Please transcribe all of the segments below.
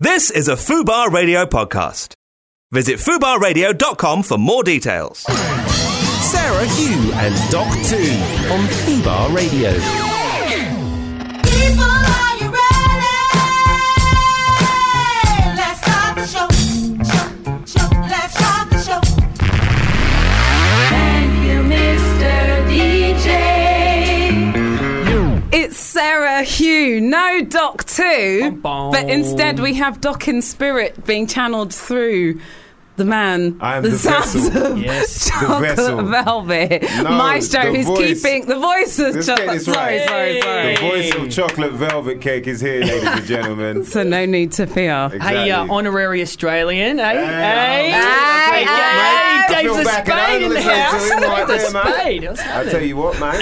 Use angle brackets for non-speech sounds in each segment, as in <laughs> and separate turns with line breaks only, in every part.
This is a FUBAR Radio podcast. Visit FUBARradio.com for more details.
Sarah Hugh and Doc 2 on Fubar Radio.
People, are you ready? Let's start the show. Show, show. Let's start the show.
Thank you, Mr. DJ.
It's Sarah Hugh, no Doc 2, but instead we have Doc in spirit being channeled through the man,
I am
the,
the
sounds
vessel.
of <laughs> chocolate
vessel.
velvet.
No,
Maestro
the
who's
voice.
keeping the voice of
Let's get
chocolate.
this
Sorry,
right.
sorry, sorry.
The voice of chocolate velvet cake is here, ladies and
<laughs>
gentlemen.
So no need to fear.
Exactly.
Hey, uh, honorary Australian, eh? Hey,
Hey.
Hey,
hey,
hey.
Dave's
Feel
a
back and
spade in the
under
house.
to him right
Dave's a
there, mate.
spade. What's
I tell you what, man.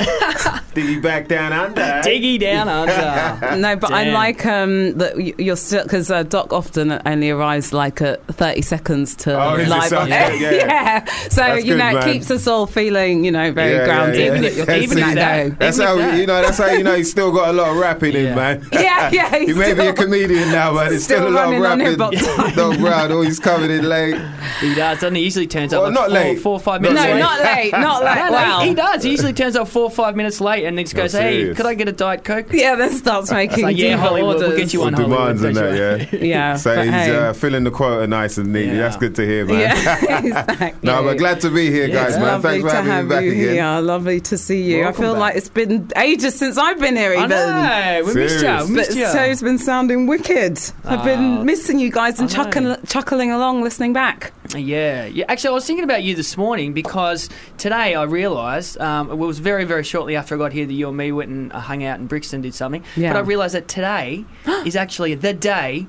Diggy back down
<laughs>
under. eh?
Diggy down under.
No, but I
Damn.
like um, that y- you're still because uh, Doc often only arrives like at 30 seconds to
Oh, is it
live on
something?
air.
Yeah.
<laughs> So
That's
you
good,
know, it
man.
keeps us all feeling you know very
Yeah, yeah,
grounded.
yeah.
Even if you're
That's
keeping
it.
that going.
That's
Even
how
with that.
you know. That's how you know he's still got a lot of rapping in,
Yeah.
man.
<laughs> Yeah, yeah,
<laughs> he
he's
may be a
still-
comedian now, but it's still,
still
a lot of
running on
rapping. <laughs>
inbox time.
No crowd, always coming in late.
He does, doesn't he? Usually turns
Well,
up like
not
four,
late.
four or five
Not
minutes
No,
late.
not late, not
No,
late.
no,
Wow.
he does. He usually turns up four or five minutes late and then just goes, hey,
serious.
could I get a Diet Coke?
Yeah, then starts making
like, yeah,
diva
Hollywood,
orders.
we'll get you
Or
on Hollywood.
demands and that, yeah.
<laughs> Yeah,
So
but
he's
hey.
uh, filling the quota nice and neatly.
Yeah.
That's good to hear, man.
<laughs>
yeah, exactly.
No, but glad to be here, guys,
It's
man.
lovely
Thanks for
to
having
have
me back
you
again.
here. Lovely to see you. I
Welcome
feel
back.
like it's been ages since I've been here,
I
even.
know. We missed
Serious.
you. We
But
missed you.
show's been sounding wicked. I've
Ah.
been missing you guys and
I know.
chuckling, chuckling along, listening back.
Yeah, yeah. Actually, I was thinking about you this morning because today I realised um, it was very, very shortly after I got here that you and me went and uh, hung out in Brixton, did something.
Yeah.
But I realised that today
<gasps>
is actually the day,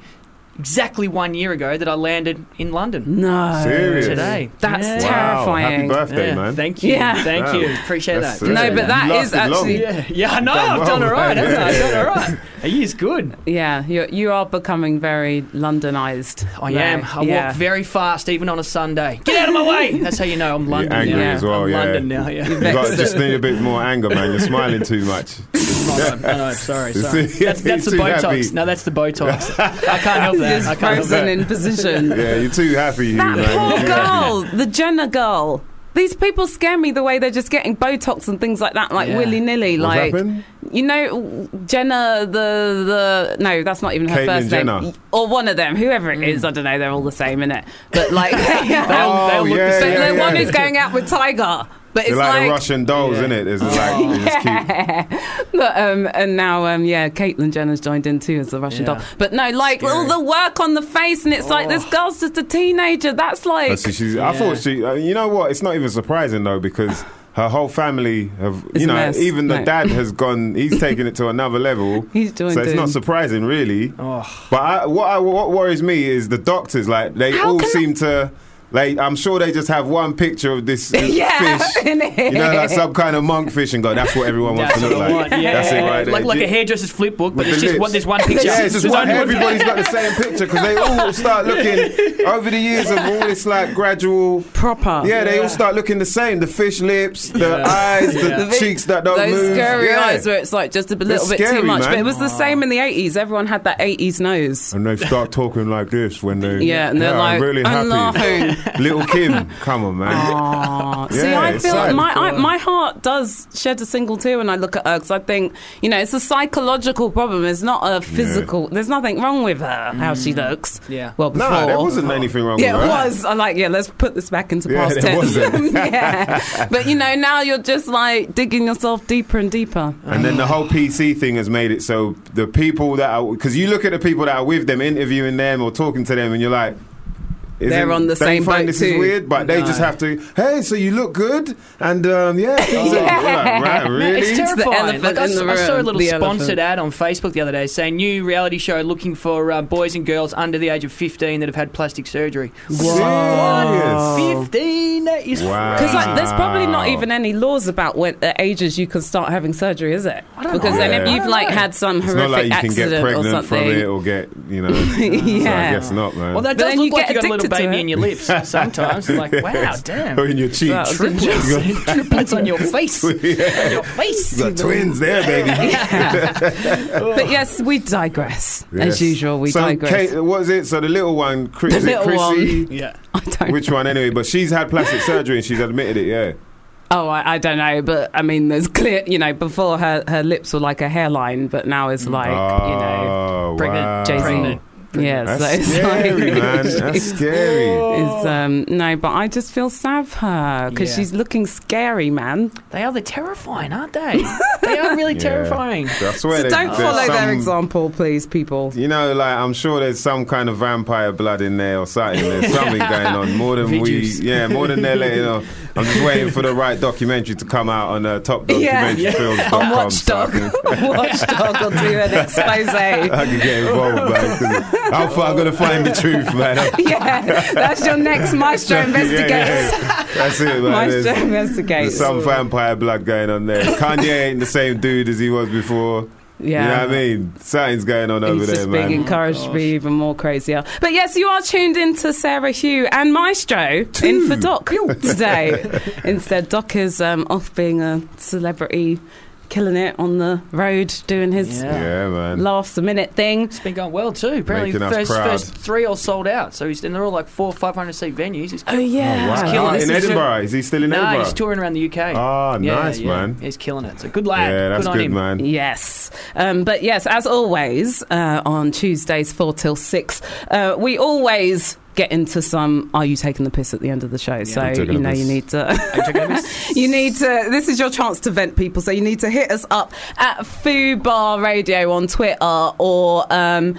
exactly one year ago, that I landed in London.
No,
Serious.
Today.
That's
Yeah.
Wow,
terrifying.
Happy birthday,
Yeah,
man.
Thank you.
Yeah.
Thank
Wow.
you. Appreciate
That's
that.
it.
No, but that
You
is
lasted long.
actually.
yeah, <laughs> yeah, I know.
done
I've done
well,
all right,
mate.
haven't I? I've
Yeah,
done all
<laughs>
right. A year's good.
Yeah, you're, you are becoming very Londonized.
I
No,
am. I
yeah.
walk very fast, even on a Sunday. Get out of my way! That's how you know I'm London.
angry
now.
as well,
I'm
yeah.
London now. Yeah.
You got just need a bit more anger, man. You're smiling too much.
Oh,
<laughs>
no, no, no, sorry,
You
sorry.
see? <laughs>
That's, that's the
Too
Botox.
happy.
No, that's the
<laughs>
Botox. I can't help that. I
Just
can't help
frozen
that.
in position.
Yeah, you're too happy, you
That
man. You're
poor
too happy.
girl, the Jenna girl. These people scare me the way they're just getting Botox and things like that, like
Yeah.
willy nilly.
What's
Like
happened?
you know, Jenna the the no, that's not even her
Caitlyn
first
Jenner. Mm.
name, or one of them, whoever it is. I don't know. They're all the same in it, but
<laughs>
like, <laughs>
They'll- they'll
Oh,
look the
yeah,
but
same.
yeah,
the
yeah.
one who's going out with Tiger. But it's Oh.
They're
<laughs>
like, the Russian dolls,
Yeah.
isn't it? It's like, they just keep-
But, um, and now, um, yeah, Caitlyn Jenner's joined in too as the Russian
Yeah.
doll. But no, like
Scary.
all the work on the face, and it's like this girl's just a teenager. That's like,
Oh, so she's,
Yeah.
I thought she. uh, You know what? It's not even surprising though because her whole family have.
It's
you
a
know,
mess.
even the
No.
dad has gone. He's taken it to another level.
He's doing
So it's not
doing-
surprising, really.
Oh.
But I, what I, what worries me is the doctors. Like they
How
all
can
seem to. Like I'm sure they just have one picture of this
<laughs>
uh,
yeah,
fish.
innit?
You know, like some kind of monkfish, and go. That's what everyone wants
That's
to
what
look
I
like.
want. Yeah.
That's it, right? there.
Like, like a
Ju-
hairdresser's flip book, but
With
it's
the
just
lips.
one, there's one picture.
yeah, it's just one.
one-
Everybody's got the same picture because they all start
<laughs>
looking over the years of all this like gradual
proper.
yeah, they all start looking the same. The fish lips, the
Yeah.
eyes, the,
Yeah.
cheeks that don't
Those
move.
scary
yeah.
eyes where it's like just a little bit
scary,
too much.
man.
But it was the same in the 80s. Everyone had that 80s nose.
And they start talking like this when they
Yeah, and they're
I'm
like,
really
"I'm
happy. Little Kim, come on, man.
Aw. <laughs> See,
Yeah,
I
it's
feel
sad.
like my I, my heart does shed a single tear when I look at her because I think you know it's a psychological problem. It's not a physical. There's nothing wrong with her how she looks.
Yeah.
Well, before.
Mm. Nah, there wasn't anything wrong
Yeah,
with
it
that.
was. I like. Yeah, let's put this back into
Yeah,
past
there
tense. <laughs>
wasn't.
yeah, but you know, now you're just like digging yourself deeper and deeper.
And then the whole PC thing has made it so the people that are because you look at the people that are with them, interviewing them or talking to them, and you're like. isn't-
They're on the
don't
same
you find
boat
this is
too.
weird, but they just have to. Hey, so you look good, and um,
<laughs>
yeah, things are-" You're like, right, really?
It's
the
terrifying.
elephant
Like, I,
in
s-
the
I saw a
room,
little
the elephant.
sponsored ad on Facebook the other day saying new reality show looking for uh, boys and girls under the age of 15 that have had plastic surgery.
Serious.
15? That is
Wow.
Because like, there's probably not
Ah.
Wow.
even any laws about when the ages you can start having surgery, is it?
I don't
because
know.
then if
Yeah.
you've like had some
It's
horrific
not like you can
accident
get
or
pregnant
something, <laughs>
from it or get, you know. So I
Yeah.
guess not, man.
Well, that
But
does
then
look
you
like
get
you got a
to
little a baby
it.
in your lips
<laughs>
sometimes. like, wow, damn.
Or <laughs> in your cheek.
Well, good <laughs>
<laughs> Triplets, triplets on your
<laughs>
face. On your face.
Got twins there,
<laughs>
baby.
But yes, we digress.
Yes.
As usual, we
so
digress.
Kate, what is it? So the little one, Chris,
The
is
<laughs>
it
little
Chrissy?
Yeah.
I don't.
Which one anyway? But she's had plastic surgery and she's admitted it. Yeah.
oh, I, I don't know, but I mean, there's clear. You know, before her her lips were like a hairline, but now
Mm.
it's like you know,
oh,
pregnant,
wow.
Jay Z.
Pregnant.
Yeah,
That's
so it's <laughs>
scary,
like,
man. That's
<laughs>
scary.
It's, um, no, but I just feel sad for her because
Yeah.
she's looking scary, man.
They are. They're terrifying, aren't they? they are really
<laughs> Yeah.
terrifying.
I swear
So
there's-
don't
there's
follow their
some-
example, please,
<laughs>
people.
You know, like I'm sure there's some kind of vampire blood in there or something.
<laughs>
There's something going on more than we,
Videos.
yeah, more than they're letting on. I'm just waiting for the right documentary to come out on uh,
<laughs>
top
Yeah.
documentary films.
On Watchdog, <laughs> Watchdog will do an
<laughs>
expose.
I can get involved, man. 'cause How far I'm gonna find the truth,
<laughs>
man? I'm-
yeah, that's your next Maestro
<laughs> Yeah, yeah,
investigates.
yeah. <laughs> That's it, man.
Maestro
There's,
investigates.
there's some vampire blood going on there. Kanye ain't the same dude as he was before.
yeah.
You know what I mean? Something's going on over
He's
there,
just being
man.
encouraged to be even more crazier. But yes, you are tuned in to Sarah Hugh and Maestro in for Doc
<laughs>
today. Instead, Doc is um, off being a celebrity, killing it on the road, doing his
Yeah.
yeah, man.
laughs a minute thing.
It's been going well too. Apparently,
Making
the
us
first,
proud.
first three all sold out. So he's and they're all like four, five hundred seat venues. He's
Oh yeah,
He's
Wow.
killing it.
in Edinburgh. Is he still in
nah,
Edinburgh?
he's touring around the UK.
Ah,
Yeah,
nice,
yeah.
man.
He's killing it. So good lad.
Yeah, that's
good
good,
on him.
man.
Yes. Um, but yes, as always, uh, on Tuesdays, 4 till 6, uh, we always get into some are you taking the piss at the end of the show so
taking
you
the
know you
piss.
need <laughs> to you need to this is your chance to vent people so you need to hit us up at foo bar radio on twitter or um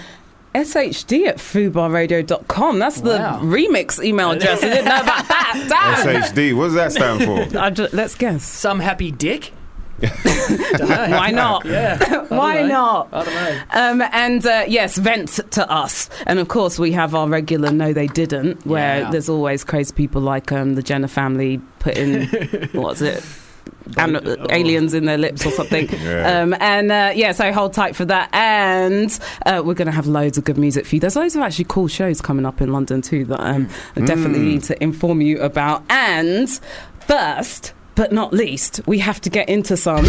shd at foobarradio.com that's the
Wow.
remix email address i didn't know about
<laughs>
that damn
SHD. What does that
<laughs>
stand for?
I ju- let's
<laughs>
guess
Some happy dick. Dunno.
why not
Yeah.
why
Dunno.
not
I don't know.
Um, and uh, yes, vent to us. And of course, we have our regular No They Didn't, where
Yeah.
there's always crazy people like um, the Jenner family putting, what's it? An- aliens in their lips or something.
Yeah.
Um, and uh, yeah, so hold tight for that. And uh, we're going to have loads of good music for you. There's loads of actually cool shows coming up in London too that um, I definitely need to inform you about. And first, but not least, we have to get into some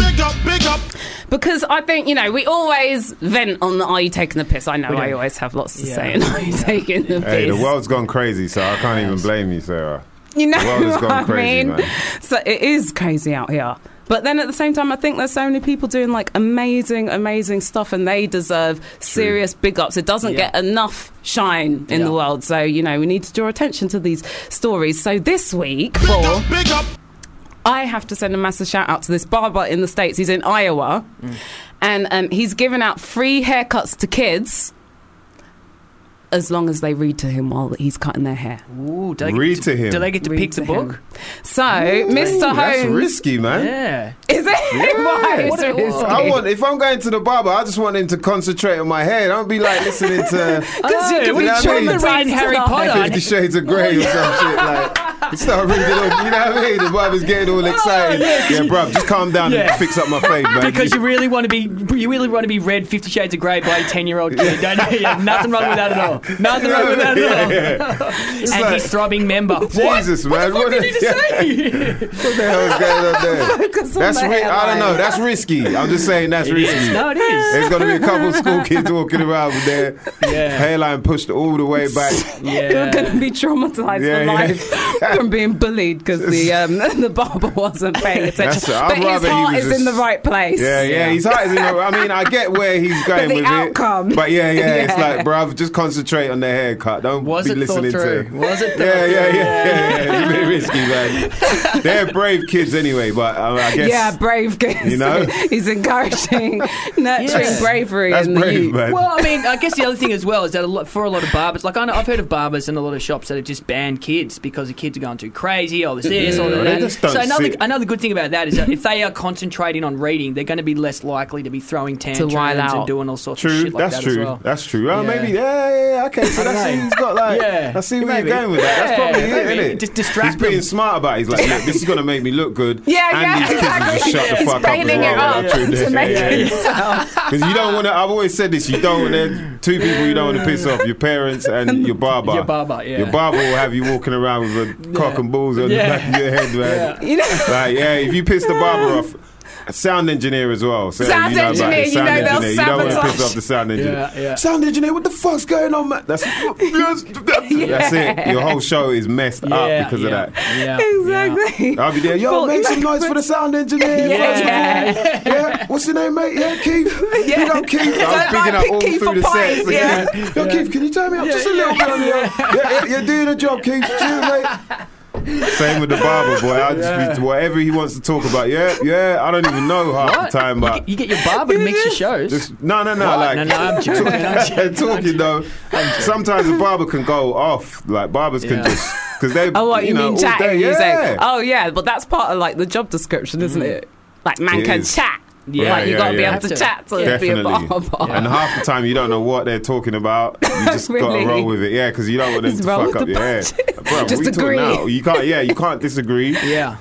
because I think you know we always vent on the are you taking the piss. I know I always have lots to
Yeah.
say and are you taking the
hey, the
piss.
world's gone crazy, so I can't even blame you, Sarah.
you know
The world has
<laughs> what
gone
I
crazy,
mean?
man.
So it is crazy out here. But then at the same time, I think there's so many people doing like amazing, amazing stuff, and they deserve serious big ups. It doesn't
Yeah.
get enough shine in
Yeah.
the world, so you know we need to draw attention to these stories. So this week, for I have to send a massive shout out to this barber in the states. He's in Iowa,
Mm.
and um, he's giving out free haircuts to kids as long as they read to him while he's cutting their hair.
Ooh, do they get
Read to him.
Do they get to
Read
pick
to
the
him.
book?
So,
Ooh,
Mr.
That's
Holmes,
risky, man.
Yeah.
is it? <laughs> Why is
What
it
a-
risky?
I want if I'm going to the barber, I just want him to concentrate on my hair. Don't be like listening to
<laughs> 'Cause you
Oh,
could
be
know what I mean?
traumatised
Reading
to
Harry
life.
Potter.
Fifty Shades of Grey or some shit. Like, start reading. All, you know what I mean? The barber's getting all excited. yeah, bruv, just calm down
Oh, Yeah.
and fix up my face, man.
Because you really want to be, you really want to be read Fifty Shades of Grey by a ten-year-old kid, don't you? Yeah, nothing wrong with that at
<laughs>
all. Nothing wrong with that at all. And
like-
his throbbing
<laughs>
member. What?
Jesus, man, <laughs>
What
what,
did you
yeah,
just say? <laughs>
what the hell is going on there?
Focus on
That's
the
ri- I
hairline.
don't know. That's risky. I'm just saying that's risky.
No, it is.
There's gonna be a couple of school
<laughs>
kids walking around with their
Yeah.
hairline pushed all the way back.
<laughs>
You're
Yeah.
going to be traumatized
Yeah,
for
yeah.
life <laughs> from being bullied because
<laughs>
the um, <laughs> the barber wasn't paying
That's
attention.
it. I'd
But his
rather he
heart
was
is
just-
in the right place. <laughs>
Yeah, yeah. He's hard. You know, I mean, I get where he's going
the
with
outcome.
it. But yeah, yeah,
<laughs>
It's
Yeah.
like, bruv, just concentrate on the haircut. Don't
Was
be
it thought
listening
through?
to.
Was it?
Yeah, yeah, yeah, yeah, yeah. It's a bit risky, man. They're brave kids anyway, but um, I guess
Yeah, brave kids.
You know?
<laughs> he's encouraging,
<laughs>
nurturing
Yes.
bravery
that's
in the
brave,
youth.
man.
Well, I mean, I guess the other thing as well is that a lot, for a lot of barbers, like I know, I've heard of barbers and a lot of shops that have just banned kids because the kids are going going too crazy, all this this, all
Yeah,
that.
they
that.
just don't
So another
sit.
another good thing about that is that if they are concentrating on reading, they're going to be less likely to be throwing tantrums and
out.
doing all sorts of
True,
shit like
that's,
that
true.
as well.
that's true. Oh,
Yeah.
maybe. Yeah, yeah, yeah. Okay, so that's
know.
he's got
<laughs>
like.
Yeah,
I see where
maybe.
you're going with that. That's
Yeah,
probably it,
maybe.
isn't it?
Just distract
He's being
them.
smart about. it. He's like, look, this is gonna make me
<laughs>
look good.
Yeah,
and
yeah,
these kids
exactly.
Just shut the
He's
fuck up. as
bailing it
well,
up
yeah, true.
to make
Yeah,
it
yeah. <laughs> Because you don't want to. I've always said this. You don't want to. Two people you don't want to piss off: your
<laughs>
parents and your barber.
Your barber, yeah.
Your barber will have you walking around with a cock and balls on
Yeah.
the back of your head,
<laughs>
man.
You know,
Like, yeah, if you piss the barber off. a Sound engineer as well. So
Sound
you know about the
engineer, you
sound
know they'll
engineer. You don't want to piss
sabotage.
off the sound engineer.
Yeah, yeah.
Sound engineer, what the fuck's going on, man? That's, that's,
<laughs>
that's it. Your whole show is messed
Yeah,
up because
yeah,
of that.
Yeah,
exactly.
I'll be there. Yo,
Well,
make some noise for the sound
<laughs>
<laughs>
engineer. first of all.
Yeah.
Yeah, what's your name, mate? Yeah, Keith.
<laughs> Yeah.
Big up Keith. I was
Don't
picking
like
up all
Keith for
through the
pies,
set.
yeah.
<laughs> Yo, Keith, can you turn me up just a little bit on the yeah, yeah, You're doing a job, Keith. Cheers,
<laughs>
mate. Same with the barber boy. I just be- whatever he wants to talk about. Yeah, yeah. I don't even know half the time, but
You get your barber to mix your
<laughs>
shows.
just, no, no, no.
What?
Like
No, no,
<laughs>
I'm joking, I'm
talking, though. Sometimes a barber can go off. Like barbers
Yeah.
can just because they.
Oh, what you,
know,
mean
all
chatting?
day,
you say,
yeah. Mm-hmm.
oh yeah, but that's part of like the job description, isn't it? Like man
It
can
is.
chat.
Yeah,
like you
yeah,
gotta be
yeah.
able to chat to be a
Definitely.
barber.
And half the time you don't know what they're talking about. You
<laughs>
just gotta
Really?
roll with it, yeah, because you don't want them
Just
to
roll
fuck
with
up
the
your hair.
punches.
Bro,
Just
we talking
agree.
now. You can't, yeah, you can't
<laughs>
disagree. <laughs>
yeah.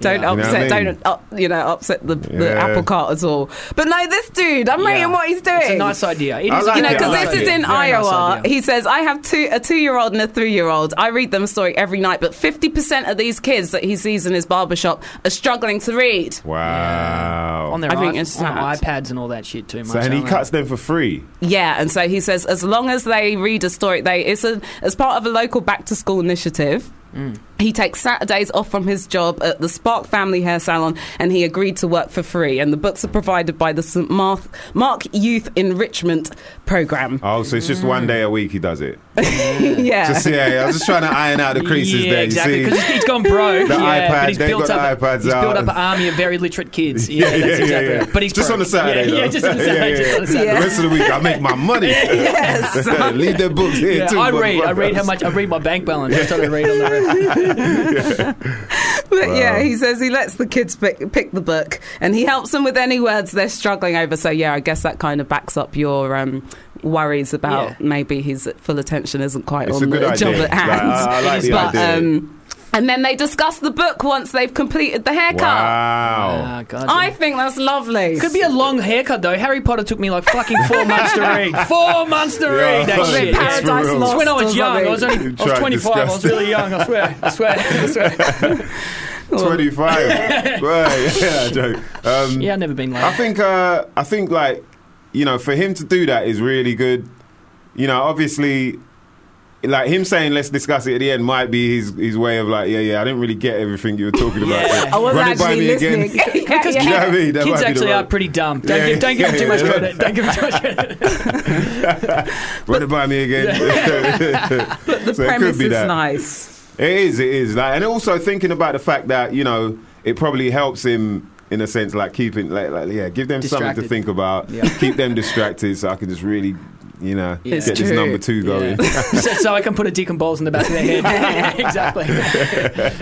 Don't
know what I
upset,
mean?
don't up, you know upset the, the
Yeah.
apple cart at all. But no, this dude, I'm
Yeah.
rating what he's doing.
It's a nice idea. It
I
is-
like
you know,
Yeah,
because
I
this
like
is in
it.
Very nice
Iowa.
idea.
he says, I have two a two year old and a three year old. I read them a story every night, but 50% of these kids that he sees in his barbershop are struggling to read.
Wow.
on their
I think
i-
it's
on
sad.
iPads and all that shit too much.
so and he
aren't they?
cuts them for free.
Yeah, and so he says, as long as they read a story, they it's a, as part of a local back to school initiative. He takes Saturdays off from his job at the Spark Family Hair Salon and he agreed to work for free. And the books are provided by the St. Mark, Mark Youth Enrichment Program.
Oh, so it's just one day a week he
<laughs>
does it.
yeah.
Just yeah, yeah, I was just trying to iron out the creases
yeah,
there. You
exactly.
see.
Because he's gone broke.
The
yeah,
iPad,
but he's
they've
built up,
got the iPads
he's
out.
built up an army of very literate kids.
<laughs>
Yeah,
Yeah,
that's
yeah,
exactly.
yeah.
But he's
just
broke.
on the Saturday.
Yeah,
though.
yeah, just on the Saturday.
<laughs> Yeah,
just on the Saturday.
Yeah.
The rest of the week, I make my
<laughs>
money. <laughs>
Yes.
Leave their books here
Yeah,
too.
I read. I read how
motherfuckers.
much. I read my bank balance. That's what I read on the
<laughs>
rest.
But yeah, he says he lets the kids pick, pick the book and he helps them with any words they're struggling over. So yeah, I guess that kind of backs up your um, worries about
Yeah.
maybe his full attention isn't quite
It's
on
a good
the
idea.
job at
Like,
hand.
I- I like the
but,
idea.
Um, and then they discuss the book once they've completed the haircut.
Wow.
Ah, God.
I think that's lovely.
could be a long haircut though. Harry Potter took me like fucking four months to
<laughs>
read. Four months to read that
Yeah.
shit.
It's
Paradise
real.
Lost.
When I was
or
young, I was
something.
only I
You
was
tried
25. I was
disgusting.
really young. I swear. I swear.
<laughs>
I swear.
25. right. Yeah, joke. Um,
Yeah, I've never been
I
like.
think uh, I think like you know for him to do that is really good. You know, obviously, like him saying let's discuss it at the end might be his his way of like yeah yeah I didn't really get everything you were talking about.
Yeah.
so
I wasn't
run it by
actually
me <laughs> again.
listening. <laughs> Yeah,
Because
yeah.
You know what I mean? That might
kids
be the
actually
right-
are pretty dumb. Don't
Yeah,
give, don't give them
yeah,
too much
yeah.
credit. Don't give them too much credit.
<laughs> Run it by me <laughs> again.
The
So it could
premise
be
is
that.
nice.
It is, it is. Like, and also thinking about the fact that you know it probably helps him in a sense, like keeping, like, like yeah, give them something to
Distracted.
think about,
Yeah.
<laughs> keep them distracted, so I can just really, you know,
It's
get this
true.
number two going.
<laughs> so, so I can put a dick and balls in the back of their
<laughs>
head. <laughs> exactly.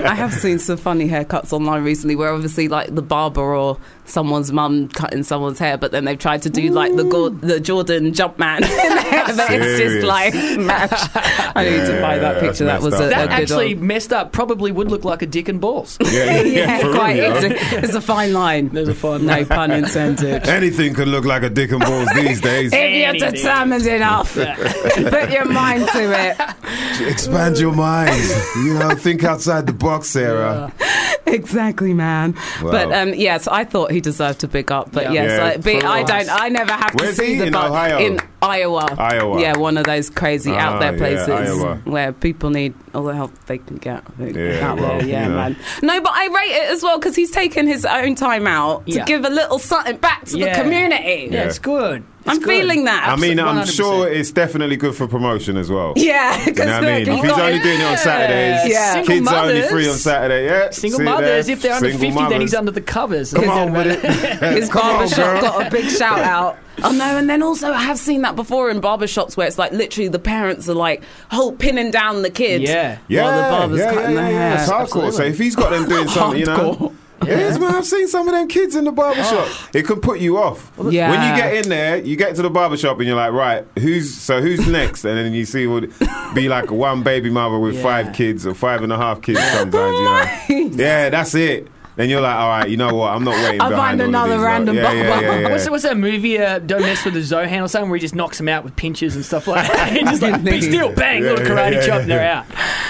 I have seen some funny haircuts online recently where obviously like the barber or someone's mum cutting someone's hair, but then they've tried to do like the Gor- the Jordan jump man. <laughs> but it's
Serious.
just like match. I need to buy that
Yeah,
picture. That
that's
was a,
messed
a
That
good
actually
one.
messed up probably would look like a dick and balls.
<laughs> yeah, yeah,
<laughs> Yeah,
for real,
quite.
you know?
It's a, it's a fine line.
There's a fun.
No pun intended.
Anything could look like a dick and balls these
<laughs>
days.
If you're determined enough, <laughs> put your mind to it.
Expand your mind. You know, think outside the box, Sarah.
<laughs> Exactly, man.
Wow.
But um, yes, I thought he deserved a big up. But
Yeah.
yes,
Yeah,
I, be,
for
I
us.
don't. I never have
Where's
to see
he?
the
In
bug
Ohio?
in Iowa.
Iowa.
Yeah, one of those crazy
Ah,
out there
yeah,
places
Iowa.
where people need all the help they can get.
Yeah,
out
well,
there. yeah,
you know.
man. No, but I rate it as well because he's taken his own time out to
Yeah.
give a little something back to
Yeah.
the community.
Yeah, it's good. It's
I'm
good.
feeling that.
I mean, I'm
100%.
sure it's definitely good for promotion as well.
<laughs> yeah, because
You know what I mean? If he's only doing it on Saturdays,
Yeah.
Single
kids are only
mothers.
free on Saturday, yeah.
Single
see there.
mothers, if they're under
Single
50, then he's
mothers.
under the covers.
Come on with it.
his
Come on,
barbershop
girl.
got a big shout out. Oh no, and then also I have seen that before in barber shops where it's like literally the parents are like whole pinning down the kids.
Yeah.
Yeah,
While the barber's
yeah,
cutting
yeah,
the
yeah, yeah.
hair.
It's hardcore. So if he's got
<laughs>
them doing something, you know.
Hardcore.
It is, man. I've seen some of them kids in the barbershop.
<gasps>
It can put you off.
Yeah.
When you get in there, you get to the barbershop and you're like, right, who's so who's next? And then you see would be like one baby mother with
Yeah.
five kids or five and a half kids sometimes, you know. Yeah, that's it. Then you're like, all right, you know what? I'm not waiting.
I'll find
behind all of
another
these.
random
like, yeah, yeah,
barber.
yeah, yeah.
<laughs>
What's, that- what's that movie, uh, Don't Mess with the Zohan or something, where he just knocks them out with pinches and stuff like that? <laughs> He's just like, be still, bang,
Yeah,
little
yeah,
karate
yeah,
chop,
yeah.
they're out.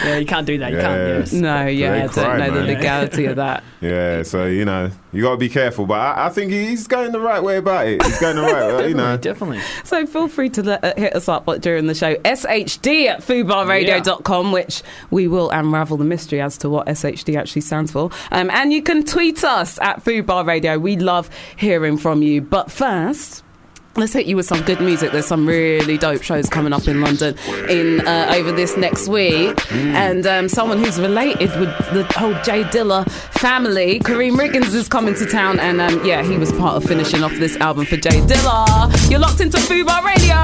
Yeah, you can't do that. You can't.
Yeah.
Yes.
No, yeah, I
Great
don't
crime,
know the
man.
legality of
<laughs>
that.
Yeah, so you know you got to be careful, but I, I think he's going the right way about it. He's going the
<laughs>
right, way, you know.
Definitely.
So feel free to let, uh, hit us up during the show. SHD at foobarradio.com, which we will unravel the mystery as to what SHD actually stands for. Um, and you can tweet us at Foobar Radio. We love hearing from you. But first. Let's hit you with some good music. There's some really dope shows coming up in London in uh, over this next week, and um, someone who's related with the whole Jay Dilla family, Kareem Riggins, is coming to town, and um, yeah, he was part of finishing off this album for Jay Dilla. You're locked into Fubar Radio.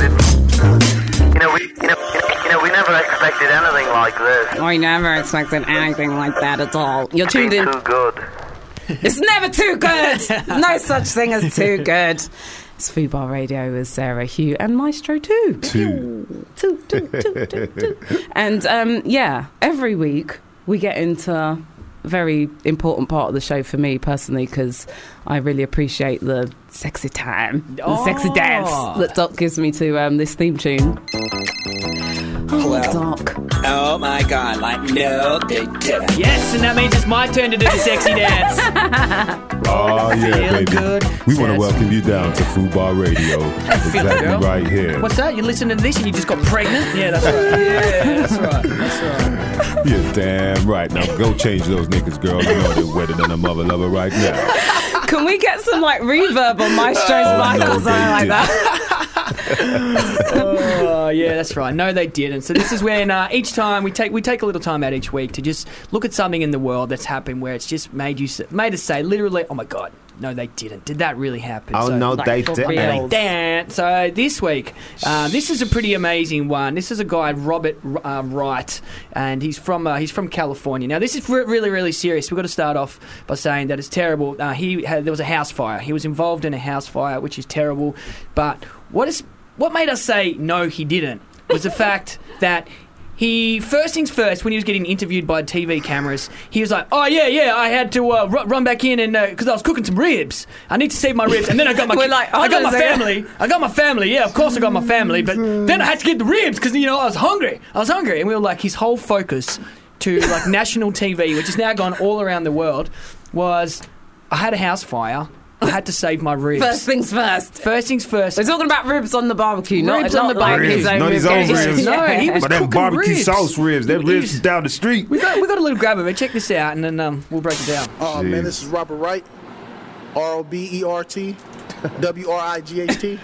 You know, we, you know, you know, we never expected anything like this.
I never expected anything like that at all. You're tuned in. <laughs>
Been too good.
It's never too good. no such thing as <laughs> too good. It's Fubar Radio with Sarah Hugh and Maestro too. Two. Two, two, two, two, two. And um, yeah, every week we get into a very important part of the show for me personally because I really appreciate the sexy time, the
Ah.
sexy dance
Oh.
that Doc gives me to um, this theme tune. Oh, Doc.
Oh my god, like no
Yes, and that means it's my turn to do the sexy dance.
Oh yeah,
Feel
baby.
good.
We
Yes.
want to welcome you down to Food Bar Radio, exactly
girl.
right here.
What's that? You listening to this and you just got pregnant? Yeah, that's
<laughs>
right. Yeah, that's right. That's right.
You're damn right. Now go change those niggas, girl. You know they're wetter than a mother lover right now.
Can we get some like reverb on Maestro's
<laughs> Oh,
mic
no,
or something
they
like
did.
that?
Oh yeah, that's right. No, they didn't. So this is when uh, each time we take we take a little time out each week to just look at something in the world that's happened where it's just made you s- made us say literally, "Oh my god, no, they didn't. Did that really happen?" So-
they for didn't. real.
Dan. So this week, uh, this is a pretty amazing one. This is a guy, Robert uh, Wright, and he's from uh, he's from California. Now this is re- really really serious. We've got to start off by saying that it's terrible. Uh, he had, there was a house fire. He was involved in a house fire, which is terrible. But what is what made us say no? He didn't was the <laughs> fact that. He first things first, when he was getting interviewed by TV cameras, he was like, "Oh yeah, yeah, I had to uh, ru- run back in and because I was cooking some ribs. I need to save my ribs, and then I got my
We're like, oh,
I
hold
got
on a
my
second.
family." family. I got my family. Yeah, of course I got my family. But then I had to get the ribs because you know I was hungry. I was hungry, and we were like his whole focus to like national TV, which is now gone all around the world, was I had a house fire. I had to save my ribs.
First things first.
First things first.
We're talking about ribs on the barbecue, not,
Ribs
not
on the
like
barbecue.
his own
Not his own
ribs. <laughs>
ribs.
No, he was
But them
cooking
barbecue
ribs.
sauce ribs, them
He
ribs
was-
down the street.
We got we got a little grab of it. Check this out, and then um, we'll break it down.
Oh
Jeez.
man,
<laughs>
this is Robert Wright. R O B E R T W R I G H T.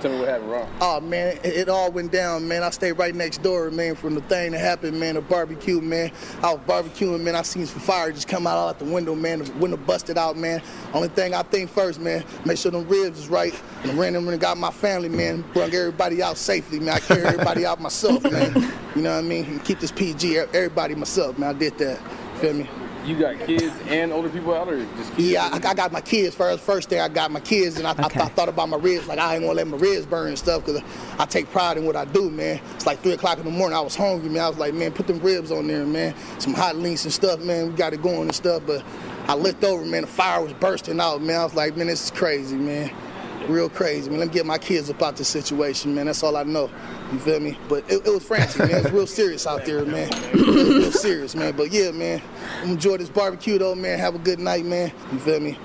Tell me what happened wrong.
Oh man, it, it all went down, man. I stayed right next door, man, from the thing that happened, man, the barbecue, man. I was barbecuing, man. I seen some fire just come out, out the window, man. The window busted out, man. Only thing I think first, man, make sure them ribs is right. And I ran them and got my family, man. Brung everybody out safely, man. I carry everybody out myself,
<laughs>
man. You know what I mean? And keep this PG, everybody myself, man. I did that. Feel me?
You got kids and older people out, or just kids?
Yeah, I, I got my kids first. First thing I got my kids, and I, I,
Okay.
I thought about my ribs. Like I ain't gonna let my ribs burn and stuff, cause I take pride in what I do, man. It's like three o'clock in the morning. I was hungry, man. I was like, man, put them ribs on there, man. Some hot links and stuff, man. We got it going and stuff, but I looked over, man. The fire was bursting out, man. I was like, man, this is crazy, man. Real crazy, man. Let me get my kids up out this situation, man. That's all I know. You feel me? But it, it was frantic, man. It was real serious out there, man. It was real serious, man. But yeah, man. Enjoy this barbecue, though, man. Have a good night, man. You feel me?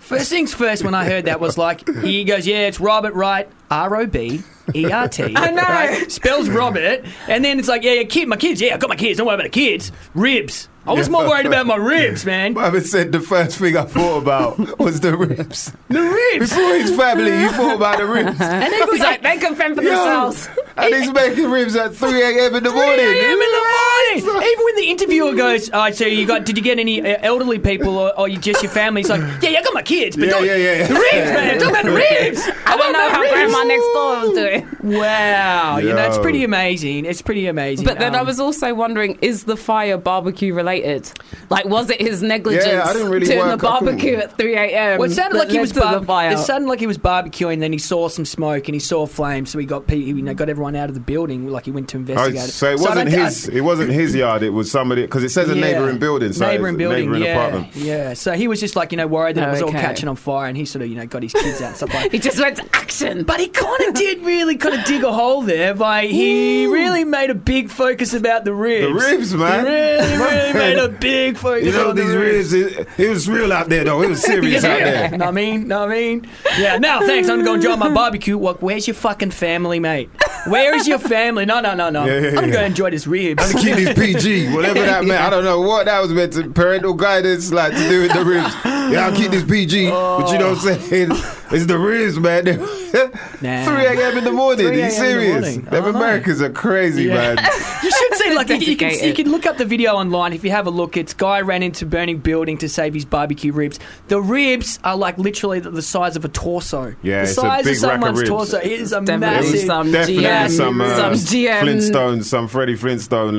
First things first, when I heard that was like, he goes, yeah, it's Robert Wright, R O B E
<laughs>
R T. I
know.
Spells Robert, and then it's like, yeah, yeah, kid, my kids, yeah, I got my kids. Don't worry about the kids. Ribs. I was more worried about my ribs, man.
Mohammed said the first thing I thought about was the ribs.
The ribs.
<laughs> Before his family, he thought about the ribs.
And they, like, they can
<laughs>
fend for themselves.
and he's making ribs at 3 a.m. in
3
the morning.
a.m. in the morning. Even when the interviewer goes, "I so you got? Did you get any uh, elderly people or, or you just your family?" He's like, "Yeah, yeah, I got my kids, but
Yeah,
don't,
yeah, yeah, yeah.
the <laughs> ribs, man. Talk about the
<laughs>
ribs.
I don't know how grandma next door was doing.
Wow, you know it's
Yo.
pretty amazing. It's pretty amazing.
But then I
Um,
was also wondering, is the fire barbecue related? Like, was it his negligence
Yeah, I didn't really
doing
work.
the
I couldn't-
barbecue at 3 a.m.?
Well, it sounded
that
like he
led
was
to the
bar-
fire.
It sounded like he was barbecuing. Then he saw some smoke and he saw flames. So he got pe- you know, got everyone out of the building. Like he went to
I,
investigate. it.
Oh, so it
I
wasn't
don't- I-
his. It wasn't his yard. It was somebody because it says a
Yeah.
neighboring building. So
neighboring
it's a
building,
neighboring
yeah,
apartment.
yeah. So he was just like you know worried that it
Oh,
was all
okay.
catching on fire, and he sort of you know got his kids out and stuff like. <laughs>
he just went to action.
But he kind of did really kind of dig a hole there by he really made a big focus about the ribs.
The ribs,
He
<laughs> man.
really, really made a big focus
You know
on the
these
ribs.
ribs. It, it was real out there, though. It
<laughs>
was serious out there.
Know what I mean? Know what I mean? Yeah, no, thanks. I'm going to enjoy
<laughs>
my barbecue. Well, where's your fucking family, mate? Where is your family? No, no, no, no.
Yeah, yeah,
I'm going
yeah.
to enjoy this
<laughs>
ribs.
Keep this PG, whatever that meant. I don't know what that was meant to parental guidance, like to do with the ribs. Yeah, I'll keep this PG, but you
Oh.
know what I'm saying? It's the ribs, man. <laughs> 3 a.m. in the
3
morning. Are you
a.m. in the
serious?
morning. I
Them
don't know.
Americans are crazy,
Yeah.
man.
<laughs> You should say like you, you can,
Dedicated.
you can look up the video online if you have a look. It's guy ran into burning building to save his barbecue ribs. The ribs are like literally the, the size of a torso. the
Yeah, it's a
size
big
of
rack of
someone's
ribs.
torso. It is a
Definitely
It was
massive.
Some
definitely
GM,
some, uh,
some GM.
Flintstone, some Freddie Flintstone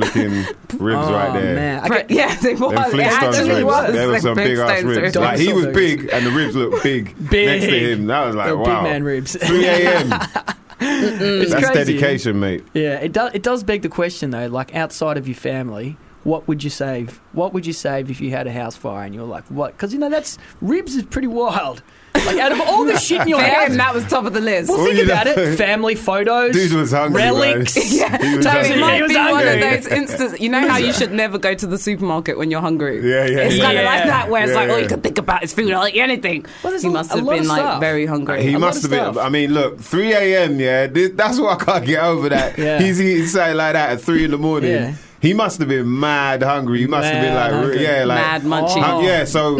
<laughs>
looking ribs
Oh,
right there.
man. Oh, I
But,
get-
yeah, they were.
Them Flintstones
actually
ribs.
was.
There were some big ass ribs. Like he was
Dinosaur
big and the ribs
<laughs>
looked big,
Big.
next to him. That was like
They were big
wow.
man
<laughs>
ribs. <laughs>
3 a.m.
mm.
It's
That's
crazy.
dedication, mate.
Yeah, it does. It does beg the question though. Like outside of your family, what would you save? What would you save if you had a house fire and you're like, what? Because you know that's ribs is pretty wild. Like out of all the shit
<laughs>
in your
For him,
house.
that was top of the list.
Well,
All
think
you
about
know-
it. Family photos,
Dude was hungry. man.
relics.
Yeah,
He was
so
hungry.
it
He
might
was
be
<laughs>
one of
hungry.
those instances. You know how you should never go to the supermarket when you're hungry.
Yeah, yeah,
It's
yeah.
kind of like
Yeah.
that, where it's
Yeah,
like all
yeah.
you can think about is food. I'll eat anything.
Well, there's
he
a-
must
a
have
lot
been
of
like
stuff.
very hungry.
He
lot
must have
of
been.
stuff.
I mean, look, 3 a.m. Yeah, this, that's what I can't get over.
<laughs>
That
Yeah.
he's eating something like that at three in the morning.
Yeah.
He must have been mad hungry. He must have been
Mad
like, re-
hungry.
yeah, like
Mad munchie.
Oh.
Uh, yeah, so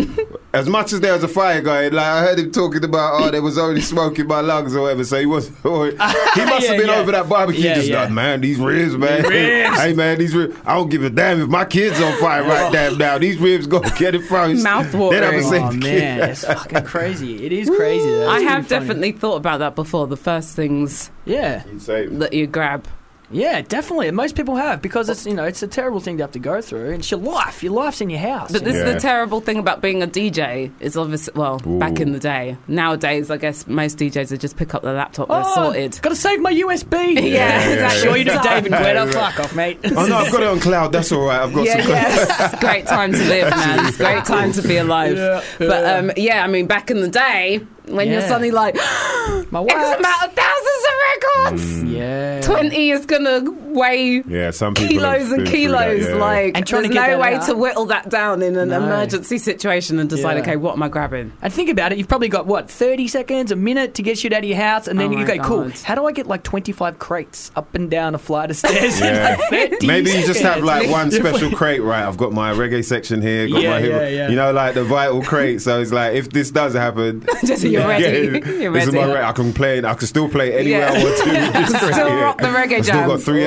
as much as there was a fire going, like I heard him talking about, oh, there was only smoke in my lungs or whatever. So he was, <laughs> or, he must
<laughs> Yeah,
have been
yeah.
over that barbecue.
Yeah,
just
yeah.
like, man, these ribs, man.
Ribs.
<laughs> hey, man, these ribs. I don't give a damn if my kids on fire right damn now. These ribs go <laughs> get it first.
Mouth-watering.
Then I'm gonna
Oh
save the <laughs>
man, it's
kids.
fucking crazy. It is crazy. Though.
I
It's
have
pretty funny.
definitely thought about that before. The first things
Yeah,
Save.
that you grab.
yeah, definitely. And most people have because it's you know it's a terrible thing to have to go through. And it's your life. Your life's in your house.
But
you
this
know?
is
Yeah.
the terrible thing about being a DJ. Is obviously well back in the day. Nowadays, I guess most DJs are just pick up their laptop, they're
Oh. <laughs>
sorted.
Gotta save my
<laughs>
USB.
Yeah, Yeah,
exactly.
Sure,
<laughs>
you do David
Yeah,
Guetta.
yeah.
Fuck off, mate.
<laughs> Oh no, I've got it on cloud. That's all right. I've got
<laughs> Yeah,
some.
yeah. <laughs> It's a great time to live, man. <laughs> It's a great time to be alive.
Yeah,
But
yeah.
um, yeah, I mean, back in the day, when you're
Yeah.
suddenly like, <gasps> X
My
amount
wife.
of thousands of records,
Yeah.
20 is going to weigh
Yeah, some people have
kilos and
been through that,
kilos.
yeah.
Like,
And trying to
there's
get
no
that
way
out.
to whittle that down in an
No.
emergency situation and decide,
Yeah.
okay, what am I grabbing?
<laughs>
And think about it. You've probably got what thirty seconds, a minute to get shit out of your house, and then
Oh
you
my
go, "Cool.
God.
How do I get like twenty-five crates up and down a flight of stairs?" <laughs> in,
Yeah.
like, 30
Maybe you just have like
<laughs>
one
seconds?
special crate, right? I've got my reggae section here, got
Yeah,
my hip-
yeah, yeah.
you know, like the vital crate. So it's like if this does happen,
<laughs> Just you're
yeah,
ready.
this
You're
is my
ready.
rate. I can play. it. I can still play it anywhere
Yeah. <laughs>
I want to. with this crate
Still
here.
rock the reggae
I've
jam.
Still got three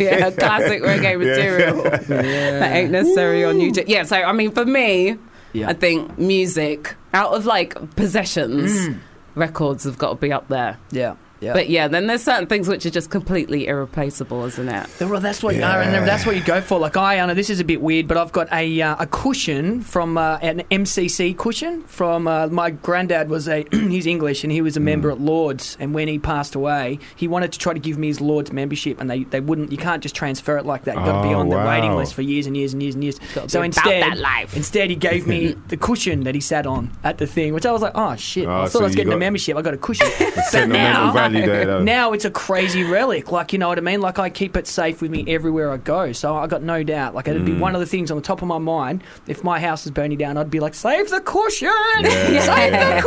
<laughs> yeah, classic
<laughs>
reggae material. That ain't necessary on you. Yeah, so I mean, for me,
Yeah.
I think music out of like possessions,
Mm.
records have got to be up there.
Yeah. Yeah.
But yeah, then there's certain things which are just completely irreplaceable, isn't it?
Well, that's what
Yeah.
uh, and that's what you go for. Like I, I know this is a bit weird, but I've got a uh, a cushion from uh, an MCC cushion from uh, my granddad was a <clears throat> he's English and he
Hmm.
was a member at Lords, and when he passed away, he wanted to try to give me his Lords membership, and they they wouldn't. You can't just transfer it like that. You've got to be
Oh,
on the waiting
wow.
list for years and years and years and years.
Gotta
So
be about
instead,
that life.
instead he gave
<laughs>
me the cushion that he sat on at the thing, which I was like, oh shit!
Oh,
I thought
so
I was
you
getting a
got-
membership. I got a
<laughs>
cushion. but
<laughs> Sentimental
now,
value there, though.
now it's a crazy relic. Like, you know what I mean? Like, I keep it safe with me everywhere I go. So I got no doubt. Like,
Mm.
it'd be one of the things on the top of my mind. If my house is burning down, I'd be like, save the cushion! <laughs>
<laughs>
save
yeah.
the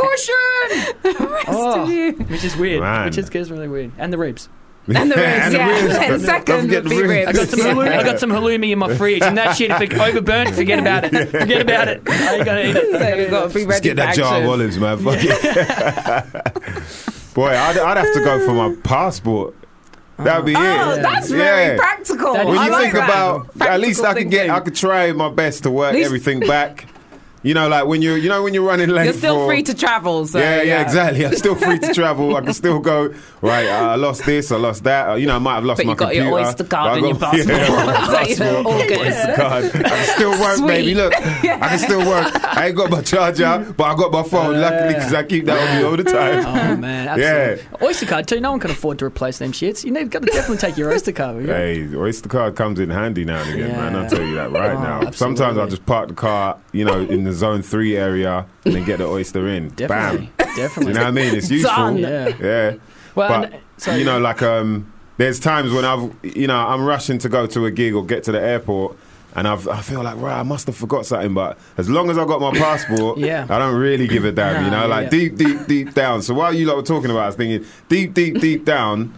cushion!
Rest of you.
Oh.
Which is weird.
Man.
Which is gets really weird. And the ribs.
And the ribs,
<laughs> And the
yeah. <laughs>
ribs.
And
Don't
second
forget
would
the
be
ribs.
ribs. <laughs>
I got some halloumi, I got some halloumi in my fridge, and that shit, if
<laughs>
it overburnt, forget about it. Forget about it. I ain't gonna eat
<laughs>
it.
So you've got to be ready
Let's get that
for
jar of
action.
olives, man.
<laughs>
Fuck it. Boy, I'd, I'd have to go for my passport. That'd be
Oh,
it.
that's
Yeah.
very practical.
That-
I
When you
like
think
that.
about, at least I
Practical
could get, I
thinking.
could try my best to work
At least- <laughs>
everything back. You know, like when you, you know, when you're running late.
You're still
for-
free to travel. So,
yeah, yeah, exactly. I'm still
<laughs>
free to travel. I can still go. Right, uh, I lost this. I lost that. Uh, you know, I might have lost
But
my
you got
computer.
your Oyster card
but I
and your
got- <laughs>
passport.
Yeah,
<laughs> So you're all
passport,
good.
Oyster card. I can still
<laughs>
work,
Sweet.
baby. Look, I can still work. I ain't got my charger, but I got my phone. luckily, because I keep that on me
<laughs>
all the time.
Oh man, absolutely. Oyster card too. No one can afford to replace them shits. You know, you've got to definitely take your oyster card. you know?
Hey, Oyster card comes in handy now and again, man. I'll
Oh, Yeah.
tell you that right
Oh,
now.
absolutely.
Sometimes I'll just park the car, you know, in the zone three area and then get the oyster in.
Definitely,
Bam.
definitely.
You know what I
<laughs>
mean? It's useful.
Done.
Yeah.
Yeah.
Well,
but,
and- uh, sorry.
you know, like um, there's times when I've, you know, I'm rushing to go to a gig or get to the airport. And I've, I feel like, right, I must have forgot something. But as long as I got my
<laughs>
passport,
Yeah.
I don't really give a damn, you
Nah,
know?
yeah,
Like
yeah.
deep, deep, deep down. So while you lot were talking about, it, I was thinking, deep, deep, deep down,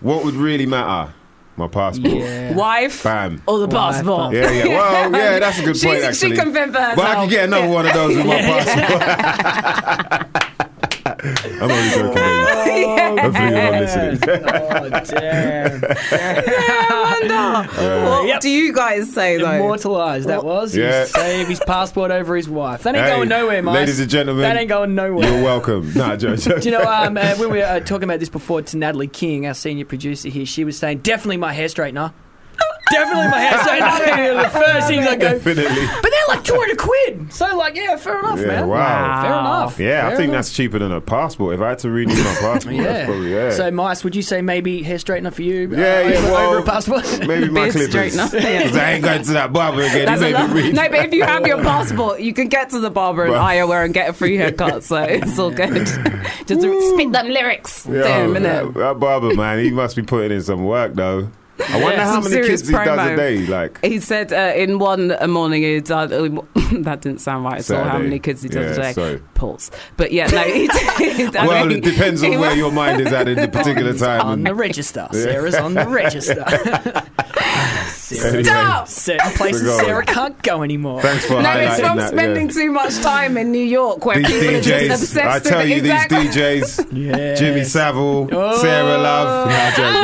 what would really matter? My passport.
Yeah.
Wife
Bam.
or the
Wife.
passport.
Yeah, yeah. Well, yeah, that's a good
She's-
point,
she
actually.
can fend for
But I
<laughs>
could
herself.
get another one of those with my passport. <laughs> I'm only
<laughs>
joking, baby. Hopefully you're not listening.
Oh damn!
What
Yep.
do you guys say though?
Immortalized that was. He
Yeah.
used to save his passport over his wife. That ain't
Hey,
going nowhere, mate.
ladies and gentlemen,
that ain't going nowhere.
You're welcome. Nah, joke, joke.
Do you know,
<laughs>
um, uh, when we were uh, talking about this before to Natalie King, our senior producer here, she was saying, definitely my hair straightener. definitely my hair straightener.
<laughs>
One of the first things I go, but
Definitely.
they're like 200 quid. So, like, yeah, fair enough,
Yeah,
man.
wow.
Fair enough.
Ah. Yeah, I
Fair
think
enough.
that's cheaper than a passport. If I had to renew my passport, that's probably, yeah.
So, Mice, would you say maybe hair straightener for you? uh,
yeah, yeah,
over,
well,
over a
<laughs>
passport? <laughs>
Maybe my
Beard
clippers.
straightener.
Because I ain't going to that barber again.
That's
he
a
made
lot.
me read.
No, but if you have your passport, you can get to the barber in
Right.
Iowa and get a free haircut, so it's
<laughs>
all good. <laughs> Just spit them lyrics. Damn,
that,
innit?
that barber man, he must be putting in some work though. I wonder how
Some
many
serious
kids he does a
promo.
day. Like,
He said uh, in one morning he done, <laughs> that didn't sound right at all. How
Saturday.
many kids he does
Yeah,
today?
sorry.
Pulse. But yeah, no, he <laughs> did. I
well,
mean,
it
<laughs>
depends
he
on where
went-
your mind is at at the particular time.
on the register. Sarah's on the register.
<laughs>
Sarah,
Stop!
certain places
Forgot.
Sarah can't go anymore.
Thanks for
No,
highlighting
it's from
that.
spending
yeah.
too much time in New York where
These
people are just
DJs,
obsessed
I tell
with
you,
exactly.
these DJs,
Yes. Oh.
Jimmy Savile, Sarah Love, no, joke,
Oh,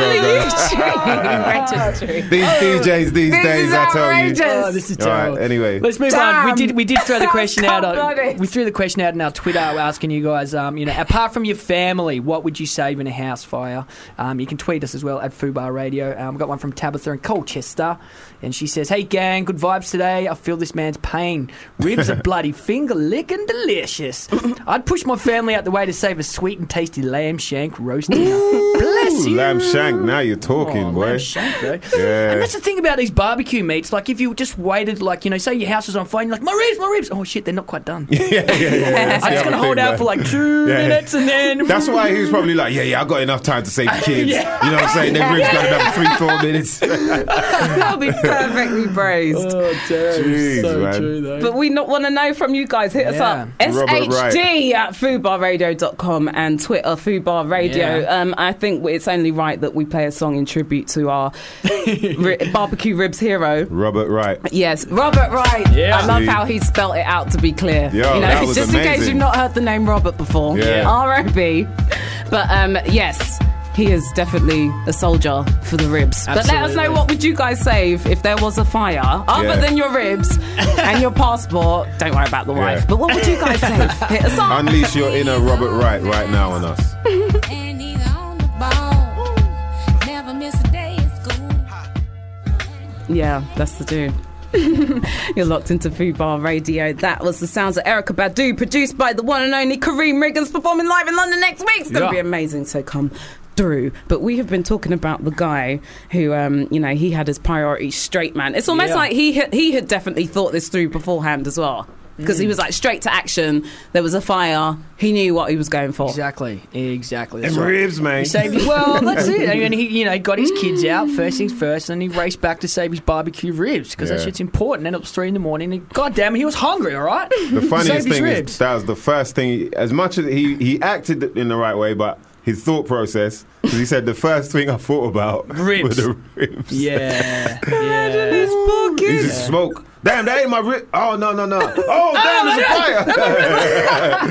go, go.
<laughs> Registry.
these DJs these
Oh. This
days,
is
I tell you.
outrageous.
Oh, this is
All right,
terrible.
anyway.
let's move on. We
Damn.
did we did throw the
That
question
was
out. On,
cold-blooded.
we threw the question out in our Twitter asking you guys, um, you know, apart from your family, what would you save in a house fire? Um, you can tweet us as well at Fubar Radio. Um, I've got one from Tabitha in Colchester, and she says, "Hey gang, good vibes today. I feel this man's pain. Ribs
<laughs>
are bloody finger licking delicious. I'd push my family out the way to save a sweet and tasty lamb shank roast
<laughs>
dinner. Bless
Ooh,
you,
Lamb Shank, now you're talking,
Oh,
boy.
lamb shank, bro.
Yeah.
And that's the thing about these barbecue meats. Like, if you just waited, like, you know, say your house was on fire, and you're like, my ribs, my ribs. Oh, shit, they're not quite done.
<laughs> <laughs> yeah, yeah, yeah, that's
I'm
the
just going
other
to hold
thing,
out
man.
for like two
<laughs> Yeah.
minutes and then.
That's why he was probably like, yeah, yeah, I got enough time
<laughs>
to save the kids. You know what I'm saying? Their ribs got about three, four minutes.
That'll be
<laughs>
perfectly braised.
<laughs> Oh, damn.
Jeez,
so
man.
true, though.
But we not want to know from you guys. Hit us
Yeah.
up.
Robert Wright.
SHD at foodbarradio.com and Twitter foodbar radio.
Yeah.
Um, I think it's only right that we play a song in tribute to our ri- barbecue ribs hero.
Robert Wright.
Yes, Robert Wright.
Yeah.
I love
Gee.
how he spelt it out to be clear.
Yo,
you know,
that was
just in case
amazing.
you've not heard the name Robert before. <laughs>
Yeah.
R.O.B. But um, yes, he is definitely a soldier for the ribs. But let us
Absolutely.
know what would you guys save if there was a fire other
Yeah.
than your ribs and your passport. Don't worry about the wife.
Yeah.
But what would you guys save?
<laughs>
Hit us up.
Unleash your inner Robert Wright right now on us.
And he's on the ball. Never miss a day at school.
Yeah, that's the tune. <laughs> You're locked into Food Bar Radio. That was the sounds of Erica Badu, produced by the one and only Kareem Riggins, performing live in London next week. It's going to
Yeah.
be amazing, so come through. But we have been talking about the guy who, um, you know, he had his priorities straight, man. It's almost
Yeah.
like he had, he had definitely thought this through beforehand as well. Because
Mm.
he was like straight to action. There was a fire. He knew what he was going for.
Exactly, exactly.
Them
That's right.
ribs, man.
He saved. Well, that's it. I mean, he you know got his kids out first things first, and he raced back to save his barbecue ribs because
Yeah.
that shit's important. And it was three in the morning, and goddamn, he was hungry. All
<laughs>
right. <laughs>
The
Saved
funniest
his
thing
ribs.
is that was the first thing. As much as he he acted in the right way, but his thought process because he said the first thing I thought about <laughs>
Ribs.
were the ribs. <laughs>
Yeah. yeah.
He just smoke. Damn, that ain't my rib. Oh no
<laughs>
no no. Oh damn, there's a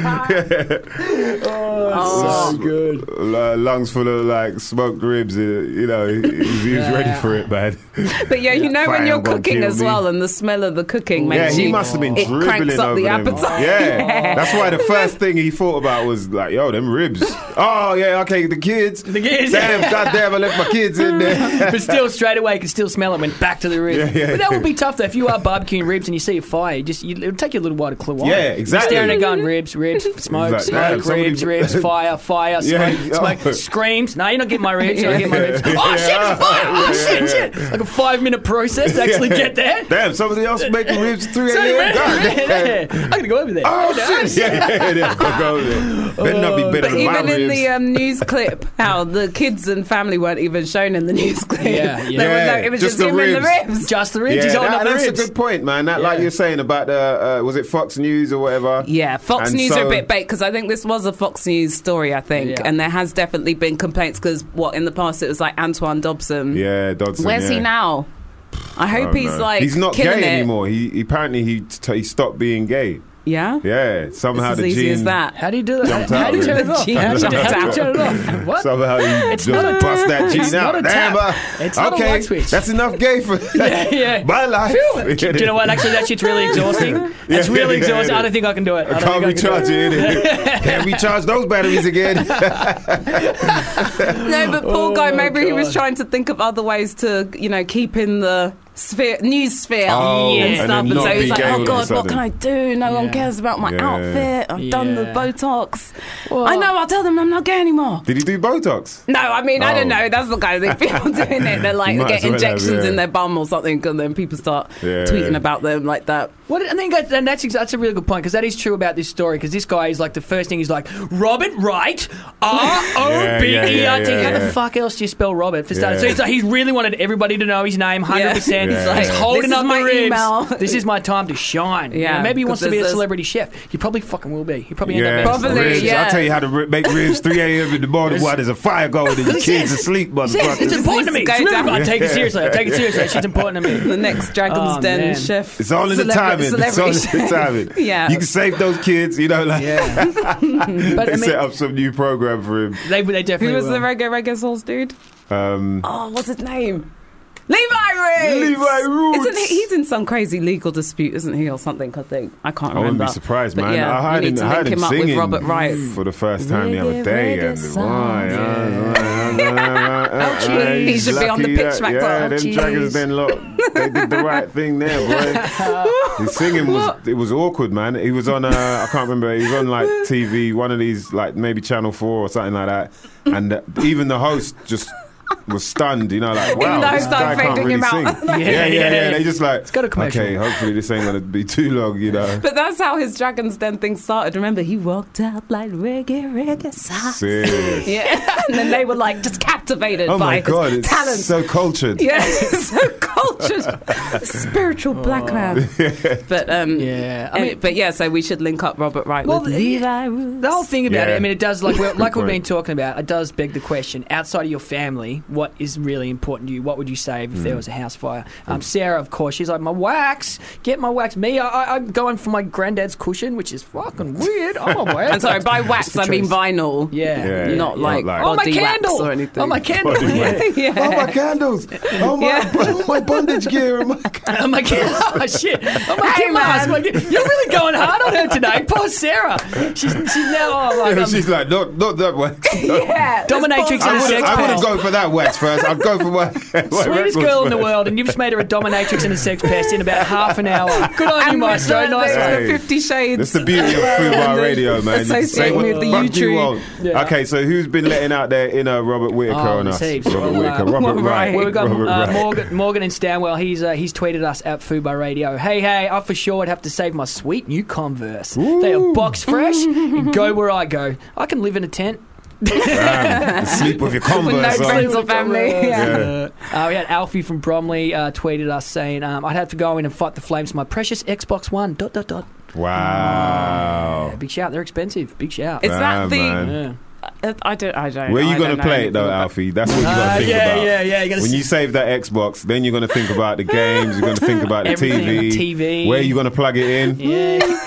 <laughs>
Oh,
fire. L- lungs full of like smoked ribs. uh, You know, he, he was ready for it, man.
But yeah, you know when
Fire
you're
gonna
cooking
kill
as
me.
well, and the smell of the cooking
Yeah,
makes
he
you.
must have been
it
dribbling
cranks up
over
the
them.
appetite. <laughs>
Yeah, that's why the first thing he thought about was like, yo, them ribs. Oh yeah, okay, the kids. The
kids.
Damn, goddamn, I left my kids in there.
but still, straight away, you can still smell it. Went back to the ribs.
Yeah, yeah,
but that
yeah.
would be tough though. If you are barbecuing ribs and you see a fire, you just you, it'll take you a little while to clue on.
Yeah,
You're
exactly.
staring at going ribs, ribs, smoke,
Like, damn,
smoke,
somebody-
ribs, ribs, fire, fire, smoke,
<laughs> Yeah,
smoke,
oh.
screams. No, you're not getting my ribs. You're not getting my ribs.
<laughs> Yeah.
Oh shit! It's a fire! Oh shit! Shit! Like a five minute
<laughs>
process <laughs> to actually get there.
Damn, somebody else making ribs at
<laughs>
3
So
a.m.
ribs,
God
ribs,
damn.
yeah. I'm gonna go over <laughs> there.
Oh shit! Yeah, yeah, yeah. Go, go there. Better not be better
But
than my
even in
ribs.
the um, news clip, how the kids and family weren't even shown in the news clip. <laughs>
Yeah,
There
yeah.
was no- it was just,
Just the
him and the
ribs.
ribs.
Just the ribs. He's holding
that-
up the
that's
ribs.
a good point, man. That, Like
Yeah.
you're saying about the uh, was it Fox News or whatever?
Yeah, Fox
And
News
so-
are a bit baked because I think this was a Fox News story, I think,
Yeah.
and there has definitely been complaints because what in the past it was like Antoine Dobson.
Yeah, Dodson.
Where's he
yeah.
now? I
I
hope
don't
he's
know.
like
he's not
killing
gay
it.
anymore. He apparently he t- he stopped being gay.
Yeah,
Yeah,
it's
somehow
as
the
easy
gene.
as that.
How do you do that?
Jumped
How
out
do you
of
turn
it.
it off?
<laughs>
Yeah,
How do you
jumped out.
turn it off? What?
Somehow he just
not a-
bust that gene
it's
out.
not a
Damn,
tap.
uh,
It's not a
okay,
light switch.
that's enough gay for
<laughs> yeah.
<laughs> my life.
Do you know what? Actually, that shit's
<laughs>
really exhausting. It's
Yeah,
really
yeah,
exhausting.
yeah.
I don't think I can do it. I
I
don't
can't
think I can
recharge
do
it.
<laughs>
innit? Can't recharge those batteries again.
No, but poor guy,
Oh,
maybe he was
God.
trying to think of other ways to, you know, keep in the sphere, news sphere
Oh,
and
and
stuff.
then
And, so
not
he was
be
like,
gay all
oh
of a
God, what
sudden."
can I do? No one
Yeah.
cares about my
Yeah.
outfit. I've done the
Yeah.
Botox.
Well-
I know, I'll tell them I'm not gay anymore.
Did he do Botox?
No, I mean, I don't
Oh.
know. That's the kind of thing people doing it. They're like,
<laughs> Might
they
as
get
well have,
injections
yeah.
in their bum or something, and then people start
Yeah.
tweeting about them like that.
What, I think that, and that's ex- that's a really good point because that is true about this story because this guy is like the first thing he's like Robert Wright R O B E
Yeah, yeah,
R T.
yeah,
How
yeah.
the fuck else do you spell Robert for starters? So
Yeah.
he's like, he really wanted everybody to know his name, hundred percent.
Yeah.
He's
Yeah.
like he's
This
holding
is
up
my
the ribs.
email.
This is my time to shine. You
Yeah,
know, maybe he wants to
'cause
be a
there's-
celebrity chef. You probably fucking will be. You probably end up being-
Probably,
ribs.
yeah.
I'll tell you how to ri- make ribs 3 a.m. in the morning while there's a fire going
<laughs>
and the kids asleep,
Yes, it's
motherfucker.
important
Just
to me. It's
needs to
really
go
important. I take it seriously. I take it seriously. That shit's important to me.
The next Dragon's
Oh,
Den
man.
chef.
It's all in the
celebra-
timing. It's all
celebrity <laughs>
in the
chef.
<laughs> timing.
<laughs>
Yeah.
You can save those kids, you know, like
Yeah, but
<laughs> they uh,
I
set
mean,
up some new program for him.
they, they definitely
Who was
will.
the reggae reggae souls dude?
Um,
Oh, what's his name? Levi Roots.
Levi Roots.
Isn't he, he's in some crazy legal dispute, isn't he, or something? I think I can't
I wouldn't
remember.
be surprised,
But
man.
Yeah,
I heard
we
him,
need to
I heard
link
him,
him up
singing
with Robert Wright.
for the first time the other day. And why?
He should be on the pitch back
Yeah,
there.
them
Ouchies.
dragons then look, they did the right thing there,
<laughs>
boy. His singing was it was awkward, man. He was on uh, I can't remember. He was on like TV, one of these like maybe Channel Four or something like that. And uh, even the host just was stunned, you know, like wow,
the
this
host started
guy can't
faking
really
him
sing.
out. <laughs>
yeah, yeah, yeah, They just like
got a commercial.
okay. Hopefully this ain't gonna be too long, you know.
But that's how his Dragon's Den thing started. Remember, he walked out like reggae reggae souls.
Serious.
<laughs> Yeah, and then they were like just captivated
Oh
by
my god,
his
it's
talent.
so cultured. <laughs>
yeah, <laughs> so cultured, spiritual black man. But um,
Yeah, I
I
mean-
mean, but yeah. So we should link up Robert Wright
Well,
with
the-
Levi Roots.
The whole thing about
Yeah.
it, I mean, it does like
<laughs>
we're, like
Good
we've been
point.
talking about. It does beg the question: outside of your family, what is really important to you? What would you save if
Mm.
there was a house fire? Um, Sarah, of course, she's like my wax. Get my wax. Me, I, I, I'm going for my granddad's cushion, which is fucking weird. Oh,
<laughs>
I'm a wax.
And sorry, by wax
the
I mean
truth.
vinyl.
Yeah.
Yeah.
not
yeah,
like,
like-
Oh my
body
candle!
wax or anything.
Oh my candle! <laughs>
Body wax.
yeah.
Oh my candles! Oh my,
Yeah.
oh my bondage gear!
<laughs>
and my-
I'm like, oh shit! I'm like,
Hey,
hey, Mars,
man.
I'm like, you're really going hard on her today, poor Sarah. She's, she's now oh, like, um,
She's like, not, not
<laughs>
that one.
Yeah,
dominatrix
I
and a
wouldn't,
sex
I
pest.
wouldn't go for that wax first. I'd go for my, <laughs> my
Sweetest
records
girl in the
first.
world, and you've just made her a dominatrix and a sex pest in about half an hour. Good on you,
And with
Maestro.
the,
Nice
the-
one.
the
Hey.
Fifty Shades.
That's the beauty of
<laughs>
Fubar Radio, man. You can say
Associating
what
with the
fuck you
YouTube.
want.
Yeah.
Okay, so who's been letting out their inner Robert Whitaker
Oh,
on
there's
us?
heaps.
Robert
Well,
Whitaker,
uh,
well,
Robert Wright.
right.
Well, we've got
Robert
uh,
Wright.
Morgan, Morgan and Stanwell. He's uh, he's tweeted us at Fubar Radio. Hey, hey, I for sure would have to save my sweet new Converse. They are box fresh and go where I go. I can live in a tent.
Damn, sleep
<laughs>
with your Converse
no
on.
friends or family. Yeah.
Yeah.
Uh, we had Alfie from Bromley uh, tweeted us saying, um, "I'd have to go in and fight the flames for my precious Xbox One." Dot dot dot.
Wow.
Big shout. They're expensive. Big shout.
Is
Nah,
that the
man.
yeah.
uh, I don't. I don't.
Where are
I
you
don't
going to
know
play it though,
anything about-
Alfie? That's what you got to
Uh,
think
yeah,
about.
yeah, yeah, you gotta
When
s-
you save that Xbox, then you're going to think about the games. You're going to think about the
Everything,
TV.
TV.
Where you going to plug it in?
Yeah.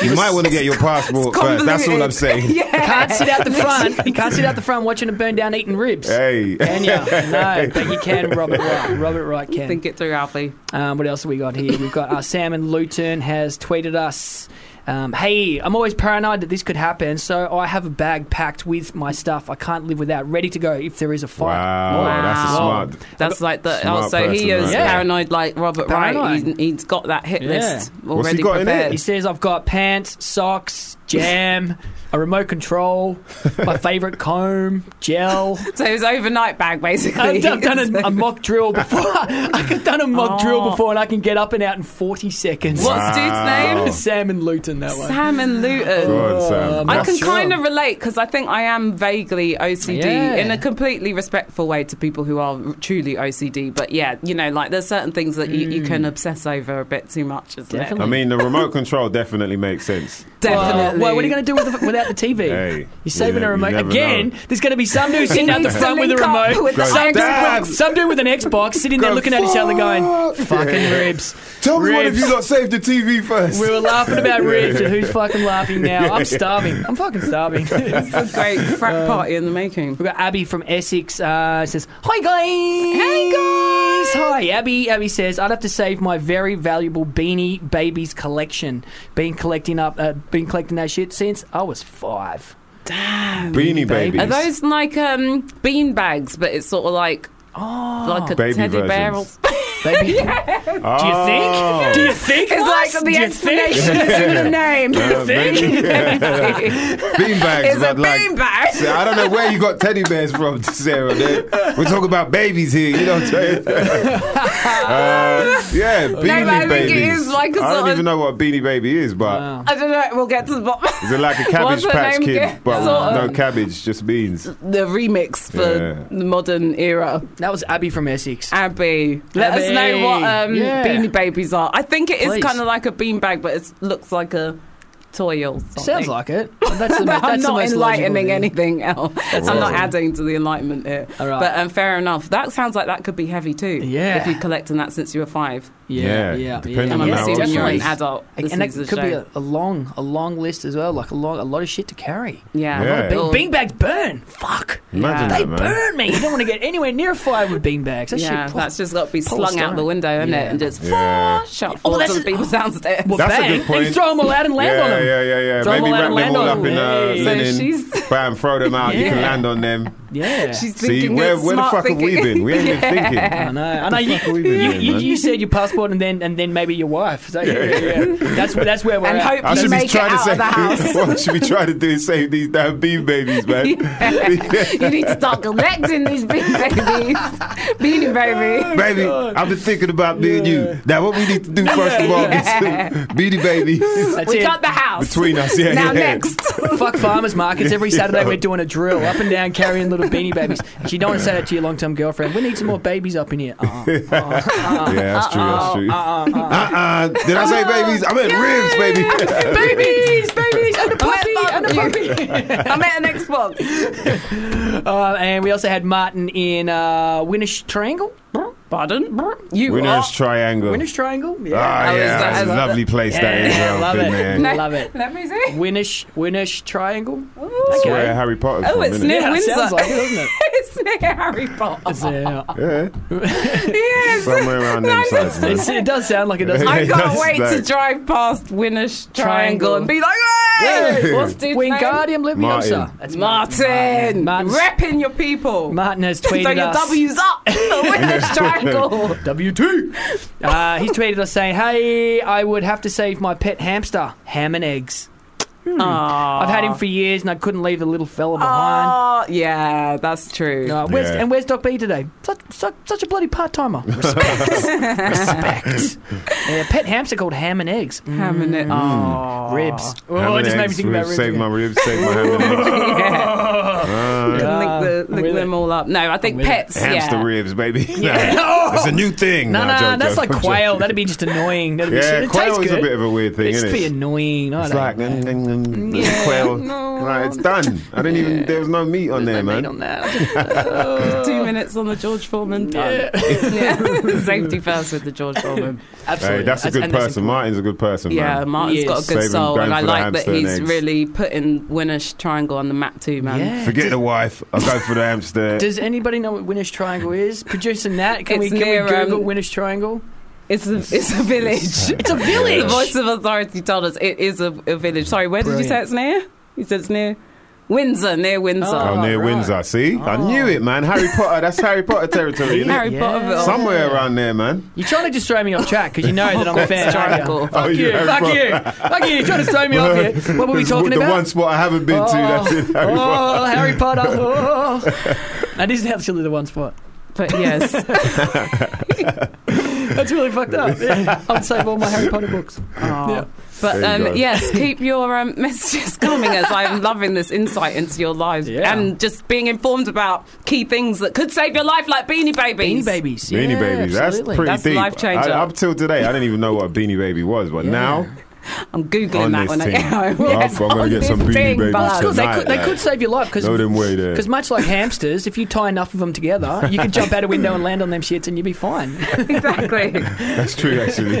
You might want to get your passport first. That's all I'm saying.
<laughs> You can't sit out the front. You can't sit out the front watching it burn down, eating ribs.
Hey.
Can you? No, but you can, Robert Wright. Robert Wright can.
Think it through, Alfie.
Um, what else have we got here? We've got uh, Sam and Luton has tweeted us. Um, hey, I'm always paranoid that this could happen, so I have a bag packed with my stuff. I can't live without, ready to go if there is a
<laughs> Wow,
fire.
that's a
Wow.
smart.
That's like the.
Smart
Oh, so he
person,
is
right? Yeah.
paranoid like Robert Wright.
Paranoid.
He's, he's got that hit
Yeah.
list already
What's he got in
prepared.
He says I've got pants, socks, jam, a remote control, my favourite comb, gel.
So his overnight bag,
I've
basically.
done, done a, a mock drill before. <laughs> I've done a mock drill
Oh.
before, and I can get up and out in 40 seconds.
<laughs> What's dude's name?
<laughs> Sam and Luton that way.
Sam and Luton.
God, Sam.
Um,
I
That's-
can kind of relate because I think I am vaguely OCD
Yeah.
in a completely respectful way to people who are truly OCD. But yeah, you know, like there's certain things that you, you can obsess over a bit too much, isn't
Mm. Definitely.
I mean, the remote control definitely makes sense.
it? <laughs> Definitely.
Well, what are you going to do with the, without the
<laughs>
TV?
Hey,
You're saving a
you- you
remote
never
again.
know.
There's going to be some dude sitting out the
needs to
front with a
link up
remote.
with the
some,
Xbox.
some dude with an Xbox sitting there
Go
looking at each other, going,
fuck.
"Fucking
Yeah.
ribs."
Tell me one of
Ribs.
you not saved the TV first.
We were laughing about ribs, and who's fucking laughing now? I'm starving. I'm fucking starving. <laughs> We've
It's a <laughs> great
Uh,
frat party in the making.
got Abby from Essex. Uh, says, "Hi guys." Hey guys. Hi, Abby. Abby says, "I'd have to save my very valuable beanie babies collection. Been collecting up, uh, been collecting that shit since I was five.
Beanie Babies.
Are those like um, bean bags, but it's sort of like
Oh.
like a
Baby
teddy bear? Or
versions.
Baby, Do you think?
Oh.
<laughs> Do you think?
<laughs> It's like
what?
the
Do you
explanation
think?
is in the name. <laughs>
<laughs>
Yeah, <laughs> baby. Beanbags,
It's a
but like,
bean bag.
See, I don't know where you got teddy bears from, <laughs> Sarah. dude. We're talking about babies here. You know what
<laughs>
I'm saying? Uh, yeah, beanie
but I think it
babies.
is like a
I
sort
don't
of-
even know what a beanie baby is, but
Wow.
I don't know. We'll get to the bottom.
is
<laughs>
it like a
What's
cabbage
her
patch
name
kid,
again?
but with
Sort
no
of.
cabbage, just
<laughs>
beans?
the remix for
Yeah.
the modern era.
That was Abby from Essex.
Abby, let us
Abby.
know what um,
Yeah.
Beanie Babies are. I think it is
Please.
kind of like a beanbag, but it looks like a toy or something. <laughs>
Sounds like it. That's the, mo-
I'm
that's the
not
most
enlightening
logical thing.
anything else. I'm not
awesome.
adding to the enlightenment here.
All right.
But um, fair enough. That sounds like that could be heavy too.
Yeah.
If you're collecting that since you were five.
Yeah,
Yeah,
yeah.
depending
yeah.
And
on
I'm
how
assuming
old
you're
you
an
are.
adult. This
And that
is a
could be
shame.
a, a long, a long list as well. Like a long, a lot of shit to carry.
Yeah.
Yeah.
Big,
Well,
beanbags burn. Fuck.
Imagine
They
that, man.
burn me. You don't want to get anywhere near a fire with beanbags. That
yeah,
shit.
that's just got to be
Paul
slung out
Stone.
the window, isn't it?
Yeah.
And just <laughs>
Yeah.
shout
Oh,
forward
that's
to
a-
the people downstairs.
well,
That's a
bang,
good point.
And throw them all out and land
yeah,
on them.
yeah, yeah, yeah.
Throw 'em
Maybe
all out
wrap
and
them
land
all
on
up in uh,
them. Hey.
So
linen.
she's-
<laughs> Bam, throw them out. You can
Yeah.
land on them.
<laughs>
Yeah.
She's
See,
thinking
where,
it's
where the
smart
fuck have we
thinking.
been? We ain't been thinking.
<laughs> I know. I know. You,
fuck are we doing
you,
here,
you,
man?
you said your passport, and then and then maybe your wife. Is that yeah, That's that's where we're
And
at.
hope
I
you
should be
make it
trying
out
to
of the
save.
house.
what <laughs> I should be trying to do is save these damn bean babies, man.
<laughs>
<laughs>
you need to start collecting these beanie
<laughs>
babies. Beanie baby.
Baby, I've been thinking about me and you. Now, what we need to do first of all is <laughs> beanie babies
That's
We
it.
got the house.
between us. Yeah,
now
yeah.
next.
<laughs>
<laughs>
Fuck farmers markets. Every Saturday we're doing a drill up and down, carrying little beanie babies. Actually, you don't want to say that to your long-term girlfriend. We need some more babies up in
<laughs>
here. Uh-uh.
Yeah, that's true. That's true. Uh uh Did I say babies? I meant ribs, baby.
<laughs> babies, babies, and a puppy, and a <laughs> puppy.
I'm at an
<laughs>
Xbox.
Uh, and we also had Martin in uh, Winnish Triangle.
Pardon? You
Winner's
are.
Triangle.
Winnish Triangle. Yeah.
Ah,
Oh, is
yeah,
that-
that's
is
a
that-
lovely place that is.
Yeah,
I've
<laughs> love
been
it.
there.
Love
<laughs>
it.
Let me see.
Winnish, Winnish Triangle.
Ooh.
That's where Harry Potter.
Oh, it's near
Yeah, it
Windsor.
sounds like it,
<laughs>
doesn't it?
it's near <laughs> Harry Potter.
Yeah.
Yeah,
yes.
somewhere around them sides. man.
It's, it does sound like it
<laughs>
does.
I can't
That's
wait to
like-
drive past Winnish Triangle
Triangle.
and be like, hey,
Yeah.
what's dude's name?
Wingardium Leviosa.
Martin.
That's
Martin.
Martin.
Repping your people.
Martin
<laughs>
has
Throw
tweeted
your
us.
W's up.
<laughs>
Winnish
<laughs>
Triangle.
WT. Uh, he's tweeted us saying, "Hey, I would have to save my pet hamster, ham and eggs. I've had him for years, and I couldn't leave the little fella
Oh,
behind."
yeah, that's true.
Uh, where's,
Yeah.
And where's Doc B today? Such, such, such a bloody part
<laughs>
timer. Respect, respect. Yeah, pet hamster called ham and eggs, Mm,
Ham and it. Oh.
ribs. Oh,
Ham
it
and
just made me
eggs,
think about ribs.
ribs,
again.
Save my ribs, save my ham and eggs.
<laughs> Yeah. You
<laughs>
can
Ah,
link the,
with
link them all up. No, I think
with it.
pets.
Hamster
yeah.
<laughs>
ribs, baby. <laughs>
Oh,
It's a new thing.
No,
Nah,
no,
joke,
that's
joke,
like
<laughs> I'm joking.
quail. That'd be just annoying. That'd be
Yeah,
shit. It
quail
<laughs> tastes
is a
good.
bit of a weird thing,
It's
isn't
just be
it?
annoying. I
It's
don't
like mm, mm, mm, mm,
Yeah,
quail.
no.
Right, it's done. I didn't even. There was no meat on there, man. <laughs>
Oh. Two minutes on the George Foreman.
Yeah. <laughs>
yeah. Safety first with the George Foreman.
<laughs> Absolutely.
Hey, that's a good
and that's
person. Martin's a good person.
Yeah,
man.
Martin's
Yes.
got a good
Saving-
soul,
going
and I
for the
like that
hamster and
he's
eggs.
really putting Winner's Triangle on the map too, man.
Yeah.
Forget the wife. I'll go for the
<laughs>
hamster.
Does anybody know what Winner's Triangle
<laughs>
is? Producing that, can we
It's
can
near,
we Google
um,
Winner's Triangle?
It's a, it's a village.
<laughs> It's a
<laughs>
village.
the voice of authority told us it is a, a village. Sorry, where did you say it's near?
Brilliant.
You said it's near Windsor, near Windsor.
Oh, near
right. Oh.
Windsor. See, I knew it, man. Harry Potter. That's
<laughs>
Harry Potter territory. isn't it?
Harry
Yeah.
Potter. Ville.
Somewhere around there, man.
You're trying to just throw me off track because you know
<laughs>
that I'm a fan. aren't you?
Triangle.
Fuck
Oh, <laughs>
you,
you're
fuck
from-
you, fuck you. You're trying to throw me off
<laughs>
here. What were we
It's
talking
the
about?
one spot I haven't been to. That's it. Harry Potter.
oh, Harry
<laughs>
Potter. Oh. that is actually the one spot.
But
<laughs>
yes,
That's really fucked
<laughs>
up. Yeah. I'd save all my Harry Potter books. Yeah.
but
There you go.
um, yes, keep your um, <laughs> messages coming as I'm loving this insight into your lives
Yeah.
and just being informed about key things that could save your life, like Beanie Babies.
Beanie Babies.
Beanie
yeah,
Babies.
Absolutely.
That's pretty
That's
deep.
life changer.
I, up till today, I didn't even know what a Beanie Baby was, but now
I'm googling
on
that
this
when I
thing,
get home.
I'm gonna
On <laughs>
get
this
some Beanie
thing,
Babies
bud.
Because they
tonight.
could, they
like,
could save your life because
Know them way there.
Because much like hamsters, if you tie enough of them together, you could jump out a window and land on them shits, and you'd be fine.
exactly.
That's true, actually.
<laughs>
I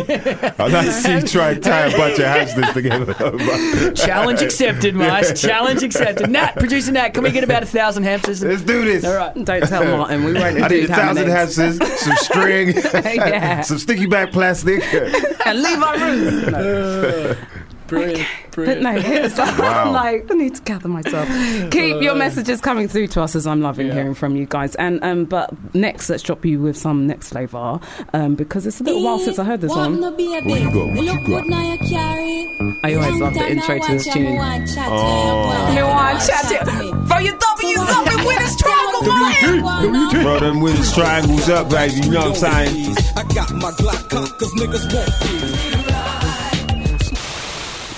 like to see you try and tie a bunch of hamsters together.
<laughs>
but-
Challenge
<laughs>
accepted, Mice. Challenge accepted. Nat, producer Nat, can we get about a thousand hamsters?
Let's do
<laughs>
this.
All right.
Don't tell Martin. We won't
I need a
include
thousand
ham
hamsters,
<laughs>
some string, <laughs>
Yeah.
some sticky back plastic.
and leave our
<laughs>
rooms. No.
Brilliant.
But
Brilliant.
no, here's
Wow.
I'm like, I need to gather myself. Keep
Uh,
your messages coming through to us as I'm loving hearing from you guys. And um, but next, let's drop you with some next flavor um, because it's a little while since I heard this one.
What you got? What you got?
I always love the intro to this tune.
Oh.
For your W's up and winners triangle, Martin.
Bro, them with his triangles up, baby. You know what I'm saying?
I got my Glock cock, cause niggas want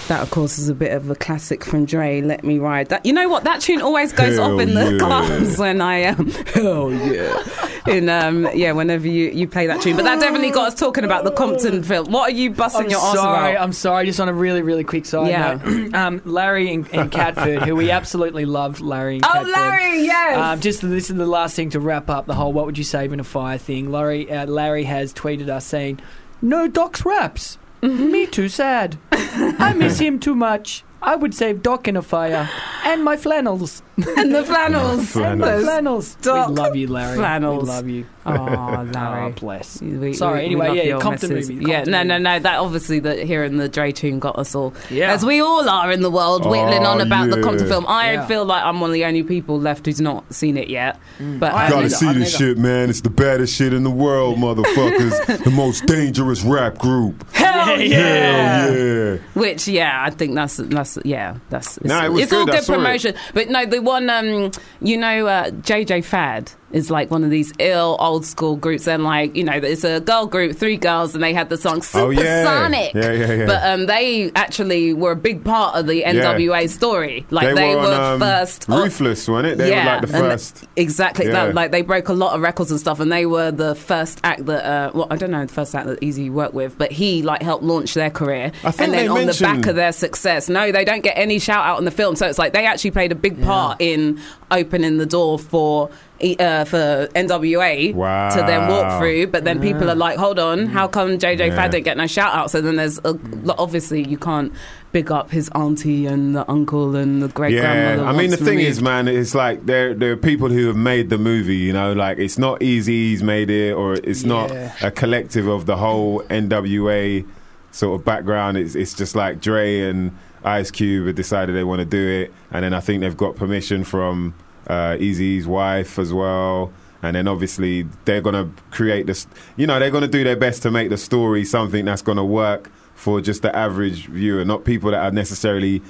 That, of course, is a bit of a classic from Dre. Let me ride that. You know what? That tune always goes
Hell
off in the
yeah.
clubs when I um, <laughs> hell yeah, in um, yeah, whenever you, you play that tune. But that definitely got us talking about the Compton film. What are you busting
I'm
your ass
sorry.
about?
I'm sorry. Just on a really, really quick side
Yeah.
note, <clears throat> um, Larry and, and Catford, who we absolutely loved, Larry. And
Oh,
Catford.
Larry, yes.
Um, just this is the last thing to wrap up the whole "What would you save in a fire?" thing. Larry, uh, Larry has tweeted us saying, "No Doc's raps.
Mm-hmm.
Me too sad. I miss him too much. I would save Doc in a fire and my flannels.
<laughs> and the flannels.
My
<laughs> Flannels.
flannels.
Doc
We love you, Larry.
flannels.
We love you.
Oh,
Ah,
Larry.
bless.
We- we-
Sorry,
we
anyway,
love
yeah,
your
Compton
missus.
movie,
yeah,
Compton
no, no,
movie.
no. That obviously the hearing the Dre tune got us all,
Yeah.
as we all are in the world, whittling
Oh,
on about the
yeah.
Compton film. I
Yeah.
feel like I'm one of the only people left who's not seen it yet. But
I
um,
Gotta
neither,
see
I've
this
neither.
shit, man. It's the baddest shit in the world, motherfuckers. the most dangerous rap group.
hell yeah.
Hell yeah.
Which yeah, I think that's that's yeah, that's it's,
Nah, it was
it's all
good, I
good
saw it.
promotion. But no, the one um, you know, uh, JJ Fad is like one of these ill old school groups, and like you know, it's a girl group, three girls, and they had the song
Oh, yeah.
Supersonic.
Yeah, yeah, yeah.
But um, they actually were a big part of the NWA story. Like they, were,
on, um,
first up-
Ruthless, wasn't it? They were like the
and
first.
th- exactly.
Yeah.
That, like they broke a lot of records and stuff, and they were the first act that, uh, well, I don't know, the first act that Easy worked with, but he like helped launch their career.
I think
and then
they
on the back
mentioned-
of their success, no, they don't get any shout out in the film. So it's like they actually played a big part in opening the door for. E- Uh, for NWA
Wow.
to then walk through, but then people are like, "Hold on, how come JJ
Yeah.
Fad didn't get no shout out?" So then there's a, obviously you can't big up his auntie and the uncle and the great grandmother.
I mean, the
once
thing
removed.
is, man, it's like there there are people who have made the movie. You know, like it's not Easy's made it, or it's not
Yeah.
a collective of the whole NWA sort of background. It's it's just like Dre and Ice Cube have decided they want to do it, and then I think they've got permission from uh, Easy's wife as well. And then obviously they're gonna create this. You know, they're gonna do their best to make the story something that's gonna work for just the average viewer, not people that are necessarily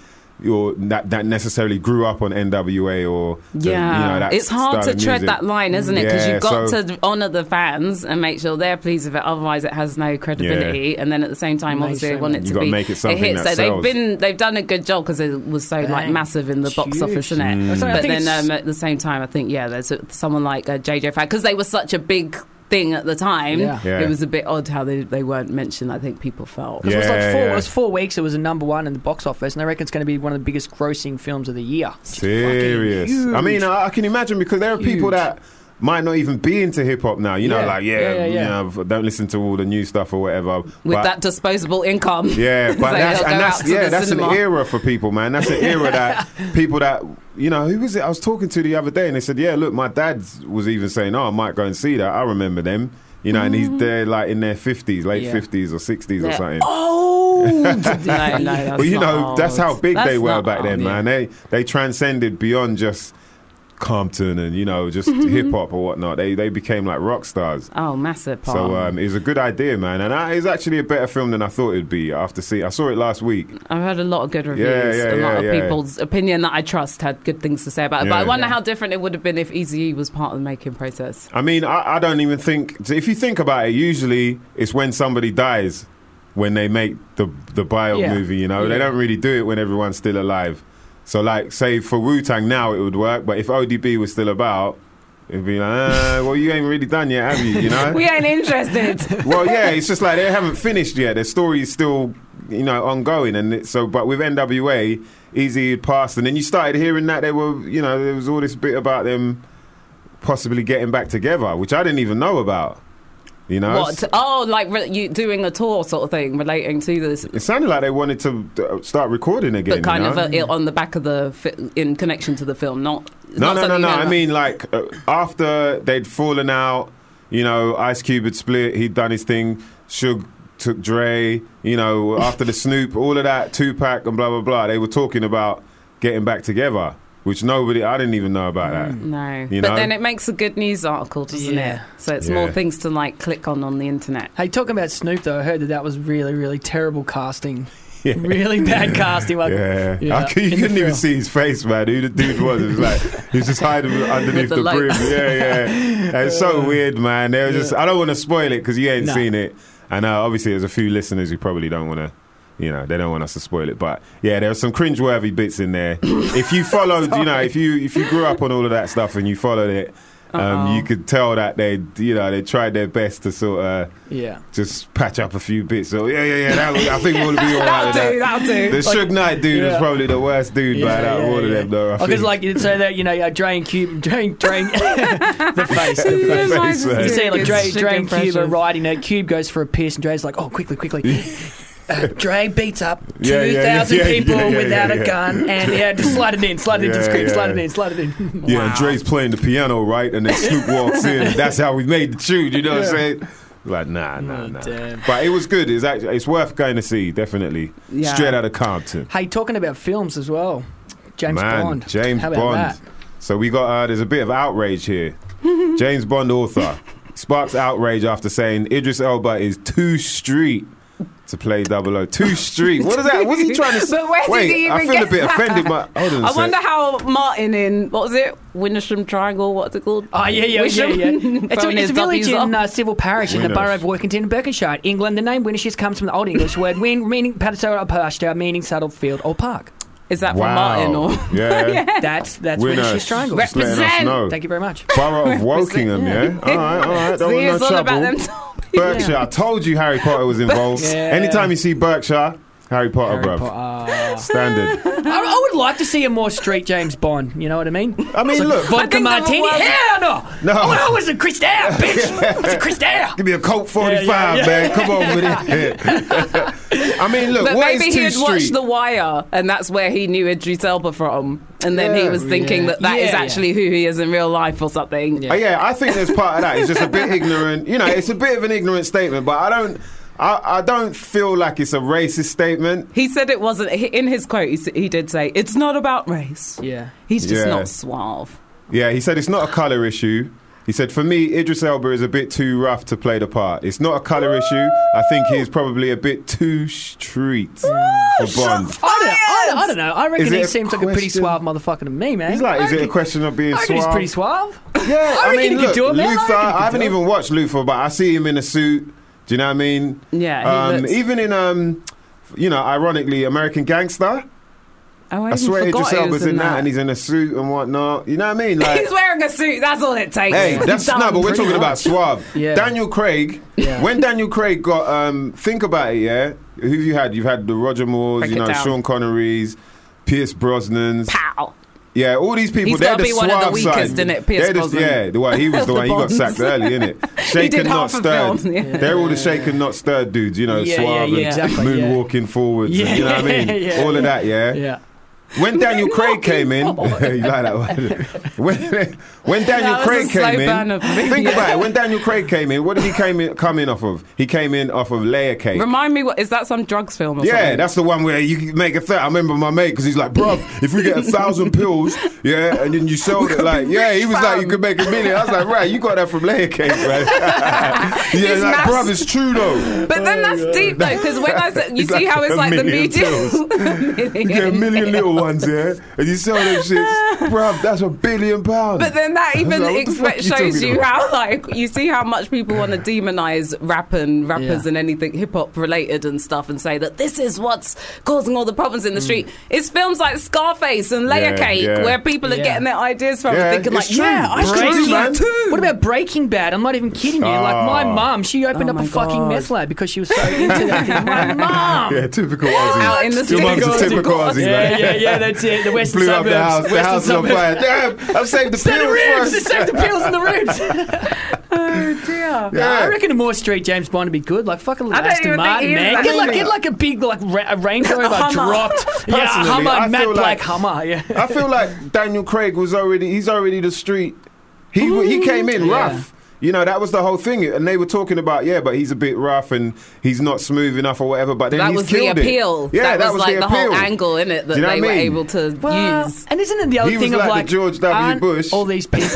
or that, that necessarily grew up on NWA or the-
Yeah,
you know, that
it's hard
style
to
of
tread
music.
that line, isn't it? Because
Yeah,
you've got
so-
to honour the fans and make sure they're pleased with it. Otherwise, it has no credibility. And then at the same time, obviously, they
Mainstream.
want it
You
to
gotta
be
make it
a
something
hit.
that
so
sells.
they've been they've done a good job because it was so like
Dang.
massive in the
It's
box
huge.
office, isn't it?
Mm. Sorry, I
But
think
then
it's-
um, at the same time, I think yeah, there's a- someone like uh, JJ Fad because they were such a big. thing at the time.
Yeah. Yeah.
It was a bit odd how they, they weren't mentioned. I think people felt.
Because it was like four, it was four weeks. It was a number one in the box office, and I reckon it's going to be one of the biggest grossing films of the year.
Serious. I mean, I, I can imagine because there are people that might not even be into hip hop now. You know,
Yeah.
like yeah,
Yeah, yeah, yeah.
you know, don't listen to all the new stuff or whatever.
With
but-
that disposable income. <laughs>
Yeah, but
They
that's,
don't
and
go
that's
out to
yeah,
the
that's
cinema.
an era for people, man. That's an
<laughs>
era that people that you know who was it? I was talking to the other day, and they said, yeah, look, my dad was even saying, oh, I might go and see that. I remember them, you know, and he's they're like in their fifties, late
Mm-hmm. Yeah.
fifties or sixties or
They're
something.
Old. no, no,
<laughs>
that's
well,
not
you know,
old.
that's how big they
That's
were
not
back then,
old, yeah.
man. They they transcended beyond just Compton and you know
<laughs>
just hip hop or whatnot. They they became like rock stars.
Oh, massive.
So
Paul.
um, it was a good idea, man, and I, it's actually a better film than I thought it'd be. After seeing, I saw it last week.
I've heard a lot of good reviews.
yeah,
a lot
yeah,
of
yeah.
people's opinion that I trust had good things to say about it. but
Yeah.
I wonder
Yeah.
how different it would have been if Easy was part of the making
<laughs>
process.
I mean, I, I don't even think. If you think about it, usually it's when somebody dies when they make the the bio
Yeah.
movie. You know, they
Yeah.
don't really do it when everyone's still alive. So, like, say for Wu Tang now, it would work. But if ODB was still about, it'd be like, uh, well, you ain't really done yet, have you? You
<laughs>
know.
We ain't interested.
well, yeah, it's just like they haven't finished yet. Their story's still, you know, ongoing, and it, so. But with NWA, Easy had passed, and then you started hearing that they were, you know, there was all this bit about them possibly getting back together, which I didn't even know about. You know,
<laughs> what? Oh, like re- you doing a tour sort of thing relating to this.
it sounded like they wanted to uh, start recording again.
But kind
you
of
know?
uh it on the back of the fi- in connection to the film, not
No,
not
no, no,
something
no.
you know
I
about.
mean, like uh, after they'd fallen out, you know, Ice Cube had split. He'd done his thing. Suge took Dre. You know, after the Snoop, all of that, Tupac and blah blah blah. They were talking about getting back together, which nobody, I didn't even know about that.
no.
You
but
know?
then it makes a good news article, doesn't
Yeah.
it? So it's
Yeah.
more things to like click on on the internet.
Hey, talking about Snoop though, I heard that that was really, really terrible casting.
<laughs> Yeah.
Really bad casting. Like,
Yeah,
Yeah.
I cou- you
In the
couldn't even
film.
see his face, man. Who the dude was? It was like he was
<laughs>
just hiding
With
underneath
the
the, brim.
lights.
Yeah,
<laughs>
yeah. It's so weird, man. They were just. I don't want to spoil it because you ain't
No.
seen it, and uh, obviously there's a few listeners who probably don't want to. You know, they don't want us to spoil it, but yeah, there are some cringeworthy bits
<laughs>
in there. if you followed, you know, if you if you grew up on all of that stuff and you followed it, um, you could tell that they, you know, they tried their best to sort of
Yeah.
just patch up a few bits. So yeah, yeah, yeah. That, I think we'll be
<laughs>
all right. with
That'll do,
that.
that'll do.
The
Like-
Suge Knight dude was
Yeah.
probably the worst dude by out of all of them, though. I
Because
think.
Oh, like you'd say that you know uh, Drain Cube, Drain Drain, <laughs> the face, the
<laughs> The
face.
face, man.
You see like
Good
Drain,
shit
Drain Cube
impression.
are riding it. Cube goes for a piss, and Dre's like, oh, quickly,
<laughs>
quickly. Uh, Dre beats up
Yeah, yeah,
two
yeah,
thousand
yeah,
people
yeah, yeah,
without
yeah.
a gun,
<laughs>
and yeah, just slide it in, slide it in, just
Yeah,
scream,
yeah.
slide it in, slide it in.
yeah, and Dre's playing the piano, right? And then Snoop
<laughs>
walks in. That's how we made the tune. You
Yeah.
know what
Oh,
I'm saying? Like nah, nah, nah.
damn.
But it was good. It's actually it's worth going to see. Definitely.
Yeah.
Straight out of Compton.
Hey, talking about films as well, James
Man,
Bond.
James
How about
Bond.
that?
So we got uh, there's a bit of outrage here. James Bond author sparks outrage after saying Idris Elba is too street to play 00. Too street. What is that? What's he trying to say?
But where
Wait,
did he even
I feel
get
a bit
that?
offended. But hold on a
I
sec.
wonder how Martin in what was it? Wintersham Triangle? What's it called?
Oh yeah, yeah, yeah,
Wisham-
yeah. <laughs> It's a,
throwing
it's
his
a village
W's off.
in uh, civil parish in the
Winners.
borough of Workington, Berkshire, England. The name Winnishes comes from the Old English <laughs> word "win," meaning paddock or pasture, uh, meaning settled field or park.
Is that
from Wow.
<laughs>
Martin <laughs> or- Yeah. Yeah.
That's that's
Winners.
Winnishes Triangle.
Just letting us Represent. know.
Thank you very much.
Borough of Wokingham, yeah? All right, all right. Don't
See,
want
it's
no
all
trouble.
about them
<laughs> Berkshire. I told you Harry Potter was involved.
Yeah.
Anytime you see Berkshire, Harry Potter,
Harry
bruv. Standard.
I, I would like to see a more street James Bond. You know what I mean?
I mean,
It's a
look- I
vodka
think that
martini.
was-
Hell no!
No.
Oh, I was a Cristal,
<laughs>
bitch. It's a Cristal.
Give me a Coke 45,
yeah.
man. Come on with it. <laughs> I mean, look,
but
what
<laughs>
is
maybe
too
he had watched
street?
The Wire, and that's where he knew Idris Elba from, and then he
Yeah.
was thinking
Yeah.
that that is
Yeah, yeah.
actually who he is in real life or something.
Yeah. Oh, yeah, I think there's part of that. It's just a bit ignorant. You know, it's a bit of an ignorant statement, but I don't. I, I don't feel like it's a racist statement.
He said it wasn't he- in his quote. He, s- he did say it's not about race.
Yeah,
he's just
Yeah.
not suave.
Yeah, he said it's not a colour issue. He said, for me, Idris Elba is a bit too rough to play the part. It's not a colour issue. I think he's probably a bit too street for Bond.
I don't, I, don't, I don't know. I
Is
reckon
it
he
a
seems like a pretty
question?
suave motherfucker to me, man.
He's like, is it a question of being
I reckon he's
suave?
pretty suave.
<laughs>
Yeah,
I reckon he could
look,
do it, man. I
Luther,
reckon he could
I haven't
do it.
even watched Luther, but I see him in a suit. Do you know what I mean?
Yeah, he
Um,
looks-
even in, um, you know, ironically, American Gangster.
Oh, I,
I
even
swear
forgot he
Idris
was
Elba's in that and he's in a suit and whatnot. You know what
<laughs>
I mean? Like,
He's wearing a suit. That's all it takes.
Hey, that's
Done,
no, but we're
pretty
talking about
much.
Suave. Daniel Craig. When Daniel Craig got, um, think about it, yeah. Who've you had? You've had the Roger Moores,
Break
you
it
know,
down.
Sean Connerys, Pierce Brosnan's.
<laughs> Pow.
Yeah, all these people.
He's
they're
gotta
the
be one of the
suave
weakest,
side.
innit, Pierce
They're the-
Brosnan.
yeah, the one he was the,
The <laughs>
one he got
Bonds.
sacked early, innit? Shaken,
did
not
half a
stirred.
film, yeah.
They're all the shaken, not stirred dudes. You know,
Yeah, yeah,
suave
yeah,
and
exactly, yeah.
moonwalking forwards.
Yeah,
<laughs>
and, you know what I mean?
yeah,
all of that. Yeah.
Yeah.
When Daniel Craig came in, <laughs> you like
<laughs>
that one? When, when Daniel
That was a
Craig
slow
came
burn
in,
of me,
think
yeah.
about it. When Daniel Craig came in, what did he came in, come in off of? He came in off of Layer Cake.
Remind me, what is that? Some drugs film? Or
Yeah,
something?
that's the one where you can make a third. I remember my mate because he's like, "Bruv, if we get a thousand pills, yeah, and then you sold it, like, yeah." He was like, "You could make a million. I was like, "Right, you got that from layer cake, man." <laughs> yeah,
It's
like,
mass-
bruv, it's true
<laughs>
though.
But then that's deep though, because when I said, you
Oh, It's
see
like
how it's
a
like the
million
media. <laughs>
pills.
A
<laughs> You get a
million. <laughs>
million little ones, yeah, and you sell them shits, bruv. That's a billion pounds.
But then
<laughs>
that even
Like, what the fuck
expe-
you
shows
talking
you
about?
how like you see how much people want to demonize rap and rappers
Yeah.
and anything hip hop related and stuff, and say that this is what's causing all the problems in the street. It's films like Scarface and Layer
Mm. Yeah,
Cake
yeah.
where people are
Yeah.
getting their ideas from,
Yeah,
and thinking
it's
like,
true.
yeah, I
Breaking
should do
Bad.
that too.
What about Breaking Bad? I'm not even kidding you. Like my
Ah.
mum, she opened
Oh
up
my
a fucking
God.
meth lab because she was so into that.
<laughs>
thing. My mum.
Yeah, typical Aussie.
Out in the
Your mum's a
street.
typical Aussie,
Yeah,
man.
yeah, yeah. That's it. The western
<laughs> Blew up
suburbs.
the house. The
western
house is on
suburbs.
fire. Damn, I've saved the
Send the
pills
ribs.
first.
Send
<laughs>
the pills and the ribs. Oh,
Yeah.
I reckon a more street James Bond would be good. Like fucking
I
little
don't
Aston
even think
Martin,
he is
man.
that
Get like,
good.
get like a big like ra-
<laughs>
a Range Rover
Hummer.
dropped. yeah, a
Personally,
Hummer,
I
matte
feel
black
like-
Hummer. Yeah.
I feel like Daniel Craig was already he's already the street. He he came in
Yeah.
rough. You know that was the whole thing, and they were talking about yeah, but he's a bit rough and he's not smooth enough or whatever. But then
That
he's
was the
killed it.
appeal.
Yeah,
that, was, like
the,
the, whole
appeal. <laughs>
angle in it that
Do you know
they
what I
were
mean?
able to
Well,
use.
and isn't it the other
He was
thing of
like the
like
George W.
aren't
Bush.
All
<laughs>
these people.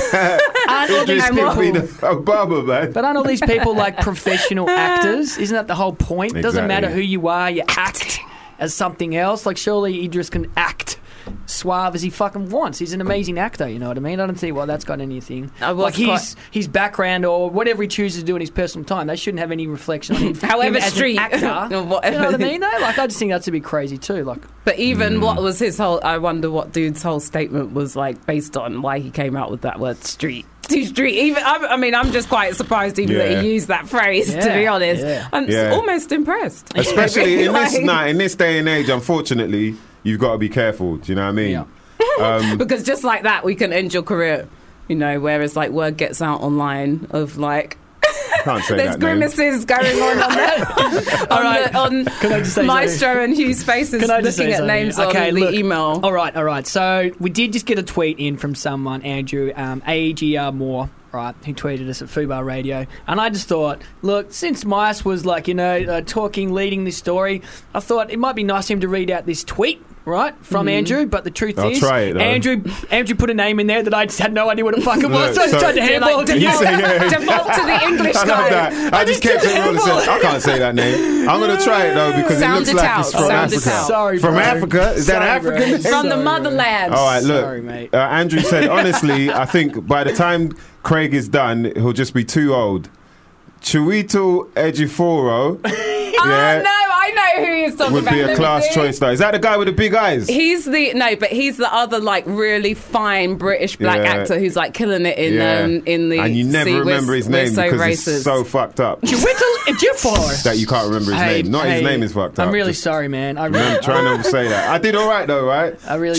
aren't all these
Idris
people.
Elba being Obama man.
But aren't all these people
<laughs>
like professional actors? Isn't that the whole point? It doesn't
Exactly.
matter who you are, you act as something else. Like, surely Idris can act suave as he fucking wants. He's an amazing actor, you know what I mean? I don't see why that's got anything.
I was
Like, his, his background or whatever he chooses to do in his personal time, they shouldn't have any reflection on
<laughs>
him.
However
him as an
street.
actor.
Or whatever. <laughs>
<laughs> You know what I mean, though? Like, I just think that's a bit crazy, too. Like, <laughs>
But even
Mm.
what was his whole? I wonder what dude's whole statement was like based on why he came out with that word street. <laughs> To Street. Even I'm, I mean, I'm just quite surprised even
Yeah.
that he used that phrase. To be
Yeah,
honest,
yeah.
I'm
Yeah.
almost impressed.
Especially in this
Like,
nah, in this day and age, unfortunately, you've got to be careful. Do you know what I mean?
Yeah.
<laughs> because just like that, we can end your career. You know, whereas like word gets out online of like
Can't say
there's
that. name.
grimaces going
<laughs>
on on, the, on,
right.
the, on
Can I just say
Maestro and Hugh's faces
Can I just
looking
say
at
something?
names
okay,
on
look.
the email.
All right, all right. So we did just get a tweet in from someone, Andrew um, AGR Moore, right, who tweeted us at Fubar Radio, and I just thought, look, since Mice was like you know uh, talking, leading this story, I thought it might be nice of him to read out this tweet. Right from
Mm-hmm.
Andrew, but the truth
I'll
is,
try it, though.
Andrew Andrew put a name in there that I just had no idea what it fucking was,
Look,
so I
<laughs>
just
so-
tried to
They're
handball
like, <laughs>
it to you.
default,
yeah.
default to the English
<laughs> I
guy.
love that. I, just kept it rolling. and said, I can't say that name. I'm going to try it though because
Sound
it looks
it
like
out.
it's from
Sound it
Africa.
out.
Sorry,
from
bro.
Africa? Is that
Sorry, bro.
African?
Sorry,
From the
bro.
motherland.
All right, look.
Sorry, mate.
Uh, Andrew said, honestly, I think by the time Craig is done, he'll just be too old. Chuito
<laughs>
Ejiforo
Oh no, I know who he's talking
would
about.
be
Let
a
me
class
see.
choice though. Is that the guy with the big eyes?
He's the no, but he's the other like really fine British black
Yeah.
actor who's like killing it in um, in the.
and you never
see, we're-
remember his
we're
name
so
because
racist.
it's so fucked
<laughs>
up
Whittle Ejiofor.
that you can't remember his
Hey,
name. Not his
hey,
name is fucked up.
I'm really
Just-
sorry, man. I
I'm
really,
trying to say that. I did all right though, right?
I really-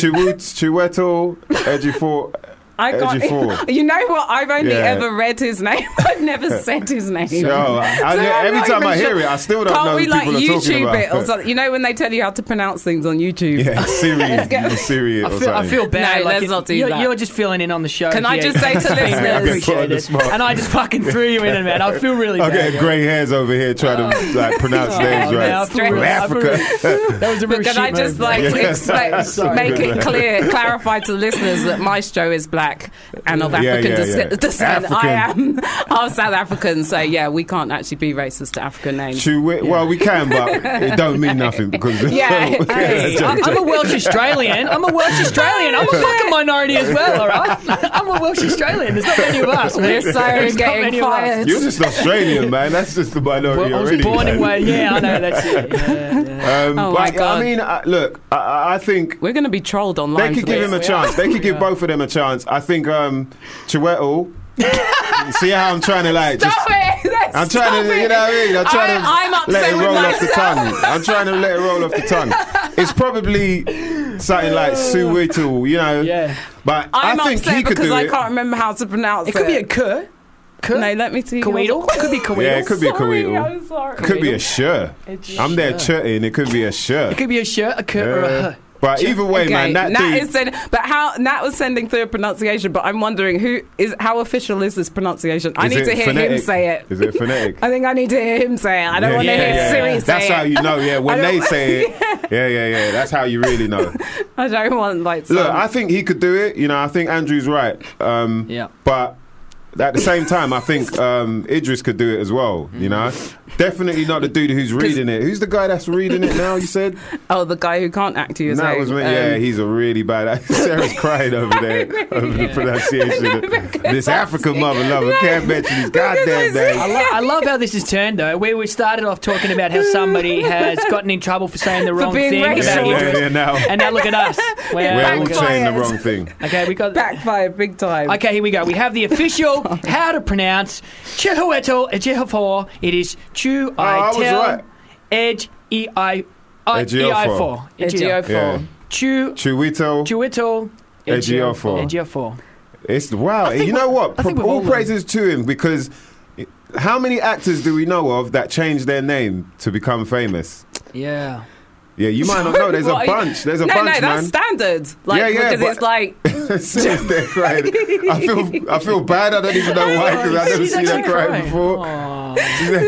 Chuito Ejiforo.
<laughs> I
Edgy
can't. <laughs>
four.
You know what? I've only
Yeah.
ever read his name. <laughs> I've
<laughs>
never said his name.
Yo, I- I-
So I'm
every
not
time
even
I hear
sure.
it, I still don't
Can't
know
we
who
like
people are talking
YouTube
about.
it or something? You know when they tell you how to pronounce things on YouTube?
<laughs>
<laughs>
Yeah, Syrian,
get-
Syrian
I
or
feel, I
something.
feel
<laughs>
bad.
No,
like
let's
it-
not do
you're,
that.
You're just filling in on the show.
Can I
here.
just say
<laughs>
to
Thanks, man. I
listeners-
Put on
appreciate
the
it.
spot.
And I just fucking threw you in, man. I feel really
I'm
bad.
getting grey hairs over here trying
<laughs>
to like pronounce
Oh,
names
man, I
right.
feel
From
really- I feel really- <laughs> that was a real
But can
shit
I just
move, man.
like
Yeah.
explain,
<laughs> Sorry. <laughs>
make it clear, clarify to the listeners that Maestro is black black and of
Yeah,
African
yeah,
des-
yeah.
descent. I am <laughs>
African.
of South African, so yeah, we can't actually be racist to African names.
True, we, Well, we
<laughs>
can, but it don't mean nothing <laughs> because
Yeah, hey,
joke,
I'm, I'm a <laughs>
joke.
Welsh Australian. I'm a Welsh Australian. <laughs> I'm a fucking minority as well, all right? <laughs> I'm a Welsh Australian. There's not many of us, man.
<laughs>
We're so
There's not
getting
many of us.
fired.
You're just Australian, man. That's just the minority
Well, I
already.
was born in
man.
Wales. Yeah, I know, that's <laughs> it. Yeah, yeah.
Um,
Oh,
but,
my God.
I mean, I, look, I- I, I think
We're going to be trolled online.
They could
for
give
this.
him a chance. They could give both of them a chance. I think um
<laughs>
Chiwetel. see how I'm trying to like just.
Stop it! <laughs>
I'm trying to, you know what I mean? I'm trying to
I'm upset
let it
with
roll off the
myself.
tongue. I'm trying to let it roll off the tongue. It's probably something like Suwitul, you know?
Yeah.
But i
I'm
think
upset
he could
because
do
I
it.
can't remember how to pronounce it.
It could be a cur. Cur?
No, let me see.
Coital? It could be coital.
Yeah, it could be a
Sorry,
Kuwitul.
I'm sorry.
Could be a sure.
It's
I'm there
sure.
churting. It could be a sure.
It could be a shirt, a cur, or a
Uh,
huh.
but either way, man, that
Nat
dude.
is sending, but how Nat was sending through a pronunciation. But I'm wondering who is how official is this pronunciation? I
Is
need
it
to hear him
phonetic?
say it.
Is it
<laughs>
phonetic?
I think I need to hear him say it. I don't want to hear Siri say
That's
it.
how you know, yeah.
<laughs>
When
I
they
don't-
say it, yeah, yeah, yeah. That's how you
<laughs>
really know.
I don't want like. Some,
Look, I think he could do it. You know, I think Andrew's right. Um,
Yeah.
But at the same time, I think um, Idris could do it as well. You know, definitely not the dude who's reading it. Who's the guy that's reading it now? You
<laughs>
said
oh, the guy who can't act. You
And
is um,
that was me. yeah, he's a really bad. <laughs> Sarah's crying over there over the pronunciation. this African mother lover can't mention his
<laughs>
goddamn
I,
name.
lo- I love how this has turned though, where we started off talking about how somebody has gotten in trouble for saying the wrong
being
thing
racial.
about
Yeah, yeah,
Idris.
yeah, now
And now look at us. We're,
we're all
backfired.
saying the wrong thing.
okay, we got
backfired big time.
Okay, here we go. We have the official how to pronounce Chihuetel Ejihafor. It is Chu
Ah, I
I
was right.
Tel Edge E I I- E I
Ejiofo.
four.
Edgio
Ejiofo.
four.
Yeah.
Chu
Chuito.
Chuitel
Ejiofo.
Ejihafor.
It's wow. You know what?
I think we've
Pro- all
all learned.
praises to him because how many actors do we know of that changed their name to become famous?
Yeah.
Yeah, you might not know. There's a
What are you-
bunch. There's a
no,
bunch,
no, that's
<laughs> man.
standard. Like,
Yeah, yeah,
because
but-
it's like
As soon as they're crying, I feel I feel bad. I don't even know why because I never
she's
seen her
actually
crying
crying.
before. <laughs>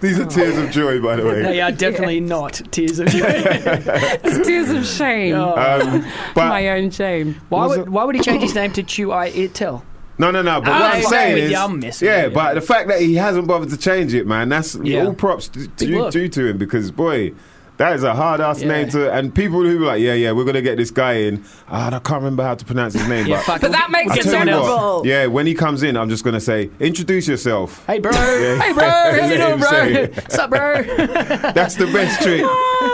These are tears of joy, by the
They
way.
are definitely not tears of <laughs> joy.
it's tears
<laughs>
of shame,
<laughs>
Um,
my
but
own shame.
Why
Was
would,
it-
why would he change his name to Chu I Itel?
no, no, no. But
I'm
what I'm
fine
saying
with
is,
you, I'm missing
yeah,
you.
But the fact that he hasn't bothered to change it, man, that's
Yeah.
all props d-
Big
due,
look.
due to him because boy. That is a hard ass
Yeah.
name to, and people who were like, yeah, yeah, we're gonna get this guy in. Ah, I can't remember how to pronounce his name,
Yeah,
but
fuck,
But that
we'll-
makes
I
it
we'll get
tell
someone
you
else.
memorable.
what, yeah, when he comes in, I'm just gonna say, introduce yourself.
Hey bro, <laughs> hey bro, how you doing,
Let him
bro?
say it.
What's up, bro?
That's the best trick.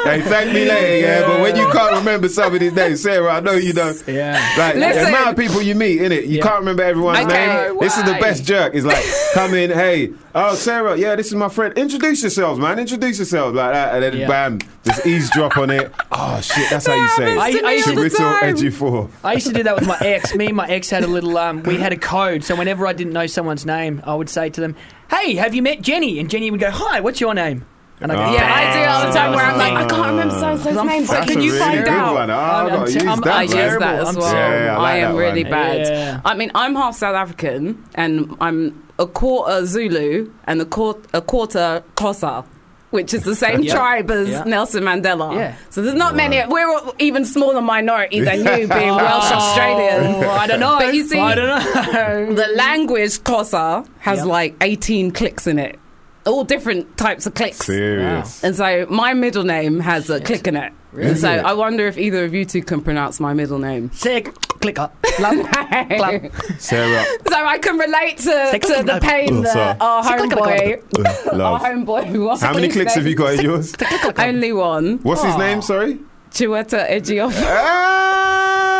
Hey, thank me later, yeah. But when you can't remember somebody's name, Sarah, I know you don't.
Yeah.
Like
Listen.
the amount of people you meet, innit? You
Yeah.
can't remember everyone's
Okay,
name. This is the
why?
best jerk. It's like, come in, hey, oh Sarah, yeah, this is my friend. Introduce yourselves, man. Introduce yourselves like that, and then
Yeah.
bam, just eavesdrop on it. Oh shit, that's how you say.
happens
it.
to me all the
Chiwetel
time.
Ejiofor.
<laughs> I used to do that with my ex. Me and my ex had a little um we had a code, so whenever I didn't know someone's name, I would say to them, Hey, have you met Jenny? And Jenny would go, Hi, what's your name? And I go,
Ah.
Yeah, I do all the time where I'm like, I can't
Ah.
remember so and so's
I'm
name, but
That's
can
a
you
really
find
good
out?
one. Oh, I've
I'm
got to
t-
use
I'm-
that.
I
I
use
That's
that
man.
terrible.
as
I'm
well.
terrible. Yeah, I
I,
like
am
that
really
one.
bad.
Yeah.
I mean, I'm half South African, and I'm a quarter Zulu and a quarter, a quarter Xhosa. Which is the same
<laughs> Yeah.
tribe as
Yeah.
Nelson Mandela.
Yeah.
So there's not many. We're all even smaller minority than
<laughs>
you, being Welsh Australian. <laughs>
Oh, I don't know.
Ah. But you see-
I don't know.
The language Xhosa has
Yeah.
like 18 clicks in it, all different types of clicks.
Serious.
And so my middle name has a click in it. And so I wonder if either of you two can pronounce my middle name.
<laughs> Sick.
<laughs>
Click up. Love. Clap.
Sarah.
So I can relate to,
Six
to the
o'clock.
pain
Oh,
that
sorry.
our
Six o'clock.
homeboy, our <laughs>
uh, Love.
homeboy who was.
How many clicks have you got in yours?
Only one.
What's his name? Sorry.
Chiwetel
<laughs>
Ejiofor. <laughs>
Ah! <laughs>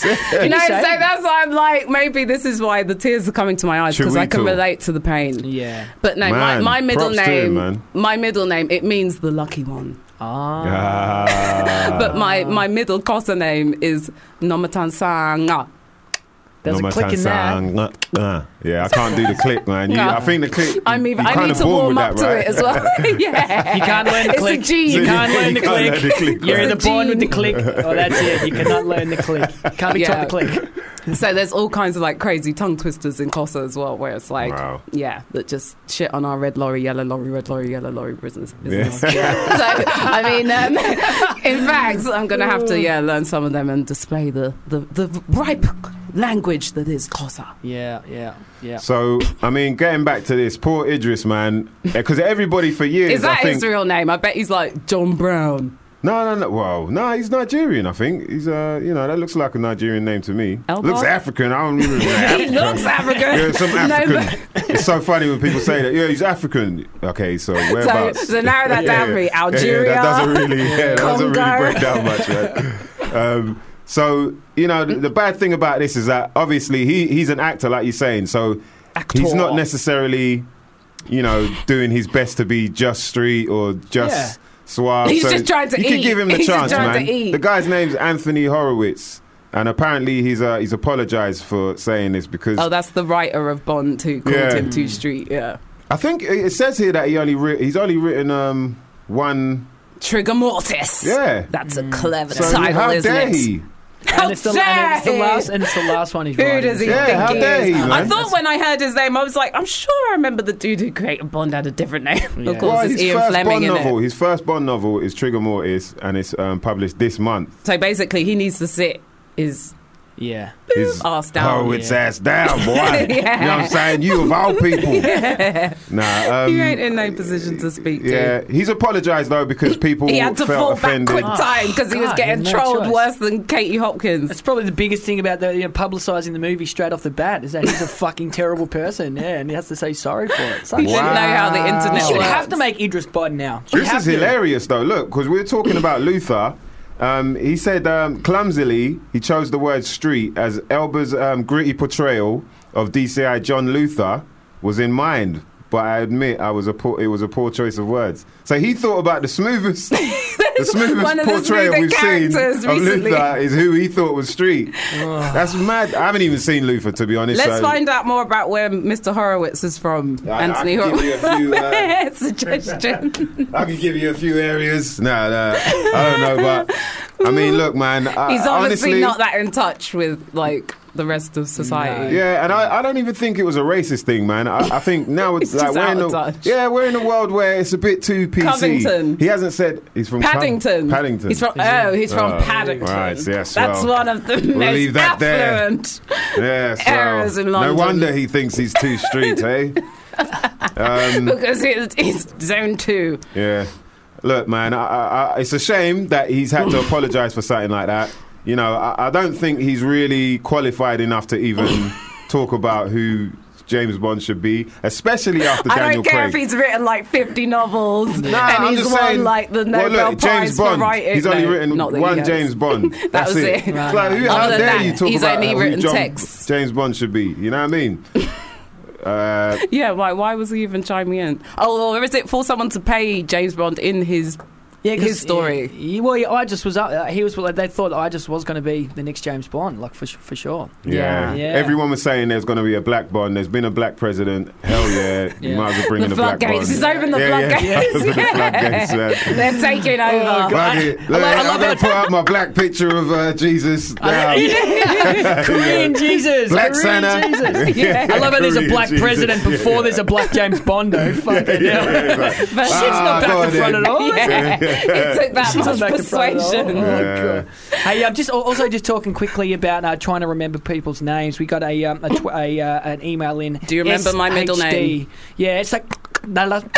You know, so
say it?
that's why I'm like, maybe this is why the tears are coming to my eyes because I can
Chiwetel.
relate to the pain.
Yeah.
But no,
Man,
my, my middle
props to
name,
him, man.
my middle name, it means the lucky one.
Ah.
Ah.
But my, my middle Kosa name is Nomatansanga.
There's a
Norma
click in there.
Tansang, uh, uh. Yeah, I can't do the click, man. You,
No.
I think the click.
I mean,
you
I
kinda
need to
born
warm
with
up
that,
to
right?
it
<laughs>
as well. <laughs> yeah,
You can't learn the
it's
click.
a gene.
You can't learn the
You can't learn the
click.
click,
You're
right.
either born with the
Gene.
<laughs>
click or that's it. You cannot learn the click. Can't be
Yeah.
taught the click.
So there's all kinds of like crazy tongue twisters in Kosa as well, where it's like,
Wow.
yeah, that just shit on our red lorry, yellow lorry, red lorry, yellow lorry business.
Yeah.
business. so I mean, um, <laughs> in fact, I'm gonna have to yeah learn some of them and display the the, the ripe language that is Xhosa.
Yeah, yeah, yeah.
So, I mean, getting back to this, poor Idris, man, because everybody for years.
Is that
I think,
his real name? I bet he's like John Brown.
No, no, no. Well, no, he's Nigerian. I think he's uh, you know, that looks like a Nigerian name to me.
Elbow?
Looks African. I don't
<laughs>
even.
He looks African.
Yeah, some
<laughs> No,
African. it's so funny when people say that. Yeah, he's African. Okay, so
<laughs> So,
whereabouts?
so narrow that down for me. Algeria.
Yeah, that doesn't really, yeah, that doesn't really
Congo.
break down much, right? Um, so you know, the, the bad thing about this is that obviously he he's an actor, like you're saying. So he's not necessarily, you know, doing his best to be just street or just
Yeah.
suave.
He's
So
just trying to
you
eat.
can give him the
He's just
chance,
trying to
man.
eat.
The guy's name's Anthony Horowitz. And apparently he's uh, he's apologized for saying this because
Oh, that's the writer of Bond who called
Yeah. Mm.
him Two Street. Yeah.
I think it it says here that he only writ he's only written um, one.
Trigger Mortis.
Yeah.
That's a clever
So
title,
how
isn't
dare
it?
he?
Mm. and it's the, and it's the
dare
last
he?
and it's the last one he's
Who
writing.
does he
Yeah,
think
how
he
dare
is?
he,
I
man.
thought when I heard his name, I was like, I'm sure I remember the dude who created Bond had a different name. Of course,
Well,
it's
his
Ian
first
Fleming
Bond
in
novel.
it.
His first Bond novel is Trigger Mortis, and it's um, published this month.
So basically, he needs to sit his
Yeah.
His
ass down.
Horowitz ass down, boy.
<laughs>
You know what
Yeah.
I'm saying? You
<laughs>
of all people. Nah. Um,
You ain't in no position to speak to.
yeah, he's apologized though because people
He had to
felt
fall
offended.
back quick time because he was
God,
getting
Ah, no
trolled
choice.
worse than Katie Hopkins.
That's probably the biggest thing about the you know, publicising the movie straight off the bat is that he's a fucking terrible person, yeah, and he has to say sorry for it. Sucks.
He didn't know how the internet
You should
works.
have to make Idris Bod now. You
This
have
is
to.
hilarious, though. Look, because we were
<clears throat>
talking about Luther. Um, he said um, clumsily he chose the word street as Elba's um, gritty portrayal of DCI John Luther was in mind. But I admit I was a poor, it was a poor choice of words. So he thought about
<laughs>
the smoothest, the smoothest
one of the
portrayal
smoother
we've seen
characters
of
recently.
Luther is who he thought was
<sighs>
street. That's mad. I haven't even seen Luther to be honest.
Let's
so-
find out more about where Mr. Horowitz is from.
I- I
Anthony
can give you a
Horowitz. <laughs>
few, uh, <laughs>
Suggestion.
I can give you a few areas. No, no, I don't know, but I mean, look, man. I,
He's obviously
Uh, honestly,
not that in touch with like the rest of society.
Yeah, and I, I don't even think it was a racist thing, man. I, I think
<laughs>
now it's
He's
like
just
we're
out
in
of
a,
touch.
yeah, we're in a world where it's a bit too PC.
Covington.
He hasn't said he's from Cov-
Paddington.
Paddington.
He's from oh, he's from
Oh,
Paddington.
right, yes,
That's
well,
one of the
we'll
most
leave that there. <laughs>
affluent.
yeah, so
errors in
no
London.
wonder he thinks he's two
<laughs>
streets, eh? Um,
Because it's, it's zone two.
Yeah. Look, man, I, I, I, it's a shame that he's
<laughs>
had to apologise for something like that. You know, I, I don't think he's really qualified enough to
<laughs>
even talk about who James Bond should be, especially after
<laughs> I
Daniel
don't care
Craig.
if he's written like 50 novels
Nah,
and
I'm
he's
just
won
saying-
like the
Well,
Nobel
look,
Prize
James
for
Bond,
writing.
He's only
No,
written
not <laughs> that he
one
has.
James Bond. That's
was it.
it. It's like, who- how
Other than
dare
that,
you talk
he's
about
only
who
written
John-
texts.
James Bond should be? You know what
<laughs>
I mean? uh,
Yeah, why, why was he even chiming in? Oh, or is it for someone to pay James Bond in his.
Yeah, 'cause
His story.
he- he- well, yeah, I just was up. Uh, he was. well, They thought I just was going to be the next James Bond, like for su- for sure.
Yeah.
Yeah. <laughs>
Everyone was saying there's going to be a black Bond. There's been a black president. Hell
<laughs>
yeah. You
Yeah.
might as well bring
The
in a black Bond.
floodgates. He's opened the
Yeah,
floodgates.
<laughs> open the floodgates, man.
They're taking
Oh,
over.
Fuck it. Look,
I
I'm
love
going to put up my black picture of
<laughs>
uh, Jesus. now.
Korean Jesus,
Black
Korean
Santa. <laughs>
Jesus.
Yeah.
I love how there's a
Korean
black
Jesus.
president
Yeah,
before there's a black James Bond.
<laughs>
Though, fucking
<laughs> Yeah,
hell. <laughs>
it's
<laughs>
like,
But
Shit's not
Ah, go
back
on
in front
then.
at all. is
<laughs>
it?
Yeah, it took that
She's not
much
back in front at all.
persuasion.
Oh,
Yeah.
God. Hey, I'm just al- also just talking quickly about uh, trying to remember people's names. We got a, um, a, tw- a uh, an email in.
Do you remember my middle
SHD.
name?
Yeah, it's like <laughs> no, love.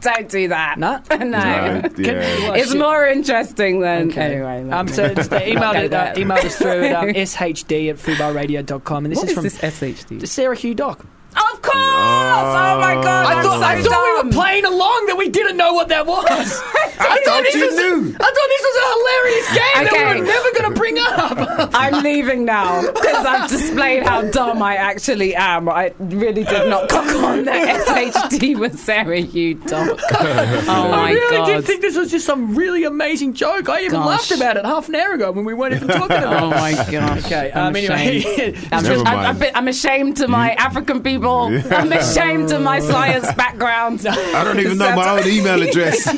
<laughs> Don't do that.
No?
no.
Right, yeah.
It's
Shit.
more interesting than
Okay.
anyway.
um, so it's the email
Okay,
that, uh,
that-
emailed us through
<laughs>
at um, shd at fubarradio.com. And this
what
is
is
from
this SHD?
Sarah Hugh Dock.
Of course! Oh, my god!
I thought,
i
I thought we were playing along that we didn't know what that was.
<laughs>
I thought,
thought
this
you
was,
knew.
I thought this was a hilarious <laughs> game that we
Okay.
were never going to bring up.
I'm leaving now because I've displayed how dumb I actually am. I really did not cock on
<laughs>
that SHD with Sarah You dog. Oh
I
my
really
god.
did think this was just some really amazing joke. I even
Gosh.
laughed about it half an hour ago when we weren't even talking
<laughs>
about
Oh
it.
my gosh.
Okay,
I'm
um, anyway, <laughs>
ashamed.
it's
I'm,
Never
just- I'm-
mind.
I'm a bit- I'm ashamed to my African people. <laughs> I'm ashamed to
<laughs>
my science background. <laughs>
I don't even know my own email address.
So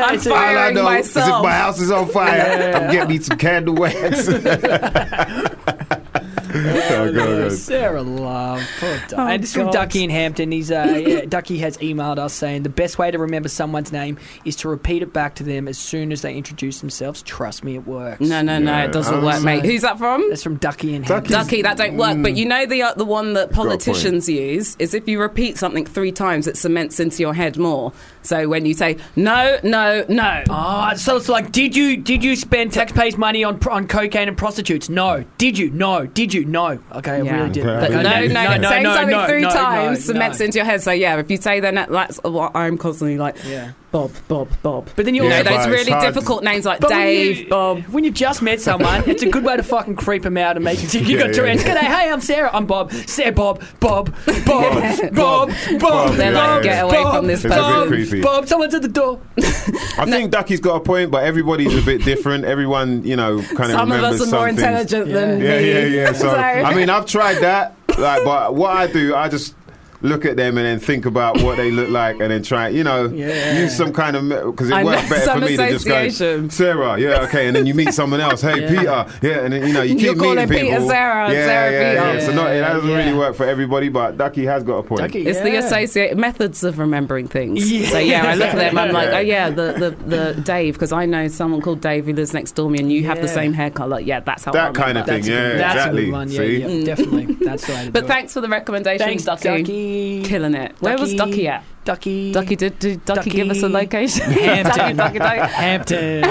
I'm fired.
it's-
All I
Firing
know is if
myself.
my
<laughs>
house <laughs> is on fire, I'm getting me some candle wax. Oh, God.
Sarah Love. Poor Duck.
Oh,
and this is from
God.
Ducky in Hampton.
<laughs>
He's uh, yeah, Ducky has emailed us saying the best way to remember someone's name is to repeat it back to them as soon as they introduce themselves. Trust me, it works.
No, no, no, it doesn't work, mate. Who's that from?
That's from Ducky in Hampton.
Ducky, that don't work. But you know the uh, the one that
got a point.
politicians use is if you repeat something three times, it cements into your head more. So when you say no, no, no,
Ah, so it's like, did you did you spend taxpayers' money on pr- on cocaine and prostitutes? No. Did you? No. Did you? No. Okay, I really did.
But
Okay,
no, no, no, saying something three
no, no,
times
no.
cements into your head. So yeah, if you say then that, that's what I'm constantly like.
Yeah.
Bob, Bob, Bob.
But then you
You know
also
those really difficult names like
But when
Dave,
you- um,
Bob.
When you've just met someone, it's a good way to fucking creep them out and make them think you
Yeah,
got
yeah,
Tourette's.
yeah.
G'day, hey, I'm Sarah. I'm Bob. Sarah, Bob,
<laughs>
Bob, Bob, Bob, Bob.
Bob, They're like,
Bob,
"Get away
Bob,
from this It's a bit
Bob,
creepy.
Bob, someone's at
<laughs>
the door.
I think Ducky's got a point, but everybody's a
<laughs>
bit different. Everyone, you know, kind of
Some of
remembers
us are more
something.
intelligent than
yeah,
me.
yeah,
<laughs>
yeah. <laughs> So,
So-
I mean, I've tried that, like, but what I do, I just look at them and then think about what they look like, and then try, you know,
Yeah.
use some kind of because
I
it
know,
works better for
some
me to just go
association.
Sarah, yeah, okay, and then you meet someone else,
<laughs>
hey Peter, yeah, and then you know you
You're
keep meeting
calling Peter
people,
Sarah and
yeah,
Sarah
yeah, yeah.
Peter.
So not it doesn't really work for everybody, but Ducky has got a point.
It's the associated methods of remembering things.
Yeah.
So yeah, I look at them. I'm like,
Yeah.
oh yeah, the the, the Dave because I know someone called Dave who lives next door to me, and you have the
Yeah.
same hair color. Yeah, that's how. I
That kind
remember.
of thing,
That's a
yeah,
good- that's a good
exactly.
one, yeah,
See?
yeah. Definitely. That's the way to do
But
it.
thanks for the recommendation,
Thanks,
Ducky. Killing it. Where was
Ducky.
Ducky at?
Ducky.
Ducky
<laughs>
did, did Ducky, give us a location?
Hampton.
Ducky, Ducky, Ducky.
Hampton.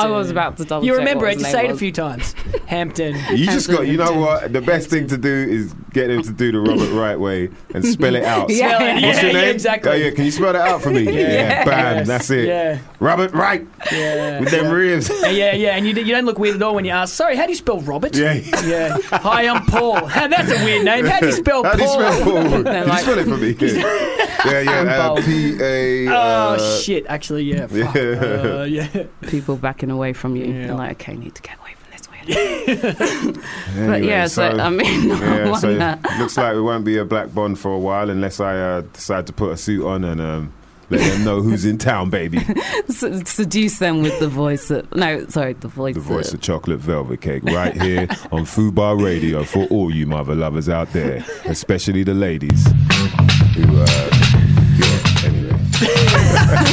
I was about to double.
You
check
remember
what
it?
his
Just
name
say it a
was.
few times. Hampton.
You just got, you know what? The best thing to do is get them to do the Robert Wright way and spell it
<laughs>
out.
Yeah. Spell it,
What's
yeah,
your
yeah,
name?
exactly.
Oh, yeah, can you spell that out
<laughs>
for me? Yeah. Bam,
Yes.
that's it.
Yeah.
Robert Wright.
Yeah.
With them
<laughs>
ribs. <laughs>
Yeah, yeah, yeah, and you, you don't look weird at all when you ask. Sorry, how do you spell Robert?
Yeah.
yeah. Hi, I'm Paul. That's a weird name. How do you spell
How do you
Paul? <laughs>
spell Paul?
They're
Can you
like-
spell it for me?
<laughs>
Yeah, yeah. yeah uh, P A.
Oh
uh,
shit! Actually, yeah. Fuck.
Yeah.
Uh, yeah.
People backing away from you. They're like, okay, I need to get away from this weird.
Anyway,
but yeah, so, I
<laughs>
mean, <laughs> I
yeah, so
wonder.
looks like we won't be a black bond for a while unless I uh, decide to put a suit on and um, let them know who's in town, baby.
S- seduce them with the voice of no, sorry, the voice.
The voice of chocolate velvet cake right here on Fubar Radio for all you mother lovers out there, especially the ladies. Who, uh, yeah, anyway.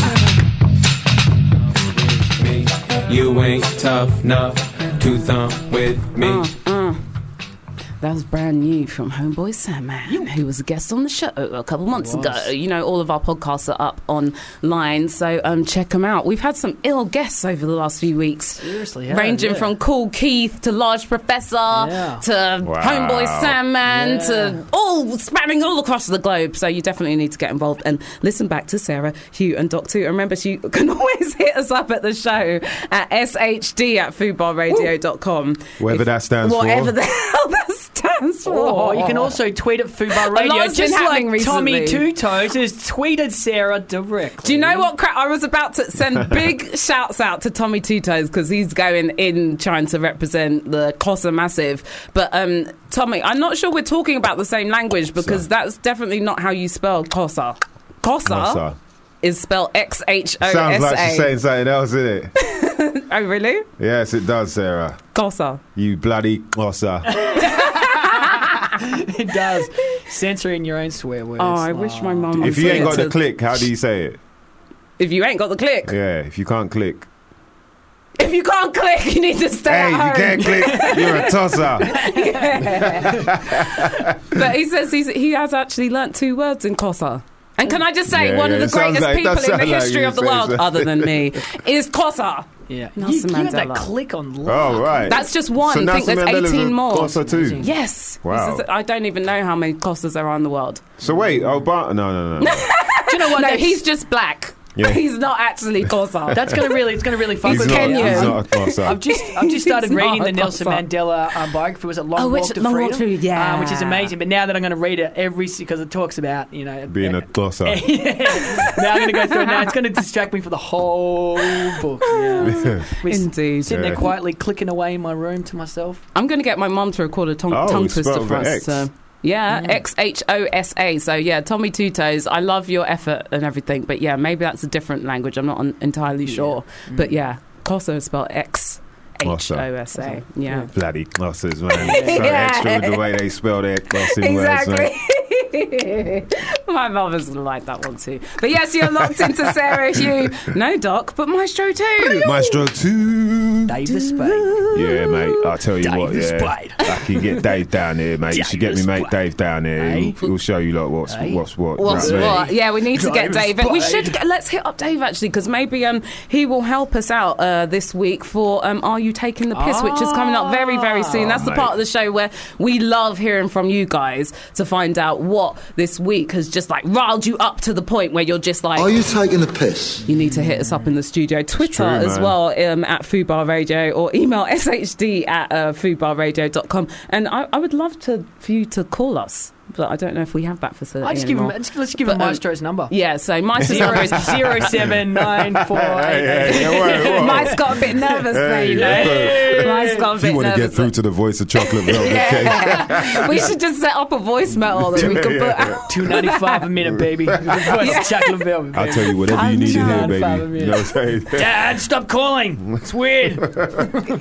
You ain't tough enough to thump with me.
That was brand new from Homeboy Sandman, who was a guest on the show a couple months
was.
ago. You know, all of our podcasts are up online, so um, check them out. We've had some ill guests over the last few weeks,
Seriously, yeah,
ranging
yeah.
from Cool Keith to Large Professor to
Wow.
Homeboy Sandman
Yeah.
to all spamming all across the globe. So you definitely need to get involved and listen back to Sarah, Hugh, and Doc Two. And Remember, she <laughs> can always hit us up at the show at shd at foodbarradio.com.
Whatever that stands
Whatever
for.
the <laughs> hell that stands for.
Or Oh,
Oh.
you can also tweet at Fubar Radio,
Oh. lot's been
just like
happening recently.
Tommy Two Toes has tweeted Sarah directly.
Do you know what crap? I was about to
<laughs>
send big shouts out to Tommy Two Toes because he's going in trying to represent the Closer Massive. But um, Tommy, I'm not sure we're talking about the same language because that's definitely not how you spell Closer. Closer
Closer.
is spelled X H O
Sounds like she's
Oh, S A.
saying something else, isn't it?
Oh, really?
Yes, it does, Sarah.
Closer.
You bloody oh, closer.
it does. Censoring your own swear words.
Oh, I wish my mum.
if
was
you ain't
here
got
to-
the click, how do you say it?
If you ain't got the click,
Yeah, if you can't click.
if you can't click, you need to stay
Hey,
at home.
you can't click. You're a tosser.
<laughs> Yeah. but he says he's, he has actually learnt two words in Kosa. And can I just say,
Yeah,
one
yeah,
of
it
the
sounds
greatest
like- it
people
does
in the
sound <laughs> like
history
you
of the
say
world,
so.
other than
<laughs>
me, is Kosa.
Yeah.
Nelson
you, you had that
Mandela.
click on
Oh, right.
That's just one.
So
I think
Nelson
there's
Mandela's a
18 more.
Kosa too?
Yes.
Wow.
This is, I don't even know how many Kosas there are in the world.
So wait, Obama.
<laughs>
No, no, no.
Do you know
what?
No,
That's-
he's just black.
Yeah.
He's not actually Kosa.
That's gonna really, it's gonna really fuck
He's
with
not-
me.
he's
Yeah.
not a tosser.
I've just,
<laughs>
I've
He's
just started
not
reading the
a
Nelson
tosser.
Mandela uh, biography. Was it Long
Oh,
Walk
which-
to
Long Walk
Freedom?
to- yeah.
Uh, which is amazing. But now that I'm going to read it every because it talks about you know <laughs>
Being a
<laughs>
tosser.
now I'm going to go through it. Now it's going to distract me for the whole book. Yeah.
<laughs>
Indeed.
Sitting there
Yeah.
quietly clicking away in my room to myself.
I'm going to get my mum to record a tong-
Oh,
tongue
it's spelled
twister for
with
us.
X.
So. Yeah, X H O S A. So yeah, Tommy Two Toes. I love your effort and everything, but yeah, maybe that's a different language. I'm not un- entirely sure, but yeah, Koso is spelled X H O S A. Yeah.
Bloody
<laughs>
clusters, man.
Yeah.
So extra with the way they spell their clusters words, man.
Exactly. <laughs> my mother's gonna like that one too. But yes, you're locked into Sarah Hugh. No, Doc, but Maestro too.
Maestro two.
Dave the Spade.
Yeah, mate. I'll tell you
Dave
what.
the
Yeah,
Spade.
I can get Dave down here, mate. you should get me, mate. Dave down here. He'll, he'll show you like what's what's what.
What's
right, mate?
what? Yeah, we
<laughs>
need to get
Driver's
Dave. in. We
spy.
should get, let's hit up Dave actually because maybe um he will help us out uh, this week for um Are You Taking the Piss, which is coming up very very soon. That's the
Ah, Mate.
part of the show where we love hearing from you guys to find out what this week has just like riled you up to the point where you're just like,
Are you taking the piss?
You need to hit us up in the studio, Twitter
true,
as
man.
well um, at Fubar Radio or email shd at uh, fubarradio.com. And I, I would love to for you to call us, but I don't know if we have that facility.
I just give him.
anymore.
Let's, let's give
But,
him
um,
Maestro's number.
Yeah, so my
Zero-
<laughs>
<laughs>
sister-
zero seven nine four eight
Hey,
eight.
hey,
<laughs>
whoa, whoa.
Mike's got a bit nervous there, you know.
Hey.
Mike's got a
If you
bit
want to
nervous.
get through to the voice of chocolate
<laughs>
velvet cake.
Yeah. <laughs> we should just set up a voicemail that we could put out.
Two ninety five a minute,
<laughs>
baby. The voice of Chuck Lavelle,
I'll
baby.
tell you whatever you
I'm
need to hear,
not five
baby. You know what I'm saying? <laughs>
Dad, stop calling. It's weird.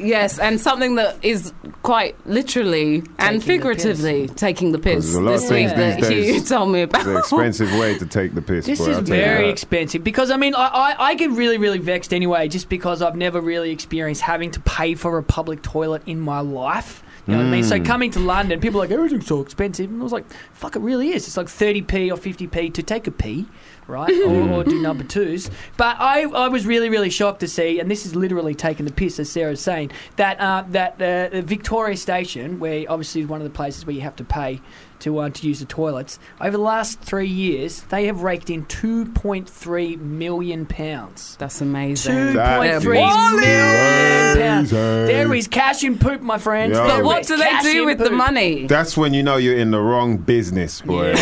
Yes, and something that is quite literally and figuratively taking the piss.
There's a lot
this
of things
week that
these days.
you told me about.
It's an expensive way to take the piss.
This
boy,
is
I'll tell you
very
that.
expensive because I mean I, I, I get really really vexed anyway just because I've never really experienced having to pay for a public toilet in my life. You know what I mean? So
Mm.
coming to London, people are like everything's so expensive, and I was like, "Fuck, it really is." It's like thirty p or fifty p to take a pee, right?
Mm.
or, or do number twos. But I, I was really really shocked to see, and this is literally taking the piss as Sarah's saying that uh, that uh, the Victoria Station, where obviously is one of the places where you have to pay to uh, to use the toilets. Over the last three years, they have raked in two point three million pounds.
<laughs> That's amazing.
Two
That
point three
is
million pounds.
amazing.
There is cash in poop, my friends.
Yo.
There
But what
is
do they
cash
do
in
with the
poop.
money?
That's when you know you're in the wrong business, boy.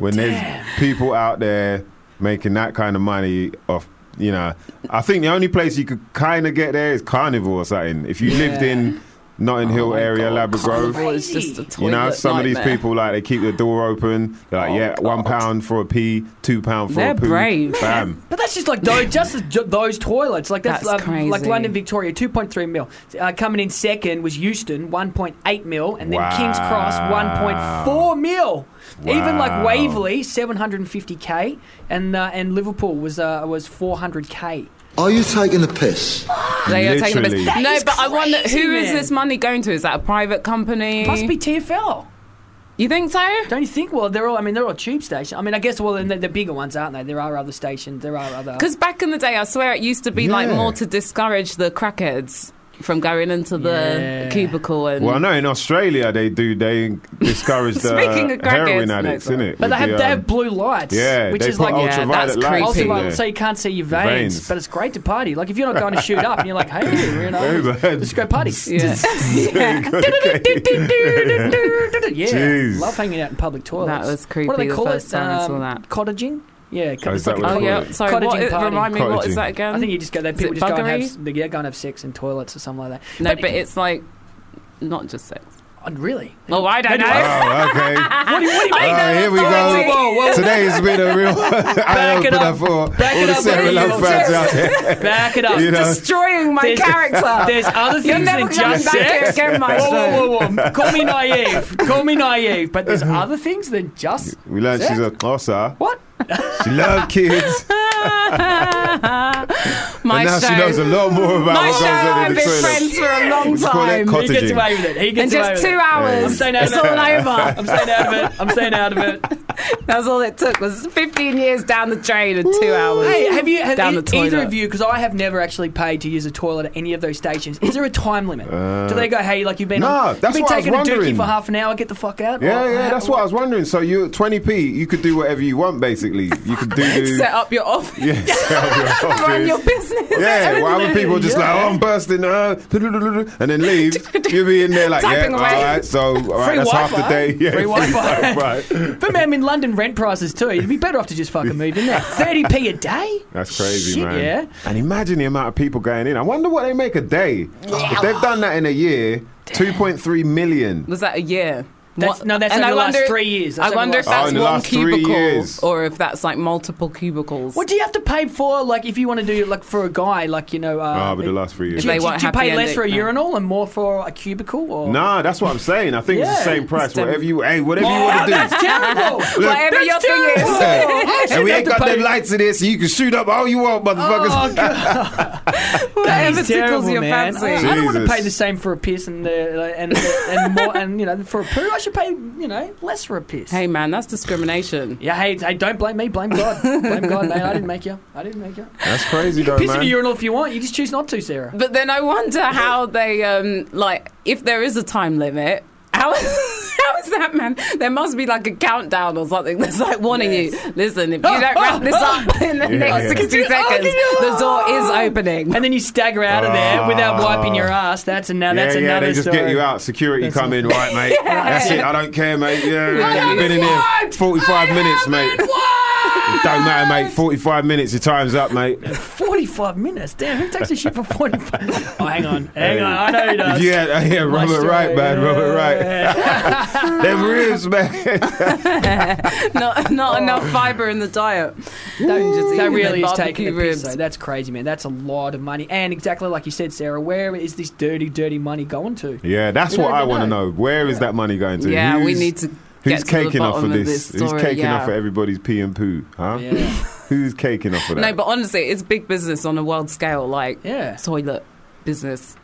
when there's people out there making that kind of money off, you know. I think the only place you could kind of get there is Carnival or something. If you lived in Notting Hill
Oh
area, Labrador Grove.
Oh Carnival is just a
You know,
toilet
some of these
nightmare.
people like they keep the door open. They're like, yeah, one pound for a pee, two pound for
They're
a poo.
brave.
Bam.
But that's just
<laughs>
like those, just the- ju- those toilets. Like that's,
That's
like, like
crazy.
London Victoria, two point three mil. Uh, coming in second was Euston, one point eight mil, and then Kings Cross, one point four mil. Even
Wow.
like Waverley, seven hundred and fifty k, and uh, and Liverpool was uh, was four hundred k.
Are you taking the piss?
They are taking the piss.
That
No,
is
but I wonder
crazy,
who is
man.
this money going to? Is that a private company?
Must be TFL.
You think so?
Don't you think? Well, they're all. I mean, they're all cheap stations. I mean, I guess well, they're the bigger ones, aren't they? There are other stations. There are other.
Because back in the day, I swear it used to be like
Yeah.
more to discourage the crackheads from going into the cubicle and.
Well, I know in Australia they do. They discourage the
Speaking of crackheads,
heroin
no,
addicts,
sorry.
innit?
But they
With
have,
the,
they
um,
have blue lights.
yeah,
which
they
is
put
like
ultraviolet <laughs> Yeah, that's lights in
Ultraviolet,
there.
so you can't see your veins,
Veins.
but it's great to party. Like if you're not going to shoot up, and you're like, hey, you
<laughs> Hey,
know,
man.
let's
<laughs>
go party. <laughs> Yeah, <laughs>
Jeez.
love hanging out in public toilets.
That was
What do
creepy
they
the
call
first
it?
time I saw
Um,
that.
Cottaging. Yeah,
Oh, is
it's
that
like
what they
a cottaging-
call it? Oh, yeah. Sorry,
cottaging
what is-
party.
remind me, what is Cottaging. that again?
I think you just go there.
Is
People
it
just go and have
buggery?
s- they go and have sex in toilets or something like that.
No, but it's like not just sex.
really?
Oh, I don't
Maybe-
know.
Oh, okay.
Ah.
What do you, what do you
Oh,
All
mean?
right, here we go.
Authority. Whoa, whoa.
Today has
<laughs>
been a real <laughs> eye
it
opener
up.
for all
Back it
the
up,
Sarah
baby.
Love fans out there.
Back it up.
You know?
Destroying my
There's-
character.
There's other
You're
things
never
than
coming
just
back here
sex.
again,
whoa,
Maestro.
whoa, whoa, whoa! Call me naive. Call me naive. But there's
Uh-huh.
other things than just.
We learned
sex.
she's a tosser.
What?
She loves
<laughs>
kids.
My
and Ah, now
show.
she knows a lot more about
My
what goes
show,
on
I've
in the
been
toilet.
friends for a long
We just call that
time.
He gets
cottaging.
away with it. He gets
In
away
just
with
two
it.
hours, <laughs>
I'm staying out
it's
of it.
all over.
I'm staying out of it. I'm staying out of it.
That's all it took was 15 years down the drain and two hours.
Hey, have you have
down
e-
the toilet?
either of you? Because I have never actually paid to use a toilet at any of those stations. Is there a time limit? Do they go, hey, like you've been
Uh, No,
on, you've
that's
been
what I was
taking a dookie
wondering.
for half an hour, get the fuck out?
Yeah,
Or-
yeah, that's what I was wondering. So you, 20p, you could do whatever you want. Basically,
<laughs>
you could do.
Set up your office.
Yeah, <laughs> set up your
Run
office.
your
<laughs>
business.
Yeah, why would people just like, oh, I'm bursting, uh, <laughs> and
<laughs>
then leave? You'll be in there like,
Typing
yeah,
away.
all right, so all right,
Free
that's half
Wi-Fi.
the day. Yeah,
Free Wi-Fi.
Wi-Fi.
But man, I mean, London rent prices too. You'd be better off to just fucking move
<laughs>
in there. Thirty p a day.
That's crazy,
Shit,
man.
yeah.
And imagine the amount of people going in. I wonder what they make a day. If they've done that in a year, 2.3 million.
Was that a year?
That's- no, that's
and
over
I
the last
wonder,
three years. That's
I
over
wonder
the
if
last- Oh,
that's
in the
one
last three
cubicle
years.
or if that's like multiple cubicles.
What do you have to pay for? Like, if you want to do like for a guy, like you know, uh,
Ah, but the last three years.
do,
They
do-
want
do you
happy
pay less
ending,
for a
no.
urinal and more for a cubicle? Or
Nah, that's what I'm saying. I think it's
Yeah.
the same price.
It's dem-
whatever you, hey, whatever you
Oh,
want to do.
that's
<laughs>
terrible.
Look,
<laughs> Whatever your thing is.
Listen,
I should
and we
have
ain't
to
got
pay- Oh,
them lights in here, so you can shoot up all you want, motherfuckers.
Whatever
tickles your fancy.
I, I don't want to
Jesus.
pay the same for a piss and uh, and and more and you know for a poo. I should pay you know less for a piss.
Hey man, that's discrimination.
Yeah, hey, hey, don't blame me. Blame God. blame God, mate. I didn't make you. I didn't make you.
That's crazy, though,
Piss in a
man.
urinal if you want. You just choose not to, Sarah.
But then I wonder how they um like if there is a time limit. How <laughs> is, how is that man? There must be like a countdown or something that's like warning you. Listen, if you
<laughs>
don't wrap this up in the
Yeah,
next
yeah.
sixty seconds, the door is opening.
<laughs> And then you stagger out of there without wiping your ass. That's another.
Ah. yeah,
that's
yeah,
another
they just
story.
get you out. Security come in, right, mate?
Yeah.
That's it. I don't care, mate. Yeah,
I
you've been in here 45 minutes, mate. It don't matter, mate. 45 minutes, your time's up, mate.
45 minutes. Damn, who takes a shit for
<laughs>
45? Oh, hang on. Hang on. I know who does.
If you had, <laughs> yeah,
My
Robert
story,
Wright, man, Robert
Wright.
Them ribs, man.
not
Oh.
not enough fiber in the diet. Don't just eat
That really is
barbecue
taking the
ribs.
piss, though. That's crazy, man. That's a lot of money. And exactly like you said, Sarah, where is this dirty, dirty money going to?
Yeah, that's
You
what
don't
I
even
want to know. Where is that money going to?
Yeah, we need
to
Who's
get to the
caking off
bottom
of
of
this?
this
who's
story,
caking
yeah.
off for everybody's pee and poo? Huh? <laughs> who's caking off for that?
No, but honestly, it's big business on a world scale, like toilet business.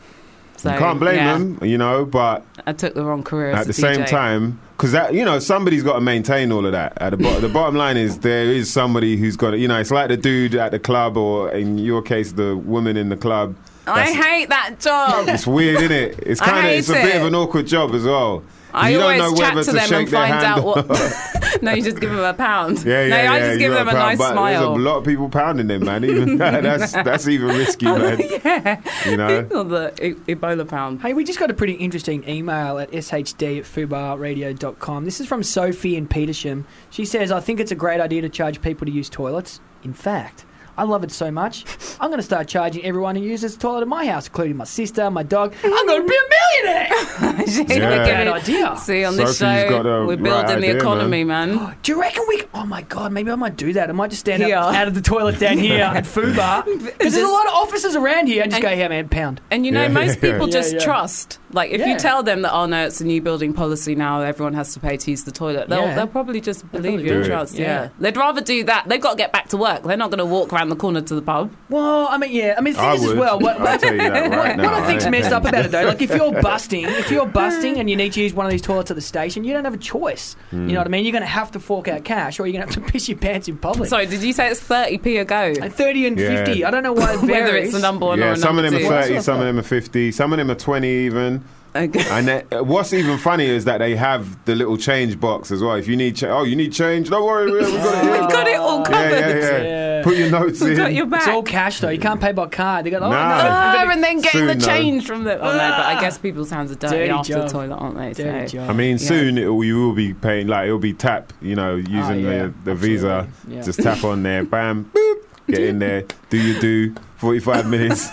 So,
you can't blame
yeah.
them, you know. But
I took the wrong career
at
as
the
a
same
DJ.
time, because that you know somebody's got to maintain all of that. At the, bo- the bottom line is there is somebody who's got to, you know. It's like the dude at the club, or in your case, the woman in the club.
Oh, I
That's-
hate that
<laughs>
job.
It's weird, isn't it? It's
<laughs> I
kind of it's a
hate
bit
it.
of an awkward job as well. 'Cause
I
you don't
always
know
chat
whether
to, them
shake
and
their
find
hand
out
or- <laughs>
what. <laughs> no, you just give them a pound.
Yeah, yeah,
<laughs> no,
yeah.
I just
you
give
got
them a
pound,
nice
but
smile.
There's a lot of people pounding them, man. Even <laughs> that's that's
<laughs>
even risky, man.
yeah. <laughs>
You know.
Or the e- Ebola pound. <laughs>
Hey, we just got a pretty interesting email at shd at fubarradio.com. This is from Sophie in Petersham. She says, I think it's a great idea to charge people to use toilets. In fact, I love it so much, I'm going to start charging everyone who uses the toilet at my house, including my sister, my dog. I'm going to be a millionaire!
It's
not a
Yeah.
bad idea.
See, on this
Sophie's
show,
got a
we're
right
building
idea,
the economy, man.
Do you reckon we? Oh my god, maybe I might do that. I might just stand up out of the toilet down
<laughs>
here at Fubar. Because there's a lot of offices around here. I just go, here, man, pound.
And you know,
Yeah,
most
yeah.
people
<laughs> Yeah,
just
yeah.
trust. Like, if
Yeah.
you tell them that, oh no, it's a new building policy now, everyone has to pay to use the toilet, they'll,
Yeah.
they'll probably just believe
probably
you and
do it.
trust.
Yeah.
Yeah. They'd rather do that. They've got to get back to work. They're not going to walk around the corner to the pub.
Well, I mean, yeah. I mean, the thing
I
is as
would.
well. What,
I'll tell you <laughs> that right
what- what
now,
I think's
I
messed up
am.
about it though, like if you're busting, if you're busting and you need to use one of these toilets at the station, you don't have a choice. You
Mm.
know what I mean? You're going to have to fork out cash, or you're going to have to <laughs> piss your pants in public.
Sorry, did you say it's 30p a go?
30 and
Yeah.
50. I don't know why it
Whether
varies.
it's a number one or
Yeah,
a
some of
number
them are
two.
30, some of them are 50, some of them are 20 even.
<laughs> Okay.
And that- what's even funny is that they have the little change box as well. If you need, cha- oh, you need change. Don't worry, we-
<laughs>
we've got it. Here.
Got it all
Yeah,
covered.
yeah, yeah, Put your notes in.
It's all cash though. You can't pay by card. They got oh,
Nah.
no.
Ah, and then getting
Soon,
the
though.
change from the. Oh no, but I
Ah.
guess people's hands are dirty,
Dirty
after
job.
the toilet, aren't they?
<laughs> Dirty
so.
job.
I mean,
Yeah.
soon it will, you will be paying, like, it'll be tap, you know, using
yeah,
the, the Visa.
absolutely. Yeah.
Just tap on there, bam, boop, get in there, do you do, 45 minutes.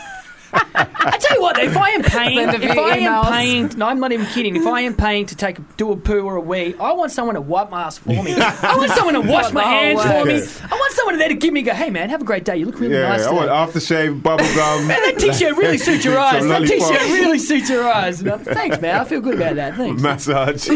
I tell you what, if I am paying,
Send a
if
few
I am
emails.
paying, no, I'm not even kidding. If I am paying to take do a poo or a wee, I want someone to wipe my ass for me. I want someone to wash my
The whole
hands for me.
works.
I want someone there to give me go, hey man, have a great day. You look really
yeah,
nice.
I
today."
want aftershave, bubble gum.
Man, that <laughs> t-shirt really suits your
some
eyes. That t-shirt
lollipops,
really suits your eyes. <laughs> And I'm, Thanks, man. I feel good about that. <laughs> Thanks.
Massage.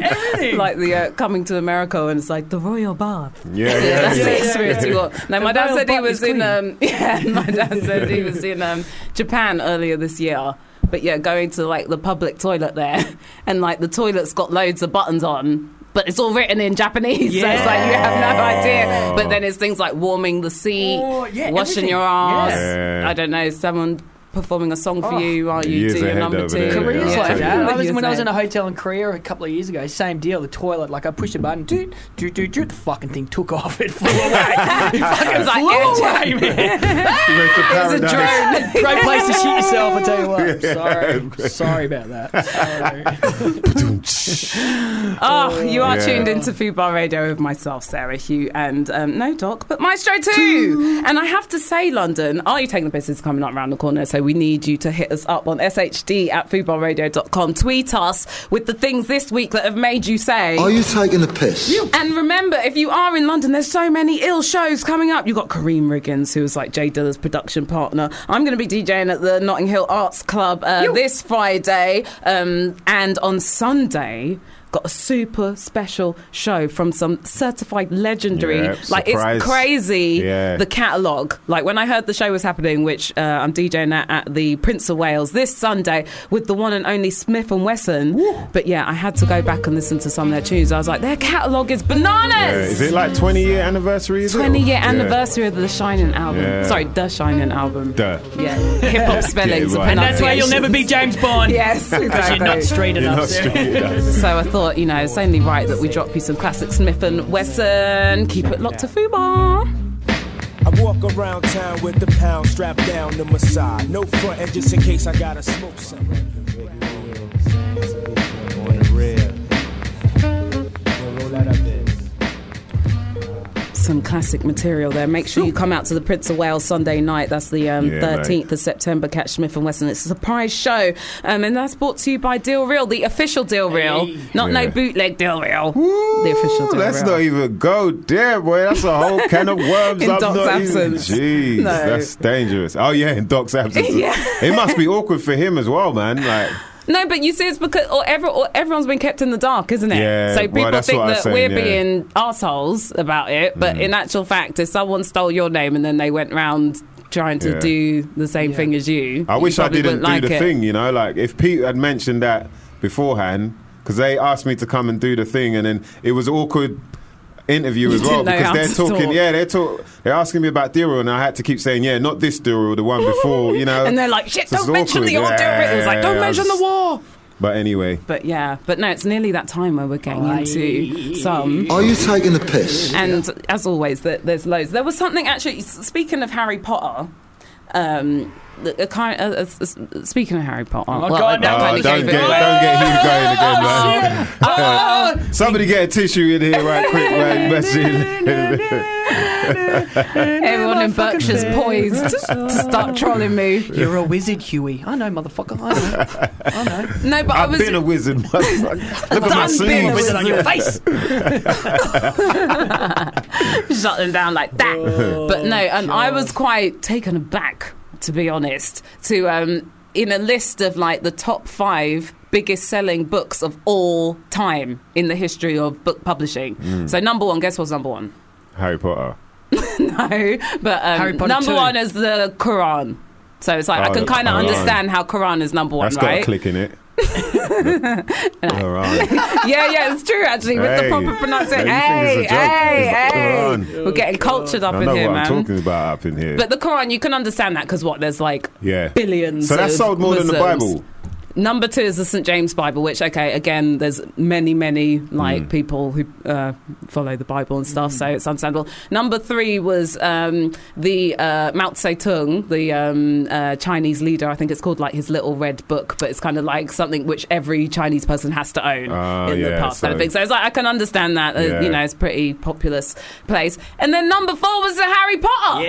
like the uh, coming to America and it's like the royal bath.
Yeah, yeah,
that's
yeah,
the
yeah,
experience
yeah.
you want. No,
The
my dad
royal
said he
butt is
was in.
clean.
Um, <laughs> yeah, my dad said he was in um, Japan earlier this year. But yeah, going to like the public toilet there, <laughs> and like the toilet's got loads of buttons on. But it's all written in Japanese, <laughs> so it's like you have no idea. But then it's things like warming the seat,
Oh, yeah,
washing your
everything.
ass.
Yes.
Yeah.
I don't know, someone performing a song for
Oh.
you while you
Years
do your
ahead
number
over
two.
there,
Korea's
Yeah,
like
yeah.
that. I was,
Years
when I was
ahead.
in a
<laughs>
hotel in Korea a couple of years ago, same deal. The toilet, like I pushed a button, doot, doot, doot, doot. The fucking thing took off. <laughs> It flew away. it fucking
It's like
flew
air
<laughs> away, man.
It's a <laughs>
It's a Great place to shit yourself. I tell you what. <laughs> I'm sorry,
Yeah.
sorry about that. <laughs> Sorry.
Oh, you are
Yeah.
tuned into Food Bar Radio with myself, Sarah Hugh, and um, no doc, but Maestro too. And I have to say, London, Are You Taking the Piss is coming up around the corner, so we need you to hit us up on shd at foodbarradio.com. Tweet us with the things this week that have made you say.
Are you taking the piss?
And remember, if you are in London, there's so many ill shows coming up. You've got Kareem Riggins, who is like Jay Dilla's production partner. I'm going to be DJing at the Notting Hill Arts Club uh, this Friday. Um, and on Sunday, got a super special show from some certified legendary.
Yeah,
like, it's
surprise.
crazy
Yeah.
the catalogue. Like, when I heard the show was happening, which uh, I'm DJing at, at the Prince of Wales this Sunday with the one and only Smith and Wesson. But yeah, I had to go back and listen to some of their tunes. I was like, their catalogue is bananas!
Yeah, Is it like 20 year anniversary? Is it?
20 year
Yeah.
anniversary of the Shining album.
Yeah.
Sorry, the Shining album.
Duh.
Yeah, hip
<laughs>
hop spellings.
right. And that's why you'll never
be James Bond.
<laughs> yes,
Because you're
exactly.
not straight You're enough. not
<laughs>
straight enough.
so I thought, you know, it's only right that we drop you some classic Smith and Wesson. Keep it locked to Fubar.
I walk around town with the pound strapped down to my side. No front end just in case I gotta smoke some. On the Roll that up there.
Some classic material there. Make sure you come out to the Prince of Wales Sunday night. That's the um,
Yeah, mate.
13th of September. Catch Smith and Wesson. It's a surprise show. Um, and that's brought to you by Deal Real, the official Deal Real. Not no
Yeah.
bootleg Deal Real. the official Deal
Let's
Real.
not even go there, boy. That's a whole can of
<laughs>
worms.
In
I'm
Doc's
not even-
absence.
Jeez,
No.
that's dangerous. Oh yeah, in Doc's absence.
<laughs> Yeah.
It must be awkward for him as well, man. Like,
No, but you see, it's because or every, or everyone's been kept in the dark, isn't it?
Yeah,
so
well,
people
that's
think
what I
that
was saying,
we're
yeah. Mm.
being assholes about it, but in actual fact, if someone stole your name and then they went round trying to
Yeah.
do the same thing as you,
I
you
wish I
probably
didn't do
wouldn't
the
like it.
thing. You know, like if Pete had mentioned that beforehand, because they asked me to come and do the thing, and then it was awkward.
<laughs>
Interview
You
as
didn't
well
know
because
how
they're
to
talking,
talk.
yeah, they're talk, they're asking me about Dural, and I had to keep saying, yeah, not this Dural, the one before, you know.
<laughs> And they're like, shit,
So it's
don't mention the old
awkward.
Dural. It was like, don't
Yeah, I
mention the
was-
war.
But anyway,
But yeah, but no, it's nearly that time where we're getting into some.
Are you taking the piss?
And as always, there, there's loads. There was something actually. s- Speaking of Harry Potter, um, the- a kind. Uh, uh, s- speaking of Harry Potter,
Oh,
well,
God,
I
no,
totally
don't
gave
get-
it away.
don't get him going again, man.
Oh,
<laughs> Somebody get a tissue in here right
<laughs>
quick, man. <laughs> Imagine.
Everyone in Berkshire's poised to start trolling me.
You're a wizard, Huey. I know, motherfucker. I <laughs> know.
No, but I
I've
was.
been a wizard. motherfucker. Look at
Done being
my
a
sleeves.
wizard on your face. <laughs> shut them down like that.
Oh,
but no, and I was quite taken aback, to be honest, to um, in a list of like the top five biggest selling books of all time in the history of book publishing.
Mm.
So number one, guess what's number one? <laughs>
Harry Potter.
no, but
Harry
um,
Potter
number
2.
one is the Quran. So it's like I
Oh,
can
the
kind of
Quran.
understand how Quran is number one,
That's got a
right? <laughs>
click in it. All right.
yeah, yeah, it's true actually. With the
Hey.
proper pronunciation,
Hey,
hey,
you think it's a joke?
hey,
It's the
hey,
Quran.
we're getting cultured up
I
in
know
here,
what
man.
I'm talking about up in here.
But the Quran, you can understand that because what there's like
yeah.
billions.
So that
of
sold more than the
Muslims.
Bible.
Number two is the St James Bible, which okay, again, there's many, many like
Mm.
people who uh, follow the Bible and stuff,
Hmm.
so it's understandable. Number three was um, the uh, Mao Zedong, the um, uh, Chinese leader. I think it's called like his little red book, but it's kind of like something which every Chinese person has to own
Ah,
in the
yeah,
past kind of
so-
thing. So it's like I can understand that. uh,
Yeah.
You know, it's a pretty populous place. And then number four was the Harry Potter.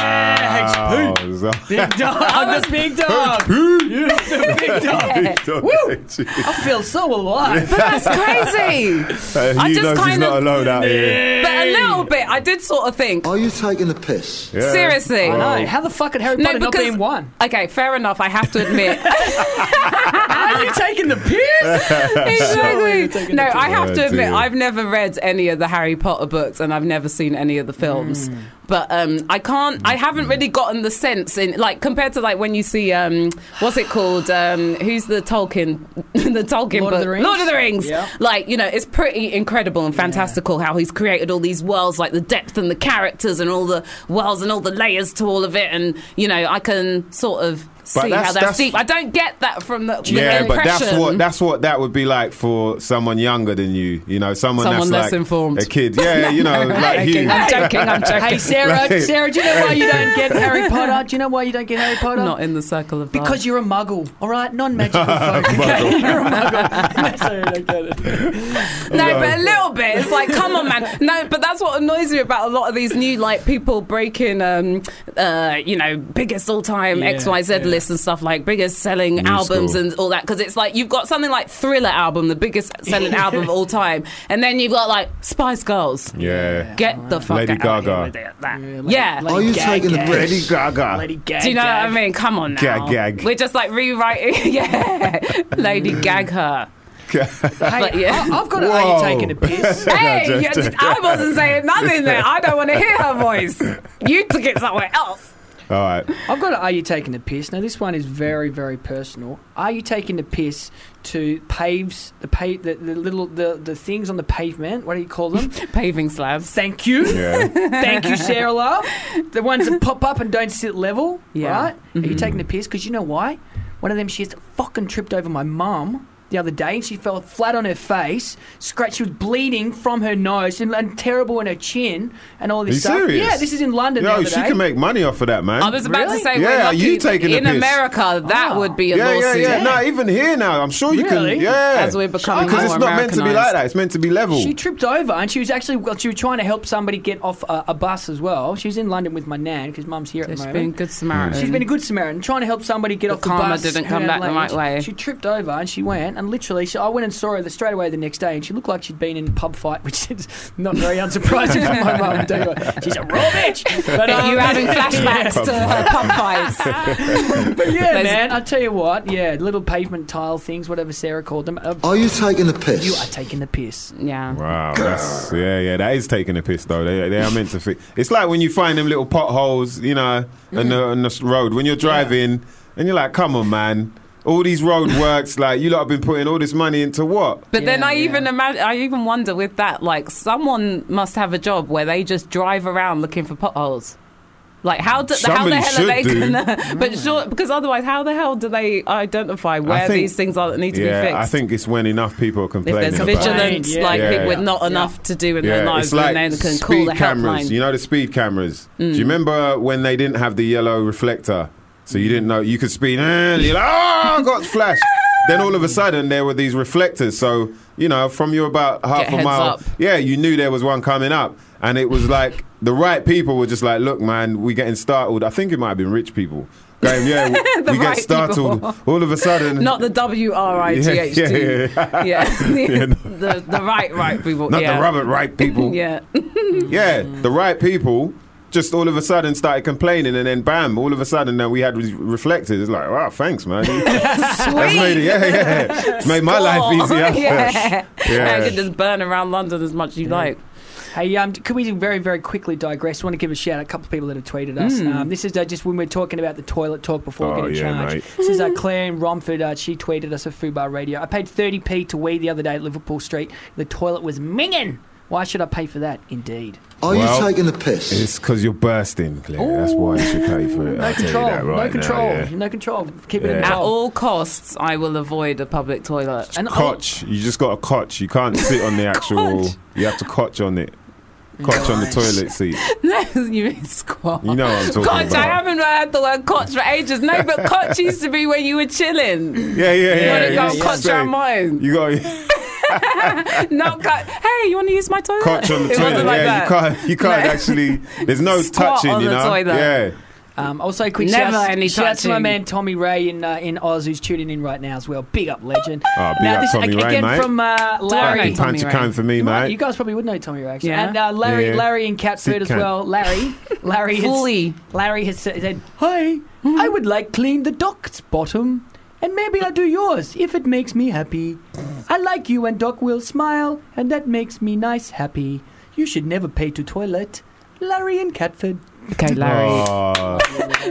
Wow.
<laughs>
Big dog.
I was-
the big dog. You're the big dog.
<laughs>
I feel so alive.
But that's
<laughs>
crazy.
Uh,
I
he
just
knows he's
kind
not
of-
alone
<laughs>
out here.
But a little bit, I did sort of think.
Are you taking the piss?
Yeah.
Seriously,
I know.
How the fuck could Harry Potter not be in one?
Okay, fair enough. I have to admit, <laughs>
Are you taking the piss?
exactly. No, I have to
Oh,
admit,
dear.
I've never read any of the Harry Potter books, and I've never seen any of the films. But um, I can't. I haven't really gotten the sense in like compared to like when you see um, what's it called? Um, who's the Tolkien? <laughs> the Tolkien
Lord
book,
of the Rings?
Lord of the Rings.
Yeah.
Like you know, it's pretty incredible and fantastical how he's created all these worlds, like the depth and the characters and all the worlds and all the layers to all of it. And you know, I can sort of see how that's, deep. I don't get that from the, the
yeah, but that's
impression.
what that's what that would be like for someone younger than you. You know, someone,
Someone
that's
less
like
informed.
a kid. Yeah,
<laughs> No,
you know,
no, I'm
like
joking,
you.
I'm joking, I'm joking.
Hey, Sarah,
Like-
Sarah, do you know why you don't get Harry Potter? Do you know why you don't get Harry Potter?
Not in the circle of life.
because you're a muggle, all right? Non-magical folk. Okay?
Muggle.
<laughs> You're a muggle. Sorry, I don't get it.
No,
No.
but a little bit. It's like, come on, man. No, but that's what annoys me about a lot of these new like people breaking, um, uh, you know, biggest all time
Yeah,
X Y Z lists and stuff like biggest selling
New
albums
school.
and all that. Because it's like you've got something like Thriller album, the biggest selling album of all time, and then you've got like Spice Girls.
Yeah.
Get the fuck
Lady
out of here
Gaga.
with it, that. Yeah.
Lady Are you Gaga. taking the piss? Lady Gaga.
Do you
Lady
know what I mean? Come on now.
Gag, gag.
We're just like rewriting. <laughs> yeah. Lady Gag her. But yeah.
I've got an Are you taking a piss?
Hey,
<laughs>
you- I wasn't saying nothing there. I don't want to hear her voice. You took it somewhere else.
All right.
I've got a Are You Taking the Piss? Now, this one is very, very personal. Are you taking the piss to paves, the, pa- the, the little the, the things on the pavement? What do you call
<laughs>
them?
Paving slabs.
Thank you.
Yeah.
Thank you, Sarah Love. The ones that pop up and don't sit level,
Yeah.
right? Are
Mm-hmm.
you
Mhm.
taking the piss? Because you know why? One of them, she's fucking tripped over my mum the other day and she fell flat on her face, scratched, she was bleeding from her nose and, and terrible in her chin and all
Are you
this stuff.
serious?
Yeah, this is in London. the
Yo,
other
she
day.
can make money off of that, man.
I was about to say,
yeah,
we're
are
lucky
you taking
in
the piss? Ah.
America, that would be a
yeah, yeah,
lawsuit.
yeah, No, even here now, I'm sure you
Really?
can. Yeah,
As we're becoming
because it's
more
not meant to be
Americanized.
like that. It's meant to be level.
She tripped over and she was actually well, she was trying to help somebody get off a, a bus as well. She was in London with my nan because mum's here at
She's
the moment.
been good Samaritan.
She's been a good Samaritan, trying to help somebody get
The
off the
karma
bus.
didn't come
her
back the
lane.
right way.
She tripped over and she went and literally she, I went and saw her the, straight away the next day and she looked like she'd been in a pub fight, <laughs> which is not very unsurprising for my mum. I tell you what. She's a raw bitch. um,
You're
<laughs>
having flashbacks to her pub
fights. but <laughs> yeah,
Those-
man, I tell you what, yeah, little pavement tile things, whatever Sarah called them.
Oh,
Uh,
Are you taking the piss?
You are taking the piss.
Yeah.
Wow, that's, yeah, yeah, that is taking a piss though. They, they are meant to fit. It's like when you find them little potholes, you know, on, the, on the s- road when you're driving, and you're like, "Come on, man! All these road works, like you lot have been putting all this money into what?"
But then I even imagine, I even wonder with that, like someone must have a job where they just drive around looking for potholes. Like how do how the
Somebody
hell are they
should do.
gonna? <laughs> But sure, because otherwise, how the hell do they identify where
think-
these things are that need to
yeah,
be fixed?
I think it's when enough people are
if
complaining.
there's
about
vigilance,
it.
like
Yeah.
people with not enough to do in their lives,
it's like
and then can
speed
call the
cameras.
helpline.
You know the speed cameras. Do
Mm.
you remember when they didn't have the yellow reflector, so you didn't know you could speed? And you're like, oh, I got flashed. then all of a sudden there were these reflectors. So you know, from you about half
Get
a
heads
mile,
up.
yeah, you knew there was one coming up, and it was like the right people were just like, look, man, we getting startled. I think it might have been rich people.
<laughs>
Going, yeah, we,
The
we
right
get startled.
people.
All of a sudden,
Not
<laughs>
the W R I G H T.
Yeah, yeah, <laughs> yeah. Yeah,
<laughs>
no.
the, the right, right people.
not
yeah.
the Robert Wright
<laughs>
people.
Yeah.
yeah,
Mm.
the right people just all of a sudden started complaining, and then bam, all of a sudden now we had re- reflectors. It's like, wow,
<laughs>
thanks, man. That's made it, yeah, yeah. It's made my life
Score.
easier.
<laughs> yeah.
Yeah.
You can just burn around London as much as you like.
Hey, um, can we very, very quickly digress? want to give a shout out a couple of people that have tweeted us.
Hmm.
Mm.
Um, this is uh, just when we're talking about the toilet talk before
Oh,
getting
yeah,
charged.
mate.
This is uh, Claire in Romford. Uh, she tweeted us at Fubar Radio. I paid 30p to wee the other day at Liverpool Street. The toilet was minging. Why should I pay for that? Indeed.
Are
Well,
you taking the piss?
It's because you're bursting, Claire. That's why you should pay for it.
No
I'll
control.
tell you that right
no control.
Now, yeah.
No control. Keep it in
Yeah.
At
control.
all costs, I will avoid a public toilet. And
Cotch. You just got a cotch. You
<laughs>
can't sit on the actual. you have to cotch on it. Cotch on the toilet seat.
<laughs> No, you mean squat.
You know what I'm talking
Cotch,
about.
I haven't heard the word cotch for ages. No, but cotch used to be when you were chilling.
<laughs> Yeah, yeah,
You
yeah.
wanna go
yeah,
cotch
yeah.
around mine?
You got
Not cut. Hey, you want to use my toilet?
cotch on the
<laughs> It wasn't
toilet.
like
yeah,
that.
you can't. You can't actually. There's no
Squat
touching.
on
you
the
know.
toilet.
Yeah.
Um, also, quick
Never
shouts,
any
shouts to my
touching.
man Tommy Ray in uh, in Oz who's tuning in right now as well. Big up, legend.
Oh, big
now,
up
this
Tommy
ag-
Ray,
again
mate.
from uh,
Fucking
Larry.
punch Tommy cone Ray. for me,
You might-
mate.
You guys probably would know Tommy Ray, actually.
Yeah.
And uh, Larry,
Yeah.
Larry in
Sick
Catford as
cunt.
well.
<laughs>
Larry, Larry,
Fully.
has, Larry has sa- said, "Hi, I would like clean the doc's bottom, and maybe I'll do yours if it makes me happy. I like you, and Doc will smile, and that makes me nice happy. You should never pay to toilet." Larry in Catford.
Okay, Larry.
Oh,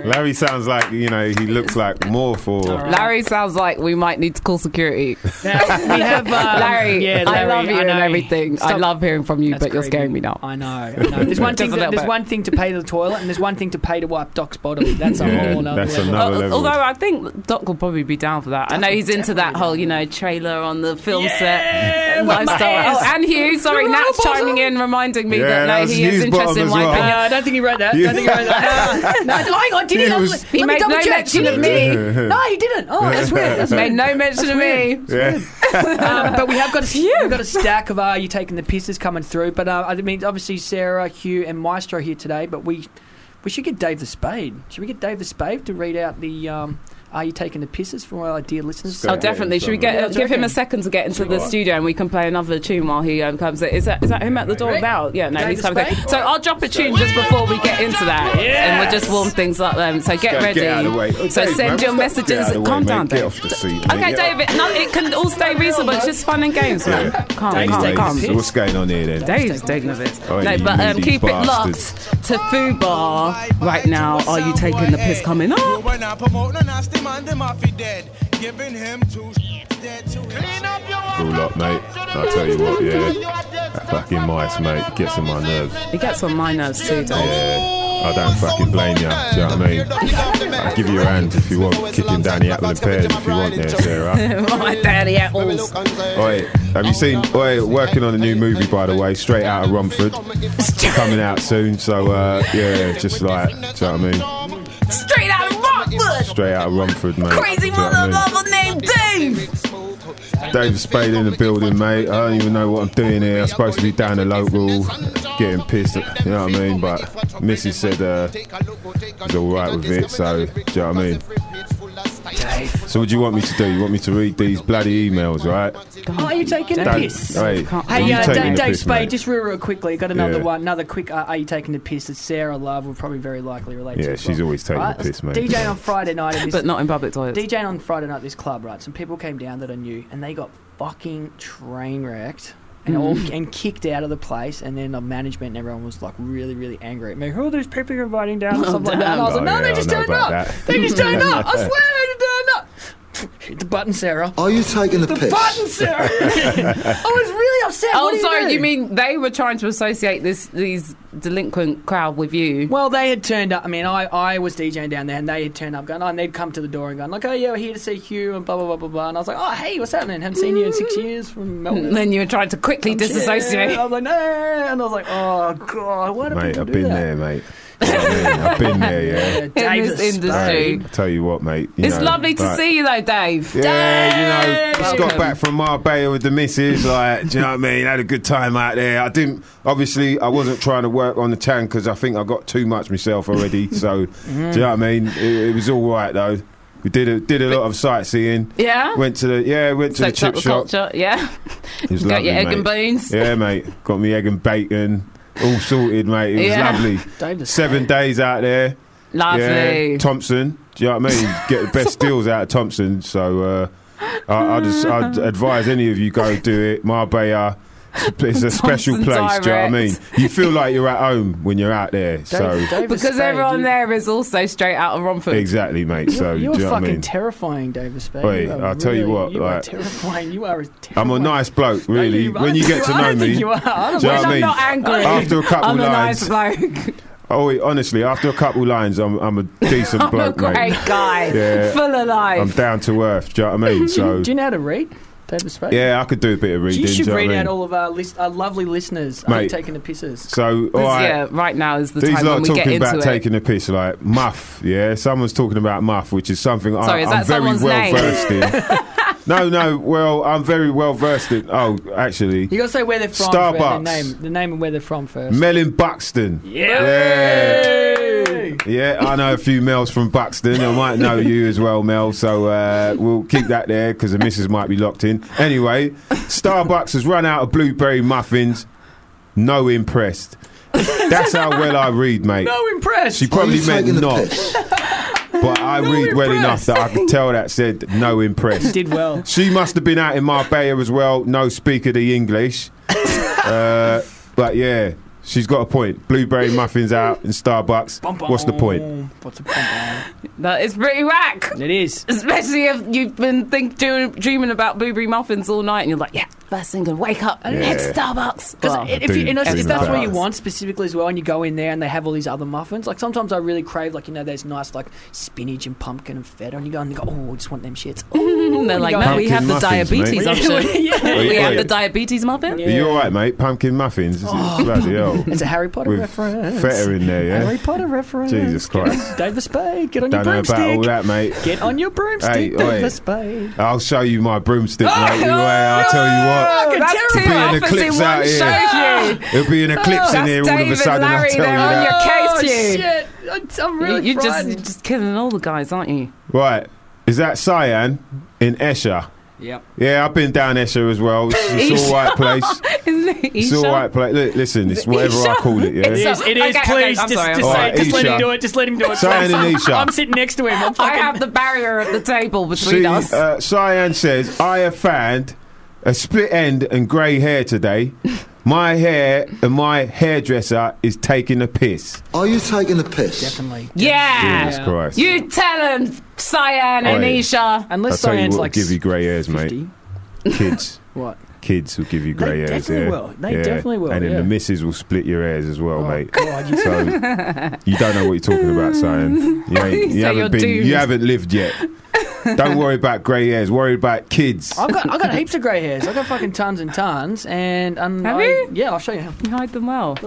Larry sounds like you know he looks like more for.
Larry sounds like we might need to call <laughs> security.
we have, um,
Larry,
yeah,
I
Larry,
love you
I
and
know.
everything. I
Stop.
love hearing from you,
That's
but you're
creepy.
scaring me now.
I know. <laughs> I know. There's one
Just
thing.
a
That,
little
there's
bit.
one thing to pay the toilet, and there's one thing to pay to wipe Doc's bottom. That's a
Yeah,
whole nother
that's
level.
another
Al-
level.
Although I think Doc will probably be down for that. I know he's into that whole, you know, trailer on the film set
my
lifestyle.
ass.
Oh, and Hugh, sorry,
You're
Nat's
right,
chiming in, reminding me that
Yeah, that
no,
was
he is
Hugh's
interested
bottom
in
as
wiping.
well.
Uh, I don't think he wrote that. I don't think he wrote that.
<laughs>
no, no, hang on. Did he?
He
Let me-
was-
let
He
me
made
double
no
check.
mention of me.
No, he didn't. Oh, that's weird. <laughs> That's
Made
weird.
no mention of me.
Yeah.
Um, but we have got a, we've got a stack of Are You Taking the Pisses coming through. But uh, I mean, obviously, Sarah, Hugh, and Maestro here today. But we we should get Dave the Spade. Should we get Dave the Spade to read out the um, Are You Taking the Pisses for our dear listeners?
Oh, definitely. Should we
Yeah,
get
do you
give him
reckon?
a second to get into the studio and we can play another tune while he um, comes in? Is that is that him at the door
Right.
now? Yeah, no,
Dave
he's
the
coming.
Spade?
in. So I'll drop a tune just before we get into that, and we'll just warm things up. Um, so get
Get
ready.
out of the way. Oh,
So
Dave, man,
send your
what's that? Get
messages.
out of the way,
Calm
mate.
down,
Get
Dave.
off the seat. mate.
Okay,
Yeah.
David. No, it can all stay reasonable. It's just fun and games, man.
Yeah.
Calm,
Anyway,
calm,
so
calm.
what's going on here then?
Dave's taking of it.
Oh,
No,
you
but um,
lazy
keep it
bastards.
locked to Foo Bar right now. Are you taking the piss coming up?
We're not promoting nasty man, them off he dead. Giving him two dead to Clean up your
Rule up, mate. I tell you what, yeah. That fucking mice, mate, gets on my nerves.
It gets on my nerves too, <laughs> Dave.
Yeah, I don't fucking blame you. Do you know what I mean? I'll give you your hand if you want, kicking down the apple and pears if you want, there, Sarah.
<laughs>
My daddy apples.
Oi, have you seen? Oi, working on a new movie, by the way, straight out of Romford, coming out soon. So uh, yeah, just like, do you know what I mean?
Straight out of Rockwood.
Straiher out of Romford, mate. Do
Crazy
you know what I
mother
mean?
lover named Dave.
David Spade in the building, mate. I don't even know what I'm doing here. I'm supposed to be down the local, getting pissed. You know what I mean? But Mrs. said uh, he's all right with it. So, do you know what I mean? So, what do you want me to do? You want me to read these bloody emails, right?
Are you taking a
Don't-
piss?
Hey,
Hey,
you
uh, Dave,
taking the
Dave
piss,
Spade,
mate?
just real, real quickly. Got another
Yeah.
one, another quick. Uh, are you taking the piss? That Sarah Love will probably very likely relate to.
Yeah,
as
she's
well.
always taking
Right?
the piss, mate.
DJing on Friday
<laughs>
night. At this,
But not in public toilets.
DJing on Friday night at this club, right? Some people came down that I knew, and they got fucking train wrecked. And, all,
Mm.
and kicked out of the place, and then the management and everyone was like really, really angry at me. Who are these people you're inviting down? and
Oh,
stuff like that. And I was like,
damn.
no,
Oh,
they
yeah,
just
I know
turned up.
about that."
They just turned up.
<laughs>
I swear they turned up. Hit the button, Sarah.
Are you taking the,
The
piss?
button,
<laughs>
Sarah. I was really upset.
Oh,
What do
sorry.
do?
You mean they were trying to associate this these delinquent crowd with you?
Well, they had turned up. I mean, I, I was DJing down there, and they had turned up, going, oh, and they'd come to the door and going, like, oh yeah, we're here to see Hugh and blah blah blah blah blah. And I was like, oh hey, what's happening? Haven't seen you in six years from
<laughs>
Melbourne.
And then you were trying to quickly disassociate. <laughs>
Yeah. I was like, no, and I was like, oh god, why do
Mate,
people
I've
do
been
that?
there, mate. Do you know what I mean? I've been
<laughs>
there, yeah.
Yeah,
this
Dave the Spade.
industry.
Hey, I tell you what, mate. you
It's
know,
lovely to
like-
see you though, Dave.
Yeah, you know, just got
Welcome.
back from Marbella with the missus. Like, do you know what I mean? Had a good time out there. I didn't, obviously, I wasn't trying to work on the tan because I think I got too much
<laughs>
myself already. So,
Mm-hmm.
do you know what I mean? It, it was all right though. We did a, did a lot of sightseeing.
Yeah?
Went to the yeah, went to the
Soaked up
chip
the
shop.
culture. Yeah.
It was
Got
lovely,
your egg and
mate.
beans.
Yeah, mate. Got me egg and bacon, all sorted, mate. It was
Yeah.
<laughs> Dave
lovely.
the
Seven days out there.
Lovely.
Yeah, Thompson. Do you know what I mean? Get the
<laughs>
best deals out of Thompson. So uh, I, I
<laughs>
just I'd advise any of you go do it. Marbella. It's a special
Thompson
place. Do you know what I mean? You feel like you're at home when you're out there. so
Dave the
Because
Spade,
everyone
you-
there is also straight out of Romford.
exactly, mate. So
You're
do you know what
fucking
I mean?
terrifying, David Spade.
Oi,
You are
I'll tell you
really-
what,
you are
like-
terrifying. You are a terrifying.
I'm a nice bloke, really.
you- I
when you
don't think-
get to
I
know
don't
me,
think you are. I don't
do you know
When
what I
I'm
mean?
not angry,
After a couple
I'm a
lines,
nice bloke.
<laughs> oh, honestly, after a couple lines, I'm I'm a
<laughs>
decent
I'm a
bloke,
great
mate.
guy.
Yeah.
Full of life.
I'm down to earth. Do you know
<laughs>
what I mean?
Do you-
So
do you know how to read, David Spade?
yeah, I could do a bit of reading.
You should
do you know what
read
I
out
mean?
all of our list, our lovely listeners.
Mate.
Mate. taking the pisses.
So all right.
Yeah, right now is the
These
time
lot
when we get
talking
into
about
it.
taking a piss, like muff. Yeah, someone's talking about muff, which is something
Sorry,
I,
is
I'm
that
very well
someone's name?
versed in.
<laughs>
no, no. Well, I'm very well versed in. Oh, actually,
You got to say where they're from.
Starbucks.
First, the name, the name, and where they're from first.
Melin Buxton. Yeah. Yeah, I know a few Mels from Buxton. I might know you as well, Mel. So uh, we'll keep that there because the missus might be locked in. Anyway, Starbucks has run out of blueberry muffins. No impressed. That's how well I read, mate.
No impressed.
She probably
you
meant
taking the
not. But I read well enough that I could tell that said no
<laughs>
impressed.
did well.
She must have been out in Marbella as well. No speaker the English. uh, but yeah, She's got a point. Blueberry muffins out in Starbucks. What's the point?
That is pretty whack.
It <laughs> is.
Especially if you've been think, do, dreaming about blueberry muffins all night and you're like, yeah, first thing to wake up and head to Starbucks.
Because if, you,
Boom,
and if
boom,
that's
boom.
what you want specifically as well, and you go in there and they have all these other muffins, like sometimes I really crave, like, you know, there's nice, like, spinach and pumpkin and feta, and you go and you go, oh, I just want them shits. Ooh,
They're
and
like,
you go-
no, we have the
Pumpkin muffins,
diabetes
mate.
<laughs>
option.
Yeah.
We have the
<laughs> Wait.
diabetes muffin.
Are you all right, mate? Pumpkin muffins. Bloody
<laughs>
hell.
It's a Oh. Harry Potter
With
reference.
Feta in there, yeah.
Harry Potter reference.
Jesus Christ.
David Spade, get on your
Don't know
broomstick.
about all that, mate.
Get on your broomstick,
Hey,
David
oi.
Spade.
I'll show you my broomstick,
Oh,
mate. You, uh, I'll tell you what.
That's
It'll
two
be an
offers in
eclipse
one
out
show,
here. It'll be an
Oh,
eclipse in
That's
here all <laughs> of a
David
sudden. I'll
Larry,
tell you
they're on
that.
your case, you.
Shit, I'm really
Oh, you, are just,
frightened.
you're just killing all the guys, aren't you?
Right. Is that Cyan in Esher?
Yep.
Yeah, I've been down Esher as well. It's, it's all right place.
<laughs>
Isn't it
It's all
Isha?
right place. Look, listen, it's whatever I call it. Yeah.
It is. It is.
Okay, okay,
please,
I'm
just,
sorry, I'm
just,
sorry.
say, just let him
Alright,
do it. Just let him do it.
Cyan
please.
and Isha.
I'm sitting next to him. I'm
I
fucking.
have
<laughs>
the barrier at the table between
See,
us.
uh, Cyan says, I have found a split end and grey hair today. My hair and my hairdresser is taking a piss.
Are you taking the piss?
Definitely.
yeah.
Jesus Christ.
You tell him, Cyan and
Oi.
Isha.
I'll
Unless
tell you
Cyan's
what
like
will give you grey hairs, mate. Kids.
What?
Kids will give you grey hairs.
definitely
yeah.
will. They
Yeah.
definitely will,
And then
yeah. Oh,
the missus will split your hairs as well, mate.
God, you- <laughs>
so you don't know what you're talking about, Cyan. You, ain't, you
So you're
haven't been.
doomed.
You haven't lived yet. don't worry about grey hairs. Worry about kids.
I've got I've got heaps of grey hairs. I've got fucking tons and tons. And um,
Have
I,
you?
Yeah, I'll show you.
You hide them well.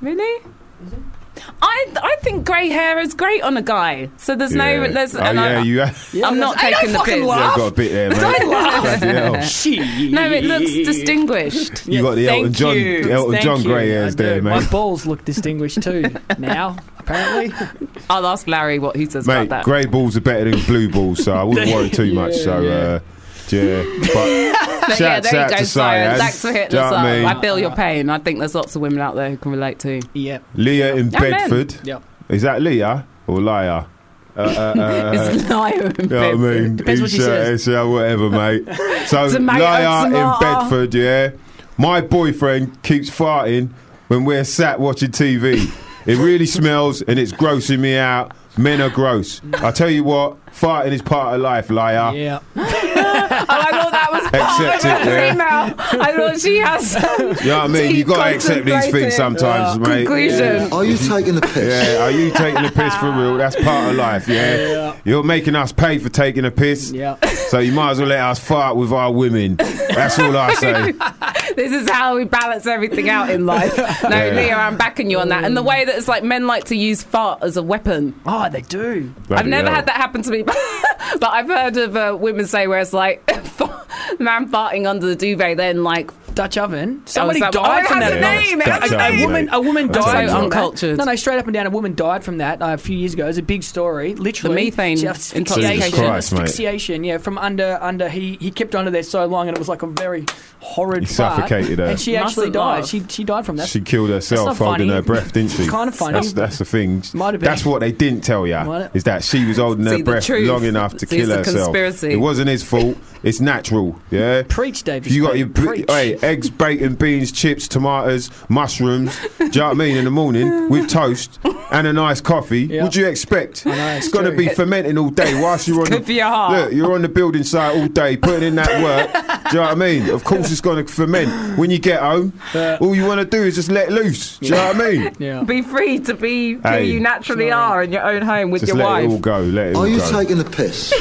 Really? I I think grey hair is great on a guy. So there's
Yeah.
no there's.
Oh,
and
yeah,
I,
<laughs>
you have.
I'm not
Hey, don't
taking the
fucking
piss.
You've got a bit there, mate.
Don't laugh.
Bloody hell.
She.
No,
<laughs>
it looks distinguished.
You got the
Thank
Elton John,
you.
the Elton
Thank
John
you.
grey
I
hairs
do.
there,
My
mate.
balls look distinguished <laughs> too now. Apparently,
I'll ask Larry what he says about
Mate,
that.
grey balls are better than blue balls, so I wouldn't
<laughs>
worry too much. So, uh, yeah. But,
But <laughs>
shout,
yeah, there
shout
you go, Simon.
to Cyan.
Thanks for hitting
Do you know
us
what
up.
I mean?
I feel your pain. I think there's lots of women out there who can relate to.
yeah.
Leah in
Yeah, man.
Bedford.
Yep.
Is that Leah or Liar? Uh, uh, uh,
<laughs> it's liar in
You know what I mean?
Bedford.
Isha, Isha,
<laughs>
whatever, mate. So,
Tomato,
liar
tomato.
in Bedford, yeah. My boyfriend keeps farting when we're sat watching TV. it really smells and it's grossing me out. Men are gross. I tell you what, farting is part of life, liar.
Yeah.
Oh, I thought that
<laughs>
was part <laughs>
Accept
of
it,
her
yeah.
email. I thought she has.
You know what I mean? You gotta accept these things sometimes, mate.
uh, Conclusion.
Are you taking the piss?
Yeah, are you taking the piss for real? That's part of life, yeah? You're making us pay for taking a piss.
Yeah.
So you might as well let us fart with our women. That's all
<laughs>
I say.
This is how we balance everything out in
<laughs>
life. No,
Yeah.
Leah, I'm backing you on that. And the way that it's like men like to use fart as a weapon.
Oh, they do.
I've never had that happen to me, <laughs> but I've heard of uh, women say where it's like <laughs> man farting under the duvet, then like
Dutch oven. Somebody
that-
died
oh, it
from
has
that.
a name, it
That's
has a
A
Dutch
name.
oven.
woman, a woman
That's
died.
so
from that.
uncultured.
No, no, straight up and down. A woman died from that uh, a few years ago. It's a big story. Literally,
methane
She-
intoxication.
Jesus Christ, mate.
asphyxiation. Yeah, from under, under. He he kept under there so long, and it was like a very horrid.
He
fart,
suffocated her.
and she actually
Mustn't
died.
laugh.
She she died from that.
She killed herself
not
holding
funny.
her breath, didn't she?
It's kinda funny.
That's, that's the thing.
Might have been.
That's what they didn't tell
Might
ya
have-
is that she was holding
See,
her
the
breath
truth.
long enough to
See,
kill
it's a
herself.
conspiracy.
It wasn't his fault. It's natural. Yeah.
Preach, David.
You got your
preach.
hey, eggs, bacon, beans, chips, tomatoes, mushrooms. do you know what I mean? In the morning with toast and a nice coffee.
Yeah.
What do you expect?
know, it's
it's going to
true.
be fermenting all day. Whilst you're on,
Good
the,
for your heart.
look, you're on the building site all day, putting in that work. do you know what I mean? Of course, it's going to ferment when you get home. all you want to do is just let loose. Do you know what I mean?
Yeah.
Be free to be who
Hey.
you naturally are in your own home with
Just
your
let
wife.
it all go. Let it all
Are you
go.
taking the piss?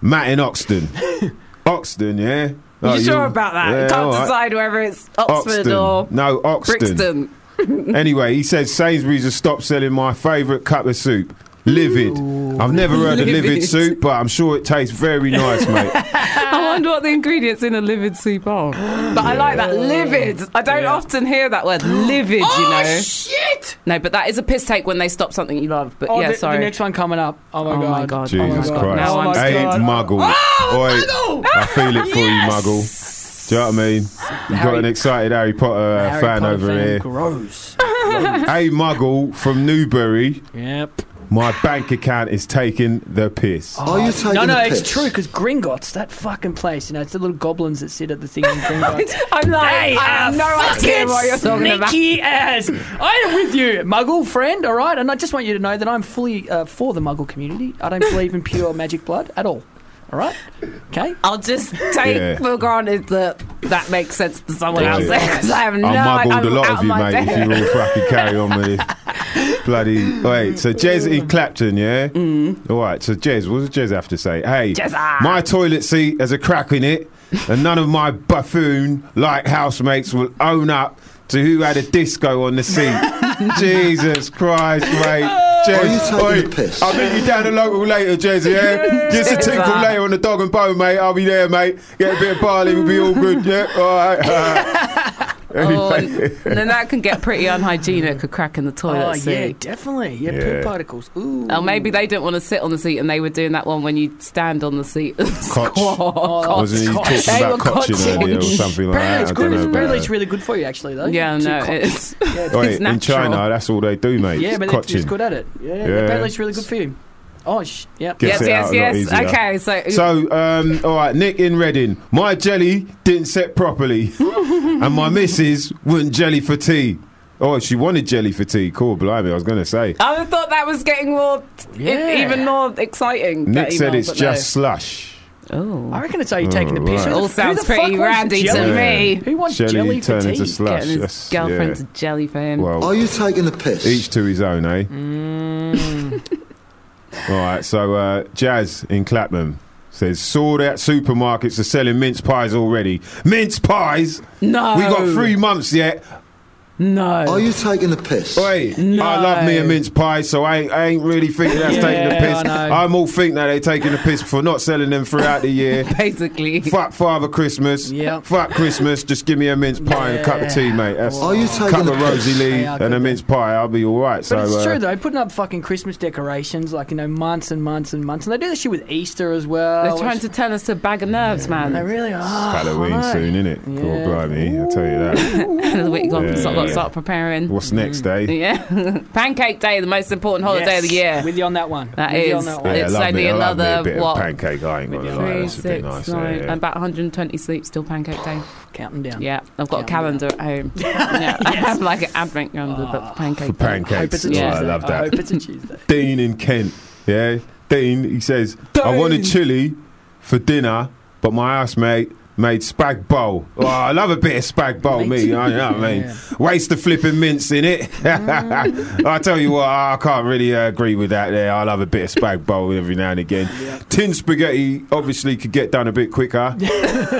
Matt in Oxton.
<laughs>
Oxton, yeah. Oh,
you sure about that?
yeah,
you can't
all right.
decide whether it's Oxford
Oxton.
or
no Oxton.
<laughs>
Brixton.
Anyway, he says Sainsbury's has stopped selling my favourite cup of soup. Livid. I've never heard of livid
Livid. Oh
soup, but I'm sure it tastes very
<laughs>
nice, mate.
I wonder what the ingredients in a livid soup are. <gasps> But I like that livid. I don't often hear that word <gasps> livid. you know.
Oh, shit!
No, but that is a piss take when they stop something you love. But
Oh,
yeah,
the,
sorry.
the next one coming up. Oh my
Oh
god.
my God.
Jesus
Oh my God.
Christ.
Now I'm Oh,
hey,
scared.
muggle. Oi, I feel it for you, muggle. Do you know what I mean? You've got
Harry-
an excited Harry Potter uh,
Harry
fan
Potter
over
fan
here.
Gross.
hey, muggle from Newbury.
yep.
My bank account is taking the piss.
No, no, it's true because Gringotts, that fucking place, you know, it's the little goblins that sit at the thing in Gringotts.
I'm like, I
they
have
are
no idea
fucking
what you're talking about.
sneaky ass. I am with you, Muggle friend. All right, and I just want you to know that I'm fully uh, for the Muggle community. I don't believe in pure <laughs> magic blood at all. All right, okay.
I'll just take
Yeah.
for granted that that makes sense to someone
Yeah.
else <laughs> because I have no.
I muggled
I'm
a lot
out
of you,
my
mate,
depth.
if you all fucking carry on with
<laughs>
this bloody. Wait, so Jez in Clapton, yeah? Mm. All right, so Jez, what does Jez have to say? Hey,
Jezza.
my toilet seat has a crack in it, and none of my buffoon like housemates will own up to who had a disco on
<laughs>
the seat. Jesus Christ, mate.
Oh.
Jez,
Are you taking
oi,
the piss?
I'll meet you down the local later, Jez, yeah? Give us a
Jezza.
tinkle
ah.
later on the dog and bone, mate. I'll be there, mate. Get a bit of barley, we'll be all good, yeah? All right. <laughs> All right.
Oh, and <laughs> then that can get pretty unhygienic, a crack in the toilet
Oh
seat.
yeah, definitely. Yeah,
Yeah.
poo particles. Ooh.
Or maybe they didn't want to sit on the seat and they were doing that one when you stand on the seat. <laughs>
Koch. Wasn't he
Koch.
talking
They
about
were
Koch in
Koching.
earlier or something
Apparently,
like that?
it's
I don't
good.
know about
Apparently,
that.
it's really good for you, actually, though.
Yeah,
Two
no,
cocks.
<laughs> it's,
Yeah, it's-
Wait,
it's
in
natural.
China, that's all they do, mate.
Yeah,
is
but it's-
Koching.
it's good at it. Yeah,
Yeah.
apparently it's really good for you. Oh, sh- yeah.
<laughs>
Yes,
Gets it
yes,
out a lot
yes.
easier.
Okay, so-
so um, all right, Nick in Reading. My jelly didn't
<laughs>
set properly, and my missus wouldn't jelly for tea. Oh, she wanted jelly for tea. Cool, blimey, I was going to say.
I would've thought that was getting more, e-
Yeah.
even more exciting.
Nick
that
said
email,
it's
but
just slush.
No.
I reckon it's how you're taking the piss. Who
Alright.
the
All
f- who
sounds
the fuck
pretty
wants
randy to
jelly?
me.
Who wants
Jelly
jelly, for
turned
tea?
into slush.
Getting his
Yes,
girlfriend
yeah.
to jelly for him.
Well,
Are you taking the piss?
each to his own, eh?
Mm.
<laughs> All right, so uh, Jazz in Clapham says, saw that supermarkets are selling mince pies already. Mince pies?
No.
We got three months yet.
No.
Are you taking the piss?
Oi, I love me a mince pie, so I ain't, I ain't really thinking that's
Yeah,
taking the
I
piss.
know.
I'm all thinking that they taking the piss for not selling them throughout
<laughs>
the year.
Basically.
Fuck Father Christmas.
Yep.
Fuck Christmas. Just give me a mince pie and a cup of tea, mate. That's
Are you taking
cup
the
of Rosie
piss?
Lee
They are
and a
good.
mince pie. I'll be all right. So
But it's
uh,
true though, putting up fucking Christmas decorations like you know months and months and months, and they do this shit with Easter as well.
They're trying to tell us a bag of nerves, man. <laughs>
They really are.
Halloween
I know.
soon, innit? Cool, blimey. I tell you that.
End of the week, got
Yeah.
to start, start preparing.
What's next, eh?
Yeah. <laughs> Pancake Day, the most important holiday
Yes.
of Oh, the year.
With you on that one.
That
With you
is.
on that
Yeah,
one.
It's
I love
only
me, I love me
another,
a bit
what?
Of pancake, I ain't gonna
Three,
lie. That's Oh, a bit
six,
nice.
nine,
yeah, yeah.
About 120 sleeps till Pancake Day.
Counting down.
Yeah, I've got a
Yeah, I'm
calendar at
<laughs>
home. yeah, <laughs> I have like an advent calendar, but for
For
pancake.
Hope it's
pancakes,
a
oh,
Tuesday.
Yeah.
I love
I
that.
hope it's a
<laughs>
Tuesday.
Dean in Kent, yeah. Dean, he says, I wanted chili for dinner, but my housemate made spag bowl. Oh, I love a bit of spag bowl, me. You know what I mean? Waste of flipping mince in it. <laughs> I tell you what, I can't really uh, agree with that. There, I love a bit of spag bowl every now and again. Tin spaghetti obviously could get done a bit quicker.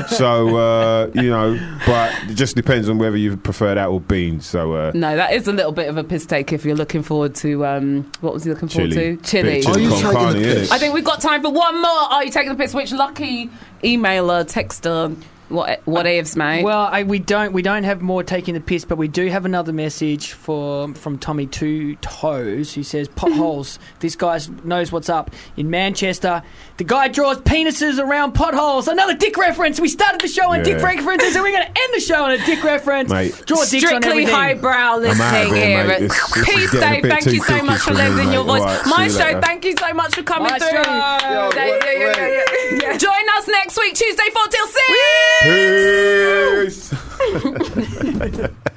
so uh, you know, but it just depends on whether you prefer that or beans. So uh,
No, that is a little bit of a piss take if you're looking forward to um, what was he looking
chili,
forward to? Chili.
Bit of
Are you
con
taking
carne,
the
innit?
piss?
I think we've got time for one more. Are you taking the piss? Which lucky emailer, texter, what what ifs, mate?
Well, I, we don't we don't have more taking the piss, but we do have another message for from Tommy Two Toes. who says potholes.
<laughs>
this guy knows what's up in Manchester. The guy draws penises around potholes. Another dick reference. We started the show on dick
Yeah.
references, and we're going to end the show on a dick reference.
Mate.
Draw dicks on
Strictly
everything.
highbrow
out of
listening
here,
here.
mate. This- this is
Peace,
getting a
Dave.
bit
Thank
too
you so
clicky
much for
for me,
lending
mate.
your voice.
All right,
My
see
show,
you later.
thank you so much for coming
My
through.
show. Yo,
Yeah, yeah, yeah, yeah, yeah. Join us next week, Tuesday, 4 till 6.
Peace.